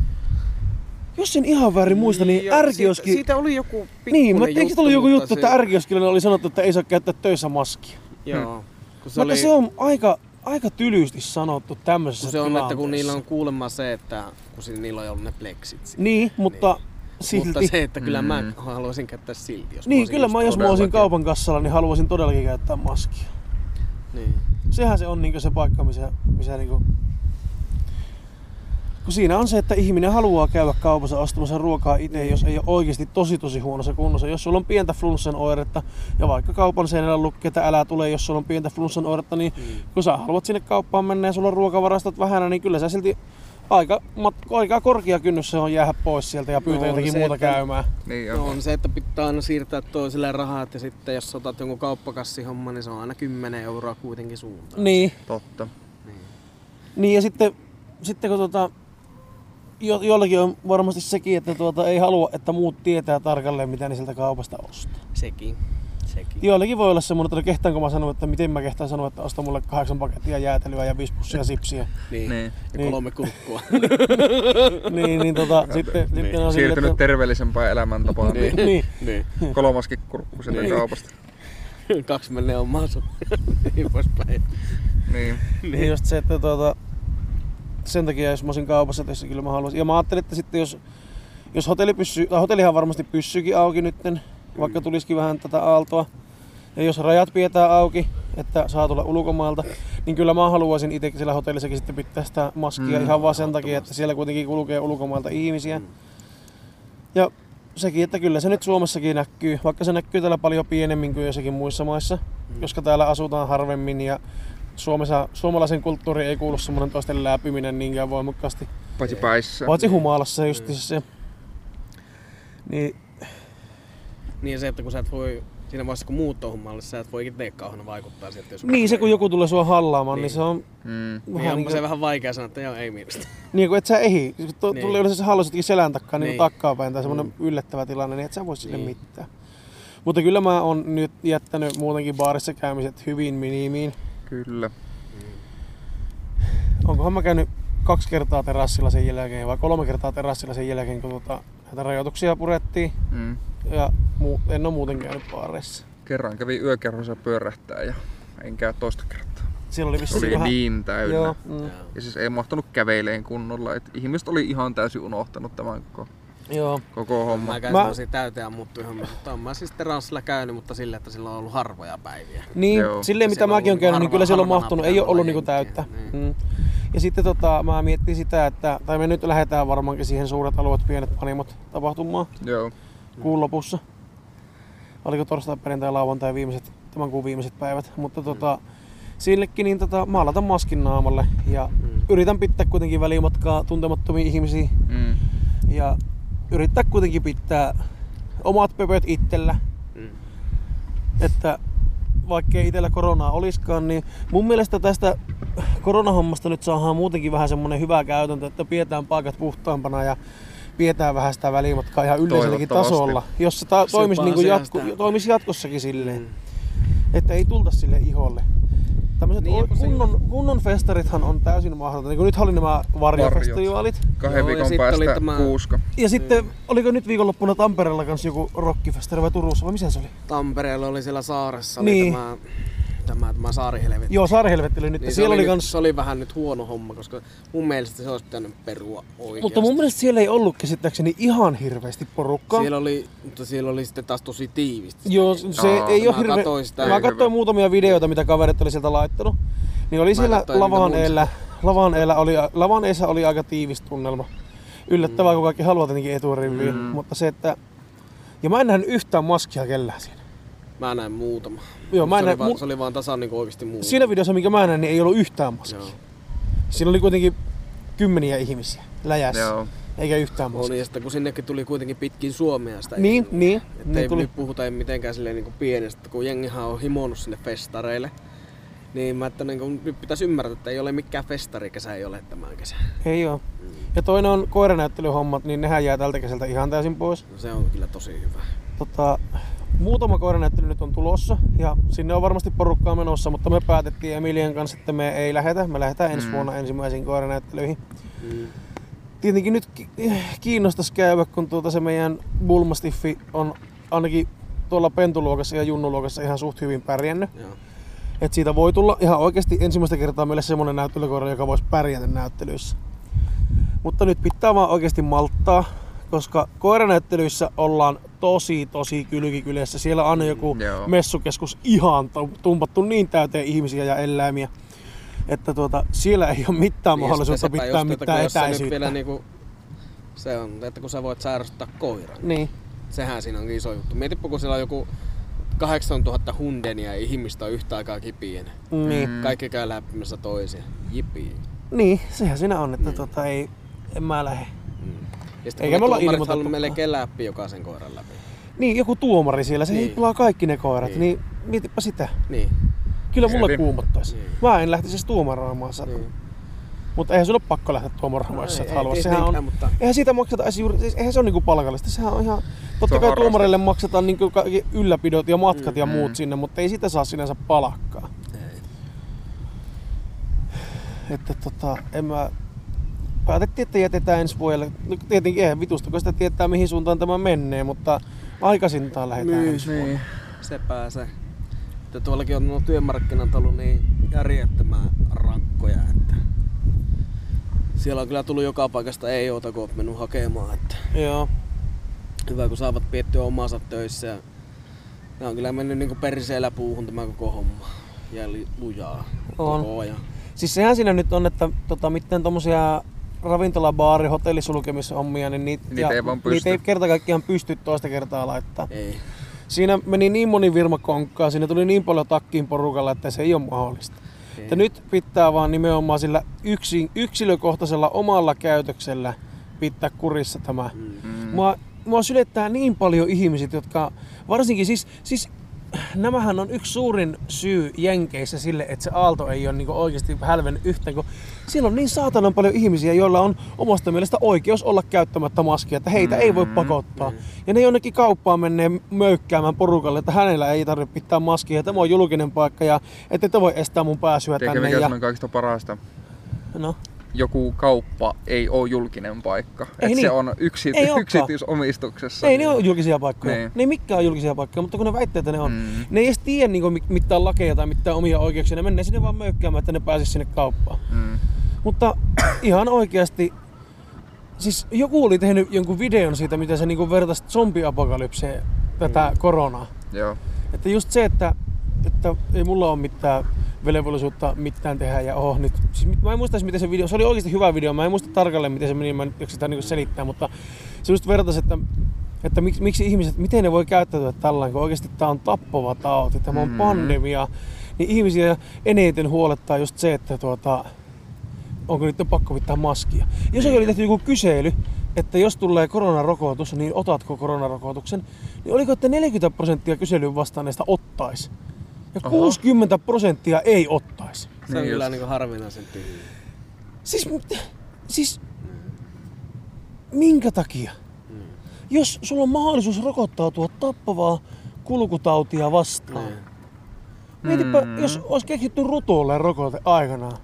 [SPEAKER 1] Jos en ihan väärin muista, niin
[SPEAKER 3] Joo,
[SPEAKER 1] ärkioski...
[SPEAKER 3] Siitä, siitä oli joku
[SPEAKER 1] niin, mä,
[SPEAKER 3] pikkunen
[SPEAKER 1] eikö tullut joku
[SPEAKER 3] mutta
[SPEAKER 1] juttu, että ärkioskilla ne oli sanottu, että ei saa käyttää töissä maskia?
[SPEAKER 3] Joo. Kun
[SPEAKER 1] Se Mutta Hmm. se on aika, aika tylysti sanottu tämmöisessä
[SPEAKER 3] kun se on, että kun
[SPEAKER 1] tilanteessa.
[SPEAKER 3] niillä on kuulemma se, että kun si- niillä on ollut ne pleksit siinä.
[SPEAKER 1] Niin, mutta silti...
[SPEAKER 3] Niin. Mutta se, että kyllä mä
[SPEAKER 4] Mm.
[SPEAKER 3] haluaisin käyttää silti, jos
[SPEAKER 1] niin,
[SPEAKER 3] olisin
[SPEAKER 1] kyllä mä
[SPEAKER 3] just
[SPEAKER 1] jos mä olisin
[SPEAKER 4] todellakin.
[SPEAKER 1] kaupan kassalla, niin haluaisin todellakin käyttää maskia.
[SPEAKER 3] tuolla. Niin.
[SPEAKER 1] Sehän se on niinku se paikka, missä, missä niinku... Kun siinä on se, että ihminen haluaa käydä kaupassa ostamassa ruokaa itse, jos ei ole oikeasti tosi tosi huonossa kunnossa. Jos sulla on pientä flunssan oiretta ja vaikka kaupan seinällä lukee, että älä tule, jos sulla on pientä flunssan oiretta,
[SPEAKER 3] Mm.
[SPEAKER 1] niin kun sä haluat sinne kauppaan mennä ja sulla on ruokavarastot vähänä, niin kyllä sä silti aika, mat- aika korkea kynnys se on jäädä pois sieltä ja pyytää
[SPEAKER 3] No,
[SPEAKER 1] no,
[SPEAKER 3] on
[SPEAKER 1] jotakin
[SPEAKER 3] se,
[SPEAKER 1] muuta
[SPEAKER 3] että-
[SPEAKER 1] käymään.
[SPEAKER 4] niin
[SPEAKER 3] No
[SPEAKER 4] on.
[SPEAKER 3] on se, että pitää aina siirtää toiselle rahat ja sitten jos otat jonkun kauppakassihomma, niin se on aina 10 euroa kuitenkin suuntaan.
[SPEAKER 1] Niin.
[SPEAKER 4] Totta.
[SPEAKER 1] Niin ja sitten, sitten kun tota, jo, jollakin on varmasti sekin, että tuota, ei halua, että muut tietää tarkalleen, mitä ne sieltä kaupasta ostaa.
[SPEAKER 3] Sekin. Sekin.
[SPEAKER 1] Joillakin voi olla semmoinen, että no kehtaanko mä sanoa, että miten mä kehtaan sanoa, että osta mulle kahdeksan pakettia jäätelyä ja viisi pussia sipsiä.
[SPEAKER 3] Niin.
[SPEAKER 4] Niin.
[SPEAKER 3] Ja
[SPEAKER 1] Niin.
[SPEAKER 3] kolme kurkkua.
[SPEAKER 1] niin, niin tota, sitten,
[SPEAKER 3] Niin.
[SPEAKER 1] sitten on
[SPEAKER 4] Siirtynyt
[SPEAKER 1] silleen,
[SPEAKER 4] terveellisempään elämäntapaan, niin
[SPEAKER 1] että, niin,
[SPEAKER 3] niin.
[SPEAKER 4] kolmaskin kurkku sieltä
[SPEAKER 3] Niin.
[SPEAKER 4] kaupasta.
[SPEAKER 3] Kaksi menee omaan suuntaan. niin poispäin.
[SPEAKER 4] Niin.
[SPEAKER 1] niin. just se, että tuota, sen takia jos mä olisin kaupassa töissä, kyllä mä haluaisin. Ja mä ajattelin, että sitten jos, jos hotelli pyssy, tai hotellihan varmasti pyssyykin auki nytten, vaikka tulisikin vähän tätä aaltoa. Ja jos rajat pidetään auki, että saa tulla ulkomailta, niin kyllä mä haluaisin itse siellä hotellissakin sitten pitää sitä maskia
[SPEAKER 4] Mm,
[SPEAKER 1] ihan vaan sen takia, että siellä kuitenkin kulkee ulkomailta ihmisiä. Ja sekin, että kyllä se nyt Suomessakin näkyy, vaikka se näkyy täällä paljon pienemmin kuin jossakin muissa maissa,
[SPEAKER 3] Mm.
[SPEAKER 1] koska täällä asutaan harvemmin ja Suomessa, suomalaisen kulttuuriin ei kuulu semmoinen toisten läpiminen niinkään voimakkaasti.
[SPEAKER 4] Paitsi päissä.
[SPEAKER 3] Mm.
[SPEAKER 1] Paitsi humalassa just se. Niin,
[SPEAKER 3] Niin se, että kun sä et voi, siinä vaiheessa kun muut on hommalle, sä et voi itse kauhean vaikuttaa sieltä. Jos
[SPEAKER 1] niin se kun joku tulee sua hallaamaan, niin,
[SPEAKER 3] Niin.
[SPEAKER 1] niin se on
[SPEAKER 4] Mm.
[SPEAKER 3] Niin
[SPEAKER 1] vähän
[SPEAKER 3] onpa
[SPEAKER 1] niin,
[SPEAKER 3] se
[SPEAKER 1] niin,
[SPEAKER 3] vähän vaikea sanoa, että joo, ei mielestä.
[SPEAKER 1] niin kuin et sä ehi. Kun tu-
[SPEAKER 3] Niin.
[SPEAKER 1] Tulee yleensä hallusitkin selän takkaan niin.
[SPEAKER 3] Niin.
[SPEAKER 1] niin takkaanpäin tai semmoinen yllättävä tilanne, niin et sä voi sille
[SPEAKER 3] Niin.
[SPEAKER 1] mitään. Mutta kyllä mä oon nyt jättänyt muutenkin baarissa käymiset hyvin minimiin.
[SPEAKER 4] Kyllä.
[SPEAKER 1] Onkohan mä käynyt kaksi kertaa terassilla sen jälkeen vai kolme kertaa terassilla sen jälkeen, kun tota, näitä rajoituksia purettiin.
[SPEAKER 4] Mm.
[SPEAKER 1] Ja muu, en ole muuten käynyt baareissa.
[SPEAKER 4] Kerran kävi yökerhossa pyörähtää ja en käy toista kertaa.
[SPEAKER 1] Siellä oli vissiin
[SPEAKER 4] Oli
[SPEAKER 1] vähän...
[SPEAKER 4] niin täynnä.
[SPEAKER 1] Joo, mm,
[SPEAKER 3] Joo.
[SPEAKER 4] Ja siis ei mahtunut käveleen kunnolla. Et ihmiset oli ihan täysin unohtanut tämän koko,
[SPEAKER 1] joo.
[SPEAKER 4] koko homman.
[SPEAKER 3] Mä käyn
[SPEAKER 1] Mä-
[SPEAKER 3] mä... semmosia täyteen ammuttu ihan, mutta on mä siis terassilla käynyt, mutta sillä, että sillä on ollut harvoja päiviä.
[SPEAKER 1] Niin,
[SPEAKER 4] Joo.
[SPEAKER 1] silleen mitä
[SPEAKER 3] Siellä on
[SPEAKER 1] mäkin on
[SPEAKER 3] ollut
[SPEAKER 1] käynyt, niin
[SPEAKER 3] harva-
[SPEAKER 1] kyllä siellä on
[SPEAKER 3] harvana
[SPEAKER 1] mahtunut.
[SPEAKER 3] pitää
[SPEAKER 1] Ei ole
[SPEAKER 3] olla
[SPEAKER 1] ollut niinku
[SPEAKER 3] jenkkejä,
[SPEAKER 1] täyttä.
[SPEAKER 3] niin.
[SPEAKER 1] Mm. Ja sitten tota, mä miettin sitä, että, tai me nyt lähdetään varmaankin siihen suuret alueet, pienet panimot tapahtumaan
[SPEAKER 4] Joo.
[SPEAKER 1] kuun lopussa. Oliko torstai, perjantai, lauantai viimeiset, tämän kuun viimeiset päivät. Mutta tota, sillekin niin tota, mä laitan maskin naamalle ja
[SPEAKER 3] Mm.
[SPEAKER 1] yritän pitää kuitenkin välimatkaa tuntemattomia ihmisiä
[SPEAKER 4] Mm.
[SPEAKER 1] ja yrittää kuitenkin pitää omat pöpöt itsellä.
[SPEAKER 3] Mm.
[SPEAKER 1] että vaikkei itsellä koronaa olisikaan, niin mun mielestä tästä koronahommasta nyt saadaan muutenkin vähän semmonen hyvä käytäntö, että pidetään paikat puhtaampana ja pidetään vähän sitä välimatkaa ihan yleiselläkin
[SPEAKER 4] Toivottavasti.
[SPEAKER 1] tasolla, jos se ta-
[SPEAKER 3] Se
[SPEAKER 1] toimisi,
[SPEAKER 3] on
[SPEAKER 1] niin kuin
[SPEAKER 3] sehän
[SPEAKER 1] jatku-
[SPEAKER 3] sitä.
[SPEAKER 1] toimisi jatkossakin silleen,
[SPEAKER 3] Mm.
[SPEAKER 1] että ei tulta sille iholle. Tämmöiset
[SPEAKER 3] Niin,
[SPEAKER 1] niin,
[SPEAKER 3] kun se-
[SPEAKER 1] kunnon, kunnon festarithan on täysin mahdotonta. Niin kuin nyt oli nämä varjofestivaalit.
[SPEAKER 4] Kahden
[SPEAKER 3] Joo, ja
[SPEAKER 4] viikon
[SPEAKER 3] sit oli
[SPEAKER 4] päästä
[SPEAKER 3] tämä-
[SPEAKER 4] kuuska.
[SPEAKER 1] Ja sitten,
[SPEAKER 3] Niin.
[SPEAKER 1] oliko nyt viikonloppuna Tampereella kanssa joku rockifestari vai Turussa vai missä se oli?
[SPEAKER 3] Tampereella oli siellä saaressa
[SPEAKER 1] Niin.
[SPEAKER 3] niin. oli tämä, tämä, tämä saarihelvetti.
[SPEAKER 1] Joo, Saarihelvetti oli nyt.
[SPEAKER 3] Niin
[SPEAKER 1] Niin
[SPEAKER 3] se,
[SPEAKER 1] siellä
[SPEAKER 3] oli
[SPEAKER 1] oli
[SPEAKER 3] nyt,
[SPEAKER 1] kans,
[SPEAKER 3] se oli vähän nyt huono homma, koska mun mielestä se olisi pitänyt perua oikeasti.
[SPEAKER 1] mutta mun mielestä siellä ei ollut käsittääkseni ihan hirveästi porukkaa.
[SPEAKER 3] Siellä oli, mutta siellä oli sitten taas tosi tiivistä. sitä
[SPEAKER 1] Joo, se
[SPEAKER 4] Aa,
[SPEAKER 1] ei ole
[SPEAKER 3] mä
[SPEAKER 1] hirveä.
[SPEAKER 3] katsoin sitä.
[SPEAKER 1] Mä
[SPEAKER 4] Ei
[SPEAKER 1] katsoin
[SPEAKER 4] hirveä.
[SPEAKER 1] muutamia videoita, mitä kaverit oli sieltä laittanut. Niin oli
[SPEAKER 3] Mä
[SPEAKER 1] siellä
[SPEAKER 3] katsoin niitä
[SPEAKER 1] lavan
[SPEAKER 3] muista.
[SPEAKER 1] eellä, lavan eellä oli, lavan eessä oli aika tiivis tunnelma. Yllättävää,
[SPEAKER 3] Mm.
[SPEAKER 1] kun kaikki haluaa tietenkin eturiviä,
[SPEAKER 4] Mm.
[SPEAKER 1] mutta se, että... Ja mä en nähnyt yhtään maskia kellään siinä.
[SPEAKER 3] Mä näin muutama.
[SPEAKER 1] Joo, mä
[SPEAKER 3] Mut
[SPEAKER 1] en
[SPEAKER 3] se,
[SPEAKER 1] näin,
[SPEAKER 3] oli vaan,
[SPEAKER 1] mu-
[SPEAKER 3] se oli vaan tasan niinku oikeesti muutama.
[SPEAKER 1] siinä videossa, minkä mä näin, niin ei ollut yhtään maskia.
[SPEAKER 3] Joo.
[SPEAKER 1] Siinä oli kuitenkin kymmeniä ihmisiä läjässä,
[SPEAKER 4] Joo.
[SPEAKER 1] eikä yhtään
[SPEAKER 3] Oli,
[SPEAKER 1] maskia.
[SPEAKER 3] ja sitten kun sinnekin tuli kuitenkin pitkin Suomea sitä
[SPEAKER 1] Niin,
[SPEAKER 3] jengiä.
[SPEAKER 1] niin,
[SPEAKER 3] Että
[SPEAKER 1] niin
[SPEAKER 3] ei
[SPEAKER 1] tuli.
[SPEAKER 3] nyt puhuta ei mitenkään silleen niinku pienestä, kun jengihän on himonut sinne festareille. Niin mä että niinku, nyt pitäisi ymmärtää, että ei ole mikään festarikesä ei ole tämän kesän.
[SPEAKER 1] Ei oo. Ja toinen on koiranäyttelyhommat, niin nehän jää tältä kesältä ihan täysin pois.
[SPEAKER 3] No se on kyllä tosi hyvä.
[SPEAKER 1] tota, muutama koiranäyttely nyt on tulossa ja sinne on varmasti porukkaa menossa, mutta me päätettiin Emilian kanssa, että me ei lähetä. Me lähdetään ensi
[SPEAKER 4] Mm.
[SPEAKER 1] vuonna ensimmäisiin koiranäyttelyihin.
[SPEAKER 3] Mm.
[SPEAKER 1] Tietenkin nyt ki- kiinnostaisi käydä, kun tuota se meidän Bulmastiffi on ainakin tuolla pentuluokassa ja junnuluokassa ihan suht hyvin pärjännyt.
[SPEAKER 3] Joo.
[SPEAKER 1] Et siitä voi tulla ihan oikeasti ensimmäistä kertaa meille semmonen näyttelykoira, joka voisi pärjätä näyttelyissä. Mutta nyt pitää vaan oikeasti malttaa, koska koiranäyttelyissä ollaan tosi tosi kylkikylässä. Siellä on
[SPEAKER 3] Mm,
[SPEAKER 1] joku
[SPEAKER 4] Joo.
[SPEAKER 1] messukeskus ihan tu- tumpattu niin täyteen ihmisiä ja eläimiä, että tuota, siellä ei ole mitään
[SPEAKER 3] Niin, ja
[SPEAKER 1] mahdollisuutta
[SPEAKER 3] sitten sepä
[SPEAKER 1] pitää
[SPEAKER 3] just, että
[SPEAKER 1] mitään
[SPEAKER 3] kun jos sä nyt
[SPEAKER 1] etäisyyttä.
[SPEAKER 3] Vielä niinku, se on, että kun sä voit sairastuttaa koiran.
[SPEAKER 1] Niin.
[SPEAKER 3] Sehän siinä onkin iso juttu. Mietipä, kun siellä on joku 8000 hundenia ja ihmistä on yhtä aikaa kipienä.
[SPEAKER 1] Niin.
[SPEAKER 4] Mm.
[SPEAKER 3] Kaikki käy läpimässä toisia. Jipi.
[SPEAKER 1] niin, sehän siinä on, että
[SPEAKER 3] Niin.
[SPEAKER 1] tuota, ei, en mä lähde.
[SPEAKER 3] Mm. Ja sitten
[SPEAKER 1] Eikä
[SPEAKER 3] kun
[SPEAKER 1] me olla
[SPEAKER 3] ne tuomarit
[SPEAKER 1] ilmoitettu.
[SPEAKER 3] haluaa melkein läpi jokaisen koiran läpi.
[SPEAKER 1] Niin, joku tuomari siellä, se
[SPEAKER 3] Niin.
[SPEAKER 1] niin. pelaa kaikki ne koirat,
[SPEAKER 3] Niin.
[SPEAKER 1] niin, niin mietipä sitä.
[SPEAKER 3] Niin.
[SPEAKER 1] Kyllä mulle
[SPEAKER 4] Hyvin.
[SPEAKER 1] kuumottaisi.
[SPEAKER 3] Niin.
[SPEAKER 1] Mä en lähtisi edes tuomaraamaan sitä.
[SPEAKER 3] niin. No
[SPEAKER 1] Mutta eihän sulla ole pakko lähteä tuomaraamaan, jos sä et halua. Sehän
[SPEAKER 3] tietenkään,
[SPEAKER 1] on,
[SPEAKER 3] Mutta
[SPEAKER 1] eihän siitä makseta edes juuri, siis eihän se ole niinku palkallista. Sehän on ihan, totta kai
[SPEAKER 4] harraste.
[SPEAKER 1] tuomareille maksetaan niinku kaikki ylläpidot ja matkat ja
[SPEAKER 4] Mm.
[SPEAKER 1] muut sinne, mutta ei sitä saa sinänsä palakkaa.
[SPEAKER 3] Ei.
[SPEAKER 1] Että tota, en mä... Päätettiin, että jätetään ensi vuodelle. No, tietenkin eihän vitusta, kun sitä tietää mihin suuntaan tämä menee, mutta aikaisintaan lähdetään
[SPEAKER 3] Niin,
[SPEAKER 1] ensi
[SPEAKER 4] Niin.
[SPEAKER 3] se pääsee. Että tuollakin on nuo työmarkkinat ollut niin järjettömän rankkoja, että siellä on kyllä tullut joka paikasta ei ota, kun oot mennyt hakemaan. Että
[SPEAKER 1] Joo.
[SPEAKER 3] hyvä, kun saavat piettyä omaansa töissä. Ja nämä on kyllä mennyt niin perseellä puuhun tämä koko homma. Ja li- lujaa
[SPEAKER 1] On.
[SPEAKER 3] koko ajan.
[SPEAKER 1] Siis sehän siinä nyt on, että tota, mitään tommosia ravintola, baari, hotellisulkemishommia, niin niitä,
[SPEAKER 4] Niitä ei vaan
[SPEAKER 1] niitä
[SPEAKER 4] pysty.
[SPEAKER 1] ei kerta kaikkiaan pysty toista kertaa laittaa.
[SPEAKER 3] Ei.
[SPEAKER 1] Siinä meni niin moni virma konkkaa, siinä tuli niin paljon takkiin porukalla, että se ei ole mahdollista.
[SPEAKER 4] Niin.
[SPEAKER 3] ei.
[SPEAKER 1] Ja nyt pitää vaan nimenomaan sillä yksin, yksilökohtaisella omalla käytöksellä pitää kurissa tämä.
[SPEAKER 3] Mm.
[SPEAKER 4] Mm.
[SPEAKER 1] Mua, mua sylettää niin paljon ihmiset, jotka varsinkin siis, siis nämähän on yksi suurin syy Jenkeissä sille, että se aalto ei ole niin oikeasti hälven yhtään, kun siellä on niin saatanan paljon ihmisiä, joilla on omasta mielestä oikeus olla käyttämättä maskia, että heitä ei voi
[SPEAKER 4] Mm.
[SPEAKER 1] pakottaa. Ja ne jonnekin kauppaan menee möykkäämään porukalle, että hänellä ei tarvitse pitää maskia, tämä on julkinen paikka ja ette te voi estää mun pääsyä
[SPEAKER 4] Tiedätkö
[SPEAKER 1] tänne.
[SPEAKER 4] mikä
[SPEAKER 1] Ja...
[SPEAKER 4] on kaikista parasta?
[SPEAKER 1] No.
[SPEAKER 4] Joku kauppa ei ole julkinen paikka.
[SPEAKER 1] Ei
[SPEAKER 4] Et
[SPEAKER 1] niin.
[SPEAKER 4] Se on yksity-
[SPEAKER 1] Ei olekaan.
[SPEAKER 4] yksityisomistuksessa.
[SPEAKER 1] Ei ne ole julkisia paikkoja.
[SPEAKER 4] Niin.
[SPEAKER 1] Ne ei mikään ole julkisia paikkoja, mutta kun ne väittää, että ne on.
[SPEAKER 4] Mm.
[SPEAKER 1] Ne ei edes tiedä niinku mit- mitään lakeja tai mitään omia oikeuksia. Ne menee sinne vaan möykkäämään, että ne pääsisi sinne kauppaan.
[SPEAKER 4] Mm.
[SPEAKER 1] Mutta ihan oikeasti, siis joku oli tehnyt jonkun videon siitä, miten se niinku vertaisi zombiapokalypseen tätä
[SPEAKER 4] Mm.
[SPEAKER 1] koronaa.
[SPEAKER 4] Joo.
[SPEAKER 1] Että just se, että, että ei mulla ole mitään velvollisuutta mitään tehdä ja oh nyt. Siis mit- mä en muista edes, miten se video, se oli oikeasti hyvä video, mä en muista tarkalleen miten se meni, mä en nyt jaksa sitä niinku selittää, mutta se just vertasi, että että miksi, miksi ihmiset, miten ne voi käyttäytyä tällä kun oikeasti tämä on tappava tauti, tämä on
[SPEAKER 4] Mm.
[SPEAKER 1] pandemia, niin ihmisiä eniten huolettaa just se, että tuota, onko nyt pakko pitää maskia. Jos oli tehty joku kysely, että jos tulee koronarokotus, niin otatko koronarokotuksen, niin oliko, että 40 prosenttia kyselyyn vastanneista ottaisi? Ja
[SPEAKER 4] Aha.
[SPEAKER 1] 60 prosenttia ei ottaisi.
[SPEAKER 3] Se on
[SPEAKER 4] Niin
[SPEAKER 3] kyllä
[SPEAKER 4] just.
[SPEAKER 3] niinku harvinaisen tyhjä.
[SPEAKER 1] Siis, mut- siis minkä takia?
[SPEAKER 4] Mm.
[SPEAKER 1] Jos sulla on mahdollisuus rokottautua tappavaa kulkutautia vastaan,
[SPEAKER 3] Niin.
[SPEAKER 1] Mietipä,
[SPEAKER 4] Mm.
[SPEAKER 1] jos olisi keksitty rutolle rokote aikanaan.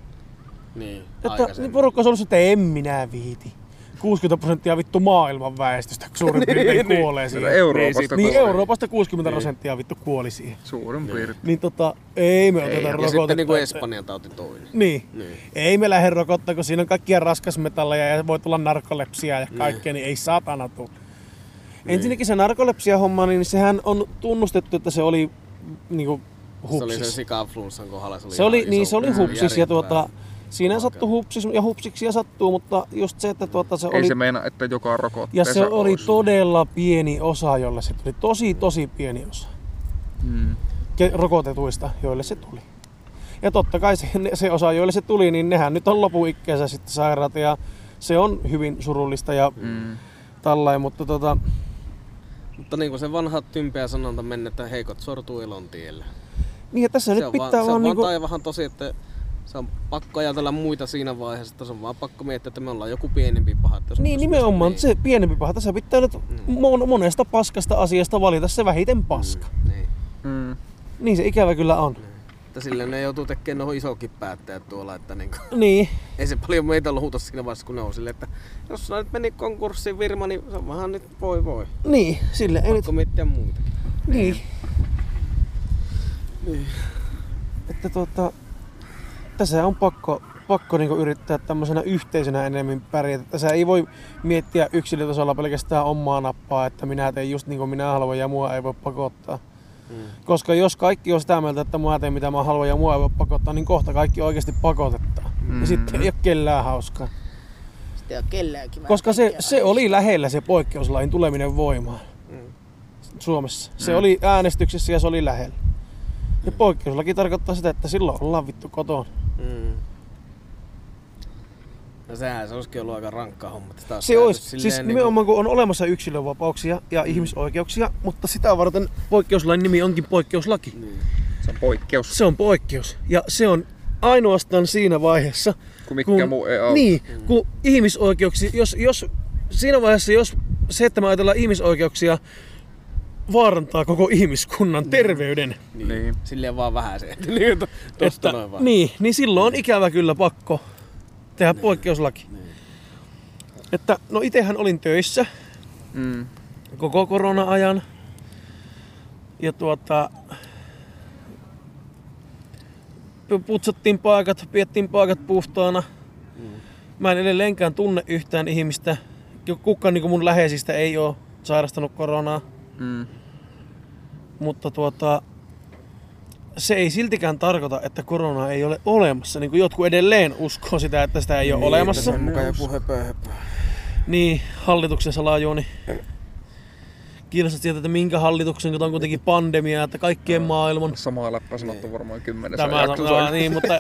[SPEAKER 3] Niin,
[SPEAKER 1] Että niin porukka olisi ollut se, että en minä viiti. 60 prosenttia vittu maailman väestöstä suurin piirtein
[SPEAKER 3] Niin,
[SPEAKER 1] kuolee siihen.
[SPEAKER 4] Euroopasta
[SPEAKER 1] Niin
[SPEAKER 4] kuolee.
[SPEAKER 1] Euroopasta 60 prosenttia vittu kuoli siihen.
[SPEAKER 4] Suurin piirtein.
[SPEAKER 1] Niin tota, ei me
[SPEAKER 3] Ei,
[SPEAKER 1] oteta
[SPEAKER 3] ja
[SPEAKER 1] rokotetta.
[SPEAKER 3] sitten niinku Espanjan tauti toinen.
[SPEAKER 1] Niin.
[SPEAKER 3] Niin.
[SPEAKER 1] Ei me lähde rokottaa, kun siinä on kaikkia raskasmetalleja ja voi tulla narkolepsiaa ja kaikkea, niin ei satana tule.
[SPEAKER 3] Niin.
[SPEAKER 1] Ensinnäkin se narkolepsia-homma, niin sehän on tunnustettu, että se oli niinku
[SPEAKER 3] Se oli sen
[SPEAKER 1] hupsis.
[SPEAKER 3] sikaflunssan kohdalla. Se oli,
[SPEAKER 1] Se oli,
[SPEAKER 3] ihan
[SPEAKER 1] niin
[SPEAKER 3] iso-
[SPEAKER 1] se oli
[SPEAKER 3] iso
[SPEAKER 1] hupsis ja
[SPEAKER 3] järkyttävä.
[SPEAKER 1] tuota, siinä
[SPEAKER 3] Okei.
[SPEAKER 1] sattui hupsis ja hupsiksia sattuu, mutta just se, että tuota, se
[SPEAKER 4] Ei
[SPEAKER 1] oli...
[SPEAKER 4] se meina, että joka
[SPEAKER 1] Ja
[SPEAKER 4] rokotteessa
[SPEAKER 1] se oli
[SPEAKER 4] olisi.
[SPEAKER 1] todella pieni osa, jolle se tuli. Tosi, tosi pieni osa
[SPEAKER 4] Mm.
[SPEAKER 1] ke- rokotetuista, joille se tuli. Ja totta kai se, ne- se osa, joille se tuli, niin nehän nyt on lopuikkeensa sitten sairaat ja se on hyvin surullista ja
[SPEAKER 4] Mm.
[SPEAKER 1] tällainen, mutta tota,
[SPEAKER 3] Mutta niinku se vanha tympeä sanonta mennä, että heikot sortuu elon tielle.
[SPEAKER 1] niin ja tässä
[SPEAKER 3] Se
[SPEAKER 1] nyt
[SPEAKER 3] on
[SPEAKER 1] pitää
[SPEAKER 3] vaan, se on
[SPEAKER 1] vaan
[SPEAKER 3] vaan
[SPEAKER 1] niinku,
[SPEAKER 3] taivahan tosi, että se on pakko ajatella muita siinä vaiheessa, että se on vaan pakko miettiä, että me ollaan joku pienempi paha. Että jos me
[SPEAKER 1] niin
[SPEAKER 3] pystyisi-
[SPEAKER 1] nimenomaan se pienempi paha. Tässä pitää nyt mon- monesta paskasta asiasta valita se vähiten paska.
[SPEAKER 3] Niin.
[SPEAKER 4] Mm.
[SPEAKER 1] Niin se ikävä kyllä on.
[SPEAKER 3] Että silleen ne joutuu tekemään noihin isokin päättäjät tuolla, että niinku,
[SPEAKER 1] Niin,
[SPEAKER 3] ei se paljon meitä lohuta siinä vaiheessa, kun ne on silleen, että jos sinä nyt meni konkurssiin firma, niin se on vähän nyt voi voi.
[SPEAKER 1] niin, sille ei nyt,
[SPEAKER 3] Pakko miettiä muita.
[SPEAKER 1] niin. Että tuota, tässä on pakko, pakko niinku yrittää tämmöisenä yhteisönä enemmän pärjätä. Tässä ei voi miettiä yksilötasolla pelkästään omaa nappaa, että minä teen just niin kuin minä haluan ja mua ei voi pakottaa.
[SPEAKER 3] Mm.
[SPEAKER 1] Koska jos kaikki on sitä mieltä, että mä teen mitä mä haluan ja mua ei voi pakottaa, niin kohta kaikki oikeasti pakotetaan.
[SPEAKER 4] Mm.
[SPEAKER 1] Ja sitten ei ole kellään hauskaa.
[SPEAKER 5] Sitä ei ole kelläänkin.
[SPEAKER 1] Koska se, se oli lähellä se poikkeuslain tuleminen voimaan
[SPEAKER 3] Mm.
[SPEAKER 1] Suomessa. Se oli äänestyksessä ja se oli lähellä. Ja poikkeuslaki tarkoittaa sitä, että silloin ollaan vittu kotona.
[SPEAKER 3] Mm. No sehän se olisikin ollut aika rankka homma. että sitä
[SPEAKER 1] Se
[SPEAKER 3] jääty
[SPEAKER 1] olisi,
[SPEAKER 3] silleen
[SPEAKER 1] siis
[SPEAKER 3] niinku-
[SPEAKER 1] nimenomaan kun on olemassa yksilönvapauksia ja ihmisoikeuksia, mutta sitä varten poikkeuslain nimi onkin poikkeuslaki.
[SPEAKER 3] Niin.
[SPEAKER 4] Se on poikkeus,
[SPEAKER 1] Se on poikkeus ja se on ainoastaan siinä vaiheessa,
[SPEAKER 4] kun E mikään muu ei ole.
[SPEAKER 1] Niin,
[SPEAKER 3] Mm.
[SPEAKER 1] kun ihmisoikeuksia, jos, jos, siinä vaiheessa, jos se, että me ajatellaan ihmisoikeuksia, vaarantaa koko ihmiskunnan terveyden.
[SPEAKER 3] Niin.
[SPEAKER 4] Niin.
[SPEAKER 3] Silleen vaan vähän se, että niinku to, tosta
[SPEAKER 1] että,
[SPEAKER 3] noin vaan. Niin.
[SPEAKER 1] Niin, niin silloin on ikävä kyllä pakko tehdä poikkeuslaki. Että, no itehän olin töissä
[SPEAKER 4] Mm.
[SPEAKER 1] koko korona-ajan. Ja tuota, pu- putsattiin paikat, piettiin paikat puhtaana. Mä en edelleenkään tunne yhtään ihmistä. Kukaan niin mun läheisistä ei ole sairastanut koronaa.
[SPEAKER 4] Mm.
[SPEAKER 1] Mutta tuota, se ei siltikään tarkoita, että korona ei ole olemassa. Niin kuin jotkut edelleen uskoo sitä, että sitä ei ole olemassa.
[SPEAKER 3] Se on mukaan joku höpö, höpö.
[SPEAKER 1] Niin, hallituksen salajuoni. Kiinnostaa tietää, että minkä hallituksen, kun on kuitenkin pandemia, että kaikkien maailman.
[SPEAKER 4] Samaa läppää sanottu varmaan kymmenessä
[SPEAKER 1] Niin. Tämä
[SPEAKER 4] jaksossa.
[SPEAKER 1] on, niin, mutta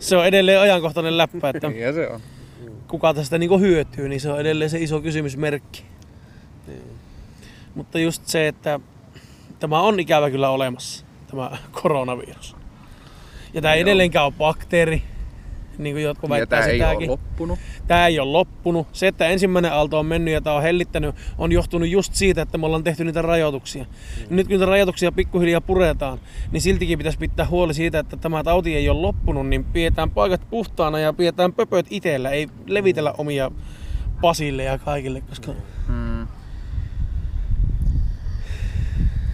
[SPEAKER 1] se on edelleen ajankohtainen läppä, että
[SPEAKER 4] Niin ja se on.
[SPEAKER 1] kuka tästä niinku hyötyy, niin se on edelleen se iso kysymysmerkki.
[SPEAKER 4] Niin.
[SPEAKER 1] Mutta just se, että tämä on ikävä kyllä olemassa, tämä koronavirus. Ja tämä ei
[SPEAKER 4] Joo.
[SPEAKER 1] edelleenkään ole bakteeri, niin kuin jotkut
[SPEAKER 4] Niin Ja tää
[SPEAKER 1] väittää
[SPEAKER 4] ei ole
[SPEAKER 1] sitäkin.
[SPEAKER 4] loppunut.
[SPEAKER 1] Tämä ei ole loppunut. Se, että ensimmäinen aalto on mennyt ja tämä on hellittänyt, on johtunut just siitä, että me ollaan tehty niitä rajoituksia. Mm. Nyt kun niitä rajoituksia pikkuhiljaa puretaan, niin siltikin pitäisi pitää huoli siitä, että tämä tauti ei ole loppunut, niin pidetään paikat puhtaana ja pidetään pöpöt itsellä. Ei levitellä omia pasille ja kaikille, koska
[SPEAKER 4] Mm.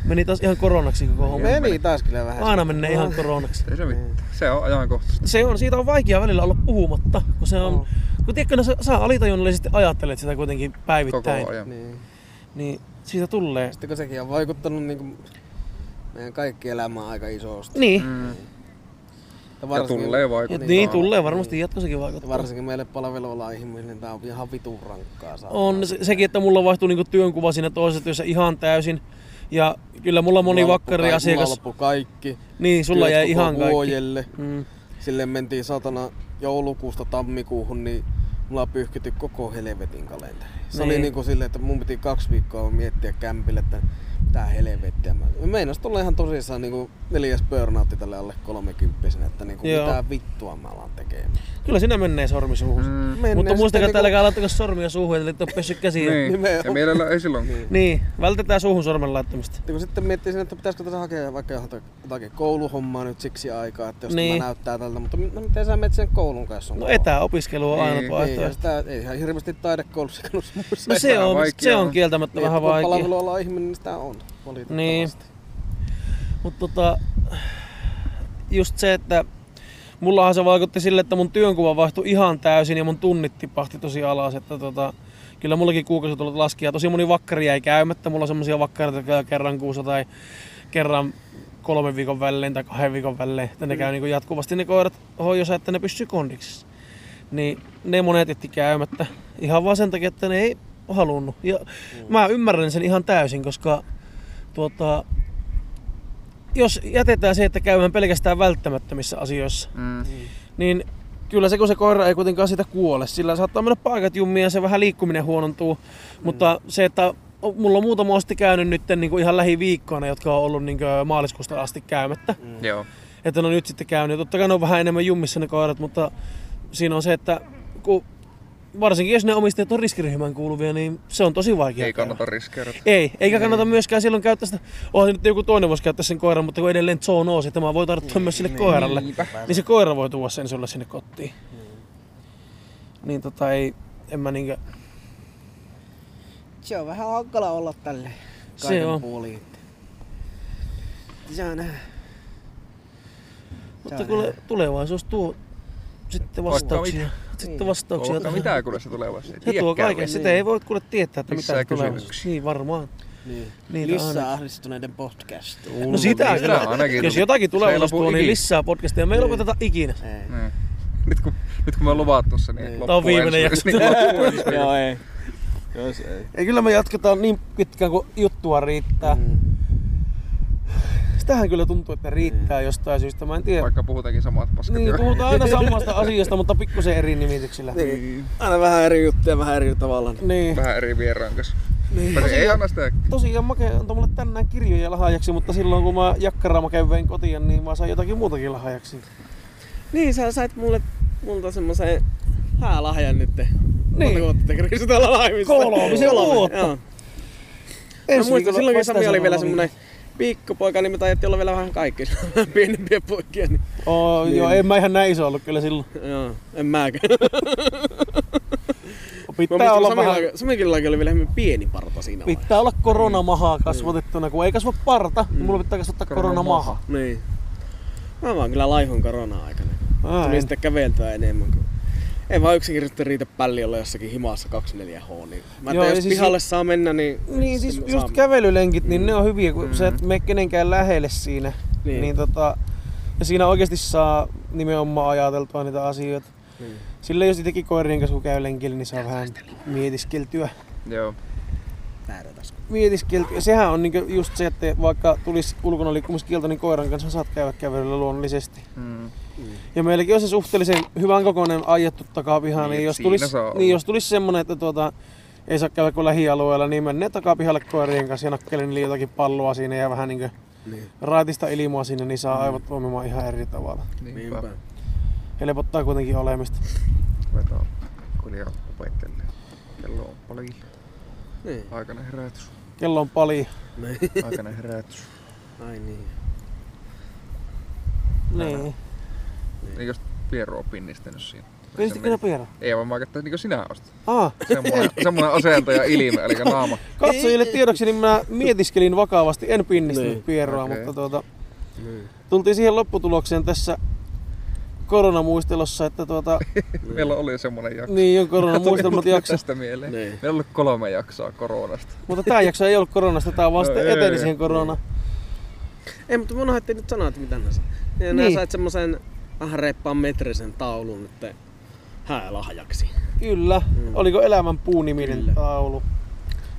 [SPEAKER 1] meni taas ihan koronaksi koko homma.
[SPEAKER 3] Meni taas kyllä vähän.
[SPEAKER 1] Aina menee ihan koronaksi.
[SPEAKER 4] Ei se mitään. Se on ajankohtaista.
[SPEAKER 1] Se on, siitä on vaikea välillä olla puhumatta, kun se on...
[SPEAKER 3] On.
[SPEAKER 1] Kun tiedätkö, no, sä, sä alitajunnallisesti ajattelet sitä kuitenkin
[SPEAKER 4] Koko
[SPEAKER 1] päivittäin,
[SPEAKER 4] ajan.
[SPEAKER 3] Niin.
[SPEAKER 1] niin siitä tulee.
[SPEAKER 3] Sitten kun sekin on vaikuttanut niinku meidän kaikki elämään aika isosti.
[SPEAKER 1] Niin.
[SPEAKER 4] Mm.
[SPEAKER 3] Ja
[SPEAKER 4] Ja
[SPEAKER 3] varsinkin,
[SPEAKER 4] tulee
[SPEAKER 1] Ja
[SPEAKER 4] vaikuttaa.
[SPEAKER 1] niin, niin tulee varmasti jatkossakin
[SPEAKER 3] ja
[SPEAKER 1] vaikuttaa.
[SPEAKER 3] varsinkin meille palvelualan ihmisille tää on ihan vitun rankkaa saada.
[SPEAKER 1] On se, sekin, että mulla vaihtuu niinku työnkuva siinä toisessa työssä ihan täysin. Ja kyllä mulla moni
[SPEAKER 3] Mulla
[SPEAKER 1] niin vakkari
[SPEAKER 3] loppu-
[SPEAKER 1] asiakas,
[SPEAKER 3] Mulla loppu kaikki.
[SPEAKER 1] niin sulla
[SPEAKER 3] Työt
[SPEAKER 1] jäi
[SPEAKER 3] koko
[SPEAKER 1] ihan kaikki.
[SPEAKER 3] vuodelle.
[SPEAKER 1] Mm.
[SPEAKER 3] Sille mentiin satana joulukuusta tammikuuhun, niin mulla pyyhkitty koko helvetin kalenteri. Se
[SPEAKER 1] Niin.
[SPEAKER 3] oli niinku silleen, että mun piti kaksi viikkoa miettiä kämpille, että tää helvettiä. Mä, mä meinas tulla ihan tosissaan niinku neljäs burnoutti tälle alle kolmekymppisenä, että niinku
[SPEAKER 1] Joo.
[SPEAKER 3] mitä vittua mä alan tekemään.
[SPEAKER 1] Kyllä sinä menee sormi suuhun.
[SPEAKER 4] Mm,
[SPEAKER 3] Mennään
[SPEAKER 1] Mutta
[SPEAKER 3] sitten
[SPEAKER 1] muistakaa, että
[SPEAKER 3] niinku-
[SPEAKER 1] älkää laittako sormia suuhun, että et ole pessyt käsiä. niin.
[SPEAKER 4] niin. Ja
[SPEAKER 3] nimenomaan.
[SPEAKER 4] mielellä ei silloin.
[SPEAKER 1] niin. vältetään suuhun sormen laittamista.
[SPEAKER 3] Ja kun sitten miettii sen, että pitäisikö tässä hakea vaikka johon- jotakin kouluhommaa nyt siksi aikaa, että jos
[SPEAKER 1] Niin.
[SPEAKER 3] niin. tämä näyttää tältä, mutta mi- no, miten sä menet sen koulun kanssa?
[SPEAKER 1] No etäopiskelu on aina
[SPEAKER 4] Niin,
[SPEAKER 3] Niin, ja
[SPEAKER 1] vaihtoehto.
[SPEAKER 3] sitä ei ihan hirveästi taidekoulussa kannus muissa.
[SPEAKER 1] No se
[SPEAKER 4] vähän
[SPEAKER 1] on,
[SPEAKER 4] vaikeaa
[SPEAKER 1] se on
[SPEAKER 4] on.
[SPEAKER 1] kieltämättä
[SPEAKER 3] niin,
[SPEAKER 1] vähän
[SPEAKER 3] että kun on
[SPEAKER 1] vaikea.
[SPEAKER 3] palveluala ihminen, niin sitä on valitettavasti.
[SPEAKER 1] Niin. Mutta tota, just se, että mullahan se vaikutti sille, että mun työnkuva vaihtui ihan täysin ja mun tunnit tipahti tosi alas. Että tota, kyllä mullakin kuukausitulot laski ja tosi moni vakkari jäi käymättä. Mulla on semmosia vakkareita, jotka käy kerran kuussa tai kerran kolmen viikon välein tai kahden viikon välein. Että ne käy niinku jatkuvasti ne koirat hoijossa, että ne pysyy kondiksessa. Niin ne monet jätti käymättä ihan vaan sen takia, että ne ei halunnut. Ja mä ymmärrän sen ihan täysin, koska tuota, jos jätetään se, että käymään pelkästään välttämättömissä asioissa,
[SPEAKER 4] Mm.
[SPEAKER 1] niin kyllä se, kun se koira ei kuitenkaan siitä kuole, sillä saattaa mennä paikat jummiin ja se vähän liikkuminen huonontuu,
[SPEAKER 4] Mm.
[SPEAKER 1] mutta se, että o- mulla on muutama osti käynyt nyt niin ihan lähiviikkoina, jotka on ollut niin maaliskuusta asti käymättä,
[SPEAKER 4] Joo.
[SPEAKER 1] että ne on nyt sitten käynyt. Totta kai ne on vähän enemmän jummissa ne koirat, mutta siinä on se, että kun, varsinkin jos ne omistajat on riskiryhmään kuuluvia, niin se on tosi vaikea.
[SPEAKER 4] Ei
[SPEAKER 1] käydä.
[SPEAKER 4] kannata riskeerata.
[SPEAKER 1] Ei, eikä kannata myöskään silloin käyttää sitä. Onhan se nyt joku toinen voisi käyttää sen koiran, mutta kun edelleen zoonoosi, tämä voi tarttua myös sille koiralle.
[SPEAKER 4] Niin, Niinpä.
[SPEAKER 1] Niin se koira voi tuoda sen sulle sinne kotiin. Niin tota ei, en mä niinkö...
[SPEAKER 5] Se on vähän hankala olla tälle
[SPEAKER 1] Se
[SPEAKER 5] kaiken
[SPEAKER 1] on.
[SPEAKER 5] puolin. äh, Saa nähdä.
[SPEAKER 1] Mutta kuule, tulevaisuus tuo sitten vastauksia. Sitten
[SPEAKER 5] Niin.
[SPEAKER 1] vastauksia.
[SPEAKER 4] Olkaa mitään kyllä se tulee vasta.
[SPEAKER 1] Se tuo
[SPEAKER 4] niin.
[SPEAKER 1] kaiken. Sitä ei voi kuule tietää, että
[SPEAKER 4] Lisää
[SPEAKER 1] mitä tulee.
[SPEAKER 4] kysymyksiä.
[SPEAKER 1] Niin varmaan.
[SPEAKER 5] Niin.
[SPEAKER 1] Niitä
[SPEAKER 5] Lisää
[SPEAKER 1] aina.
[SPEAKER 5] ahdistuneiden podcast.
[SPEAKER 1] No sitä
[SPEAKER 4] Sitä
[SPEAKER 1] kyllä.
[SPEAKER 4] ainakin.
[SPEAKER 1] Jos jotakin
[SPEAKER 4] Se ei
[SPEAKER 1] tulee ulos
[SPEAKER 4] lopu
[SPEAKER 1] tuo, niin
[SPEAKER 4] ikinä.
[SPEAKER 1] lisää podcastia. Me ei lopeteta ikinä.
[SPEAKER 5] Ei.
[SPEAKER 4] Niin. Nyt kun, nyt kun me on luvattu se, niin
[SPEAKER 1] Tää on viimeinen jakso.
[SPEAKER 3] Joo, ei. Jos ei.
[SPEAKER 1] Ei, kyllä me jatketaan niin pitkään kuin juttua riittää. Mm. Sitähän kyllä tuntuu, että
[SPEAKER 3] Niin.
[SPEAKER 1] riittää mm. jostain syystä, mä en tiedä.
[SPEAKER 4] Vaikka puhutaankin samat paskat.
[SPEAKER 1] Niin, puhutaan aina samasta asiasta, mutta pikkusen eri nimityksillä. Niin.
[SPEAKER 3] Niin. Aina vähän eri juttuja, vähän eri tavalla.
[SPEAKER 1] niin.
[SPEAKER 4] Vähän eri vieraan kanssa. Niin. Ei anna sitä äkkiä.
[SPEAKER 1] Tosiaan Make antoi mulle tänään kirjoja lahjaksi, mutta silloin kun mä jakkaraa Maken vein kotiin, niin mä sain jotakin muutakin lahjaksi.
[SPEAKER 3] Niin, sä sait mulle multa semmosen häälahjan nyt. Monta
[SPEAKER 1] Niin.
[SPEAKER 3] vuotta te kriisitellä laimista.
[SPEAKER 1] Kolmisen vuotta.
[SPEAKER 3] Joo. Mä
[SPEAKER 1] Ensi
[SPEAKER 3] muistan
[SPEAKER 1] viikolla-
[SPEAKER 3] silloin,
[SPEAKER 1] vai
[SPEAKER 3] kun
[SPEAKER 1] sitä
[SPEAKER 3] Sami oli vielä
[SPEAKER 1] sanoa?
[SPEAKER 3] semmonen pikkupoika, niin me taidettiin olla vielä vähän kaikki pienempiä poikia. Niin,
[SPEAKER 1] Oo,
[SPEAKER 3] Niin.
[SPEAKER 1] Joo, en mä ihan näin iso ollut kyllä silloin.
[SPEAKER 3] joo, en mäkään. Mä
[SPEAKER 1] Pitää
[SPEAKER 3] muistan,
[SPEAKER 1] olla
[SPEAKER 3] kun
[SPEAKER 1] vähän...
[SPEAKER 3] Samillakin- Samillakin oli vielä hyvin pieni parta siinä vaiheessa.
[SPEAKER 1] Pitää olla koronamahaa
[SPEAKER 3] Niin.
[SPEAKER 1] kasvatettuna, kun ei kasva parta, niin mulla pitää kasvattaa koronamaha.
[SPEAKER 3] Niin. Mä vaan kyllä laihun korona-aikana.
[SPEAKER 1] Ai.
[SPEAKER 3] Tuli sitten käveltyä enemmän kuin... Ei vaan yksinkertaisesti riitä palliolla jossakin himassa 24H, niin mä
[SPEAKER 1] Joo,
[SPEAKER 3] Joo, jos
[SPEAKER 1] ja siis-
[SPEAKER 3] siis... pihalle saa mennä, niin...
[SPEAKER 1] Niin siis
[SPEAKER 3] silloin
[SPEAKER 1] just
[SPEAKER 3] saa-
[SPEAKER 1] kävelylenkit, niin ne on hyviä, kun sä et mene kenenkään lähelle siinä. Niin.
[SPEAKER 3] Niin.
[SPEAKER 1] niin tota, ja siinä oikeasti saa nimenomaan ajateltua niitä asioita.
[SPEAKER 3] Niin.
[SPEAKER 1] Sillä jos itsekin koirien kanssa kun käy lenkillä, niin saa vähän mietiskeltyä.
[SPEAKER 4] Joo.
[SPEAKER 3] Väärä tasku.
[SPEAKER 1] mietiskeltyä. Sehän on niinku just se, että vaikka tulisi ulkona liikkumiskielto, niin koiran kanssa saat käydä kävelyllä luonnollisesti.
[SPEAKER 4] Mm.
[SPEAKER 1] Ja meilläkin on se suhteellisen hyvän kokoinen ajettu takapiha, niin,
[SPEAKER 4] Niin,
[SPEAKER 1] niin, jos,
[SPEAKER 4] siinä
[SPEAKER 1] tulisi,
[SPEAKER 4] saa olla.
[SPEAKER 1] niin jos tulisi semmoinen, että tuota, ei saa käydä kuin lähialueella, niin mennään takapihalle koirien kanssa ja nakkelen niille jotakin palloa siinä ja vähän niin
[SPEAKER 3] Niin.
[SPEAKER 1] raitista ilmaa sinne, niin
[SPEAKER 4] Mm.
[SPEAKER 1] saa aivot toimimaan ihan eri tavalla.
[SPEAKER 4] Niinpä.
[SPEAKER 3] Niinpä.
[SPEAKER 1] Helpottaa kuitenkin olemista.
[SPEAKER 4] Ruvetaan kuljaa opettelee. Kello on paljon.
[SPEAKER 3] Niin.
[SPEAKER 4] Aikainen herätys.
[SPEAKER 1] Kello on paljon.
[SPEAKER 3] Niin.
[SPEAKER 4] Aikainen herätys.
[SPEAKER 3] Ai niin.
[SPEAKER 1] Niin.
[SPEAKER 4] Eikö Piero ole pinnistänyt siinä?
[SPEAKER 1] Pistikö ne pierä?
[SPEAKER 4] Ei vaan mä katsoin, niin kuin sinä olet.
[SPEAKER 1] Ah,
[SPEAKER 4] Semmoinen, semmoinen asentaja ilme, eli naama.
[SPEAKER 1] katsojille tiedoksi, niin mä mietiskelin vakavasti. En pinnistänyt
[SPEAKER 3] Niin.
[SPEAKER 1] pieroa,
[SPEAKER 4] Okei.
[SPEAKER 1] mutta tuota,
[SPEAKER 3] Niin.
[SPEAKER 1] tultiin siihen lopputulokseen tässä koronamuistelossa, että tuota,
[SPEAKER 4] Meillä oli semmoinen jakso.
[SPEAKER 1] niin on koronamuistelmat
[SPEAKER 4] Tuli
[SPEAKER 1] jaksosta.
[SPEAKER 4] Tästä mieleen.
[SPEAKER 3] Niin.
[SPEAKER 4] Meillä oli kolme jaksoa koronasta.
[SPEAKER 1] Mutta tämä jakso ei ollut koronasta, tämä vaan
[SPEAKER 4] No
[SPEAKER 1] sitten
[SPEAKER 4] ei.
[SPEAKER 1] eteni siihen korona.
[SPEAKER 3] Ei, mutta mun unohdettiin nyt sanoa, että mitä nää sai. Niin. Nää
[SPEAKER 1] Niin.
[SPEAKER 3] sait semmosen vähän reppaan metrisen taulun nyt häälahjaksi.
[SPEAKER 1] Kyllä. Oliko Elämän puu niminen
[SPEAKER 3] Kyllä.
[SPEAKER 1] taulu?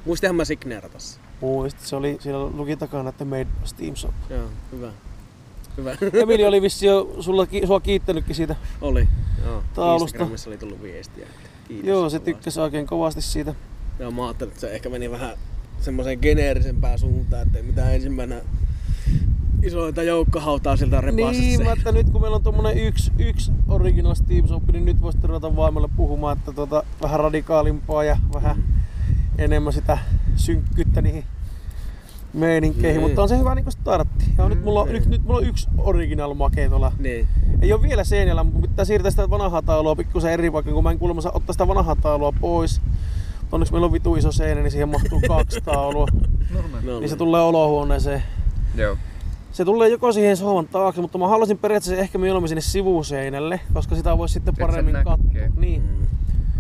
[SPEAKER 3] Muistihan mä signeerata sen.
[SPEAKER 1] Muistat, se oli, siellä luki takana, että made us team up.
[SPEAKER 3] Joo, hyvä. Hyvä.
[SPEAKER 1] Emili oli vissi jo sulla, ki- sua kiittänytkin siitä.
[SPEAKER 3] oli. Joo.
[SPEAKER 1] Taulusta.
[SPEAKER 3] Instagramissa oli tullut viestiä. että Kiitos.
[SPEAKER 1] Joo, se
[SPEAKER 3] kovasti.
[SPEAKER 1] tykkäsi oikein kovasti siitä.
[SPEAKER 3] Joo, mä ajattelin, että se ehkä meni vähän semmoisen geneerisempään suuntaan, että mitä ensimmäinen isointa joukkohautaa siltä repaista
[SPEAKER 1] Niin,
[SPEAKER 3] se.
[SPEAKER 1] mä, että nyt kun meillä on tommonen yksi, yksi original Steam Shop, niin nyt voisi ruveta vaimolle puhumaan, että tota, vähän radikaalimpaa ja vähän enemmän sitä synkkyyttä niihin meininkeihin,
[SPEAKER 3] Niin.
[SPEAKER 1] mutta on se hyvä niinku startti. Ja nyt mulla, on, nyt, nyt mulla on yksi original makee tuolla.
[SPEAKER 3] Niin.
[SPEAKER 1] Ei ole vielä seinällä, mutta pitää siirtää sitä vanhaa taulua pikkusen eri paikkaan, kun mä en kuulemma saa ottaa sitä vanhaa taulua pois. Mutta Onneksi meillä on vitu iso seinä, niin siihen mahtuu kaksi taulua.
[SPEAKER 3] No,
[SPEAKER 1] niin se tulee olohuoneeseen.
[SPEAKER 4] Joo.
[SPEAKER 1] Se tulee joko siihen sohvan taakse, mutta mä haluaisin periaatteessa ehkä mieluummin sinne sivuseinälle, koska sitä voisi sitten
[SPEAKER 4] Sen
[SPEAKER 1] paremmin
[SPEAKER 4] näkee.
[SPEAKER 1] katsoa. Niin.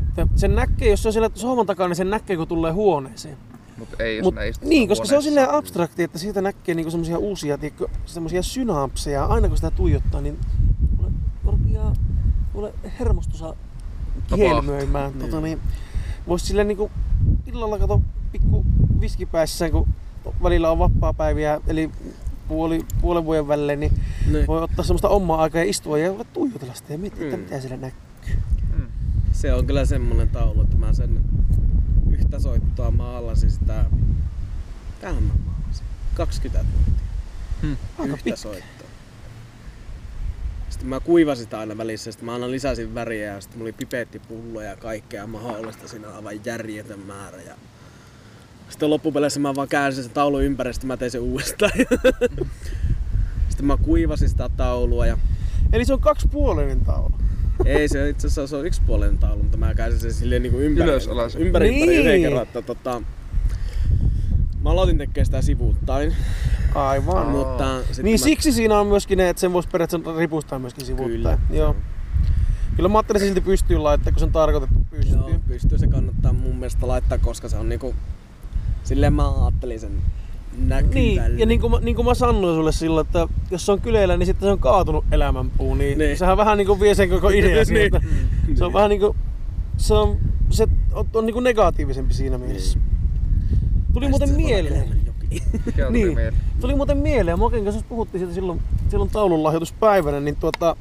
[SPEAKER 1] Että Sen näkee, jos se on siellä sohvan takana, niin sen näkee, kun tulee huoneeseen.
[SPEAKER 4] Mutta ei, jos
[SPEAKER 1] Mut,
[SPEAKER 4] ne istutaan
[SPEAKER 1] niin, koska se on
[SPEAKER 4] huoneessa.
[SPEAKER 1] silleen abstrakti, että siitä näkee niinku semmoisia uusia, tiedätkö, semmoisia synaapseja. Aina kun sitä tuijottaa, niin mulle rupeaa, mulle hermostusa kielmöimään. Tota, niin, Voisi silleen niinku illalla kato pikku viskipäissään, kun välillä on vapaa-päiviä, eli puoli, puolen vuoden välein, niin
[SPEAKER 3] Niin.
[SPEAKER 1] voi ottaa semmoista omaa aikaa ja istua ja olla tuijotella sitä ja miettiä, että
[SPEAKER 3] Mm.
[SPEAKER 1] mitä siellä näkyy.
[SPEAKER 3] Se on kyllä semmonen taulu, että mä sen yhtä soittoa maalasin sitä... Tähän mä maalasin. 20 tuntia.
[SPEAKER 1] Aika
[SPEAKER 3] Hmm. yhtä
[SPEAKER 1] pitkä.
[SPEAKER 3] soittoa. Sitten mä kuivasin sitä aina välissä, sitten mä aina lisäsin väriä ja sitten mulla oli pipettipulloja ja kaikkea mahdollista. Siinä on aivan järjetön määrä. Ja... Sitten loppupeleissä mä vaan käänsin sen taulun ympäri, sitten mä tein sen uudestaan. sitten mä kuivasin sitä taulua ja
[SPEAKER 1] Eli se on kaksipuolinen taulu.
[SPEAKER 3] ei se itse asiassa se on yksipuolinen taulu, mutta mä käsin sen silleen niinku ympäri.
[SPEAKER 4] Ylös, alas.
[SPEAKER 3] Ympäri, ympäri
[SPEAKER 1] Niin.
[SPEAKER 3] yhden kerran, että tota, Mä aloitin tekemään sitä sivuuttain,
[SPEAKER 1] Aivan.
[SPEAKER 3] mutta sitten
[SPEAKER 1] Niin
[SPEAKER 3] mä,
[SPEAKER 1] siksi siinä on myöskin ne, että sen voisi periaatteessa ripustaa myöskin sivuuttaa.
[SPEAKER 3] Kyllä.
[SPEAKER 1] Joo. Kyllä mä ajattelin silti pystyy laittaa, kun se on tarkoitettu pystyyn.
[SPEAKER 3] Joo, pystyy se kannattaa mun mielestä laittaa, koska se on niinku... Silleen mä ajattelin sen näkyvän.
[SPEAKER 1] Niin, ja niin kuin, mä, niin kuin mä sanoin sulle silloin, että jos se on kyleillä, niin sitten se on kaatunut elämänpuu, niin,
[SPEAKER 3] Niin.
[SPEAKER 1] niin. sehän vähän niin kuin vie sen koko idea
[SPEAKER 3] Niin.
[SPEAKER 1] siitä. Se on vähän niin kuin, se on, se on, on niin kuin negatiivisempi siinä mielessä. Tuli muuten mieleen,
[SPEAKER 4] Mikä on
[SPEAKER 1] Niin.
[SPEAKER 4] niin. mieleen?
[SPEAKER 1] Tuli muuten mieleen, Moken kanssa puhuttiin siitä silloin, silloin taulunlahjoituspäivänä, niin tuota,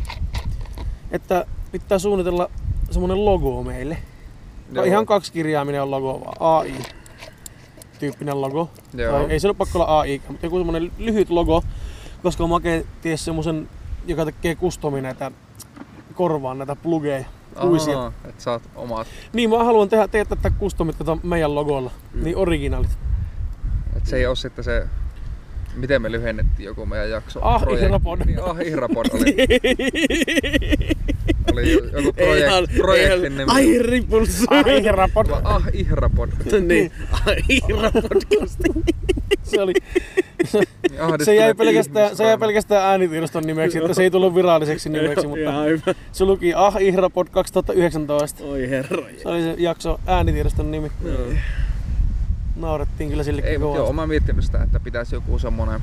[SPEAKER 1] että pitää suunnitella semmonen logo meille. Joo.
[SPEAKER 4] Joo.
[SPEAKER 1] Ihan kaksi kirjaaminen on logo, vaan AI tyyppinen logo.
[SPEAKER 4] Joo.
[SPEAKER 1] Tai ei se ole pakko olla AI, mutta joku semmonen lyhyt logo, koska Make ties semmosen, joka tekee kustomi näitä korvaan näitä plugeja, uisia.
[SPEAKER 4] Aha, että saat omat.
[SPEAKER 1] Niin mä haluan tehdä, tehdä tätä customit tätä tota meidän logolla,
[SPEAKER 4] Mm.
[SPEAKER 1] niin originaalit.
[SPEAKER 4] Et se ei oo sitten se, miten me lyhennettiin joku meidän jakso.
[SPEAKER 1] Ah,
[SPEAKER 4] projekti.
[SPEAKER 1] Ihrapod.
[SPEAKER 4] Niin, ah, Ihrapod oli. oli jo- joku
[SPEAKER 3] Ei ihan,
[SPEAKER 4] projek- projektin nimi.
[SPEAKER 3] Ai ripulsu.
[SPEAKER 1] Ai herra,
[SPEAKER 4] Va- Ah, Ihrapod.
[SPEAKER 3] niin, ai podcast.
[SPEAKER 1] se oli
[SPEAKER 4] Niin
[SPEAKER 1] se jäi,
[SPEAKER 4] ahdistuneet
[SPEAKER 1] pelkästään, se jäi
[SPEAKER 4] ihmisryhmät.
[SPEAKER 1] pelkästään äänitiedoston nimeksi, että se ei tullut viralliseksi nimeksi, mutta
[SPEAKER 3] Ihan hyvä.
[SPEAKER 1] se luki Ah Ihrapod 2019.
[SPEAKER 3] Oi herra.
[SPEAKER 1] Se oli se jakso äänitiedoston nimi. Naurettiin kyllä sille
[SPEAKER 4] Ei, mutta joo,
[SPEAKER 1] kovasti.
[SPEAKER 4] mä oon miettinyt sitä, että pitäisi joku semmonen,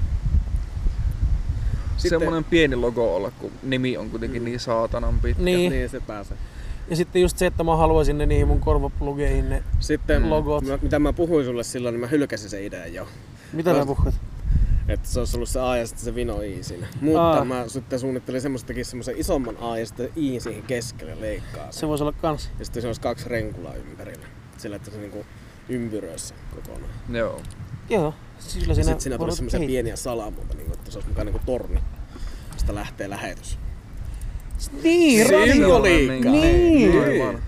[SPEAKER 3] Sitten-
[SPEAKER 4] semmonen pieni logo olla, kun nimi on kuitenkin niin saatanan pitkä.
[SPEAKER 1] Niin.
[SPEAKER 3] Niin se pääsee.
[SPEAKER 1] Ja sitten just se, että mä haluaisin ne niihin mun korvaplugeihin ne.
[SPEAKER 3] Sitten
[SPEAKER 1] Logot.
[SPEAKER 3] Mä, mitä mä puhuin sulle silloin, niin mä hylkäsin sen idean jo.
[SPEAKER 1] Mitä
[SPEAKER 3] No,
[SPEAKER 1] sä puhut?
[SPEAKER 3] Että se olisi ollut se A ja sitten se vino I siinä. Mutta
[SPEAKER 1] Aa.
[SPEAKER 3] mä sitten suunnittelin semmoistakin semmoisen isomman A ja sitten I siihen keskelle leikkaa sen.
[SPEAKER 1] Se voisi olla kans.
[SPEAKER 3] Ja sitten se olisi kaksi renkulaa ympärillä. Sillä että se niinku ympyröissä kokonaan.
[SPEAKER 1] Niin.
[SPEAKER 4] Joo.
[SPEAKER 1] Joo. Sillä siinä,
[SPEAKER 3] Ja
[SPEAKER 1] niin.
[SPEAKER 3] sitten siinä
[SPEAKER 1] voidaan
[SPEAKER 3] tulisi semmoisia
[SPEAKER 1] kehittää.
[SPEAKER 3] pieniä salamuita, niinku, että se olisi mukaan niinku torni. Sitä lähtee lähetys.
[SPEAKER 1] Niin,
[SPEAKER 3] Siinä
[SPEAKER 1] radio.
[SPEAKER 3] on. radioliikkaa.
[SPEAKER 4] Niin.
[SPEAKER 1] Niin.
[SPEAKER 4] niin. Aivan.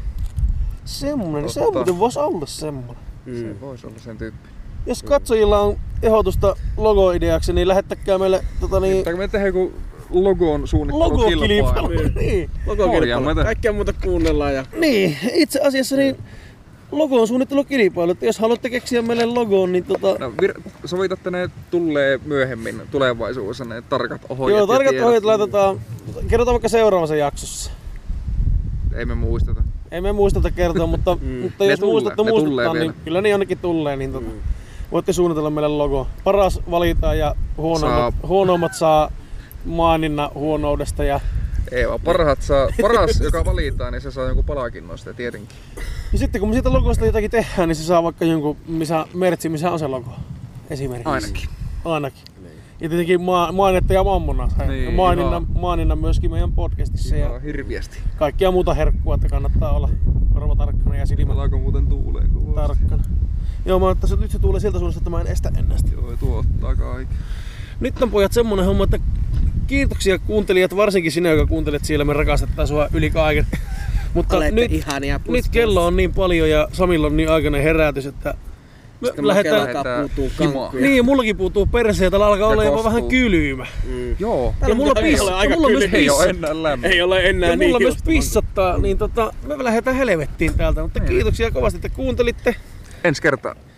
[SPEAKER 1] Semmonen. niin Se
[SPEAKER 4] Totta.
[SPEAKER 1] muuten voisi olla semmonen.
[SPEAKER 3] Mm.
[SPEAKER 4] Se voisi olla sen tyyppi.
[SPEAKER 1] Jos katsojilla on ehdotusta logoideaksi, niin lähettäkää meille tota niin,
[SPEAKER 4] Tai me tehdään joku logon
[SPEAKER 1] logokilpailu.
[SPEAKER 4] suunnittelukilpailu.
[SPEAKER 1] Niin.
[SPEAKER 3] Lokokilpailu.
[SPEAKER 4] Korjaamatta.
[SPEAKER 3] Kaikkea muuta kuunnellaan ja
[SPEAKER 1] Niin, itse asiassa niin logo on suunnittelukilpailu, että jos haluatte keksiä meille logoon, niin tota...
[SPEAKER 4] No, vir- sovitatte ne tulee myöhemmin tulevaisuudessa ne tarkat ohjeet.
[SPEAKER 1] joo,
[SPEAKER 4] ja
[SPEAKER 1] tarkat
[SPEAKER 4] tiedot.
[SPEAKER 1] ohjeet laitetaan, kerrotaan vaikka seuraavassa jaksossa.
[SPEAKER 4] Ei me muisteta.
[SPEAKER 1] Ei me muisteta kertoa, mutta, mutta
[SPEAKER 4] Ne
[SPEAKER 1] jos
[SPEAKER 4] tulee,
[SPEAKER 1] muistatte
[SPEAKER 4] ne tulee
[SPEAKER 1] muistuttaa, niin
[SPEAKER 4] vielä.
[SPEAKER 1] kyllä niin jonnekin tulee, niin tota, voitte suunnitella meille logo. Paras valitaan ja huonommat saa,
[SPEAKER 4] Saa-
[SPEAKER 1] huonommat saa maaninna huonoudesta ja,
[SPEAKER 4] Ei vaan parhaat saa, paras joka valitaan, niin se saa jonkun palakinnosta tietenkin.
[SPEAKER 1] ja Niin sitten kun me siitä logosta jotakin tehdään, niin se saa vaikka jonkun missä, mertsi, missä on se logo esimerkiksi.
[SPEAKER 4] Ainakin.
[SPEAKER 1] Ainakin. Ja tietenkin maa, mainetta ja mammona.
[SPEAKER 4] Niin,
[SPEAKER 1] Niin, maininna,
[SPEAKER 4] joo.
[SPEAKER 1] maininna myöskin meidän podcastissa
[SPEAKER 4] Ihan
[SPEAKER 1] ja
[SPEAKER 4] hirviästi.
[SPEAKER 1] kaikkia muuta herkkua, että kannattaa olla korva tarkkana ja silmä
[SPEAKER 4] Palaako muuten tuuleen kovasti?
[SPEAKER 1] tarkkana. Joo, mä oon tässä, nyt se tulee siltä suunnasta, että mä en estä ennästä.
[SPEAKER 4] Joo, tuottaa kaikki.
[SPEAKER 1] Nyt on pojat semmonen homma, että kiitoksia kuuntelijat, varsinkin sinä, joka kuuntelet siellä, me rakastetaan sua yli kaiken. Mutta
[SPEAKER 5] Olette
[SPEAKER 1] nyt,
[SPEAKER 5] ihania
[SPEAKER 1] nyt kello on niin paljon ja Samilla on niin aikainen herätys, että me
[SPEAKER 5] Sitten
[SPEAKER 1] lähdetään...
[SPEAKER 5] lähdetään... alkaa
[SPEAKER 4] lähdetään
[SPEAKER 5] puutuu
[SPEAKER 4] himoa.
[SPEAKER 5] kankkuja.
[SPEAKER 1] Niin, mullakin puuttuu perseitä, täällä alkaa
[SPEAKER 4] Ja
[SPEAKER 1] olla jopa
[SPEAKER 4] kostuu.
[SPEAKER 1] vähän kylmä.
[SPEAKER 5] Mm.
[SPEAKER 4] Joo.
[SPEAKER 1] Ja mulla,
[SPEAKER 5] Täällä
[SPEAKER 1] piss,
[SPEAKER 5] on
[SPEAKER 1] ja mulla myös
[SPEAKER 4] Ei oo
[SPEAKER 1] piss,
[SPEAKER 4] enää lämmin.
[SPEAKER 3] Ei ole enää
[SPEAKER 1] ja
[SPEAKER 3] niin
[SPEAKER 1] mulla myös
[SPEAKER 3] hiljasta.
[SPEAKER 1] pissattaa, niin tota, me lähdetään helvettiin täältä, mutta kiitoksia kovasti, että kuuntelitte.
[SPEAKER 4] Ensi kertaa.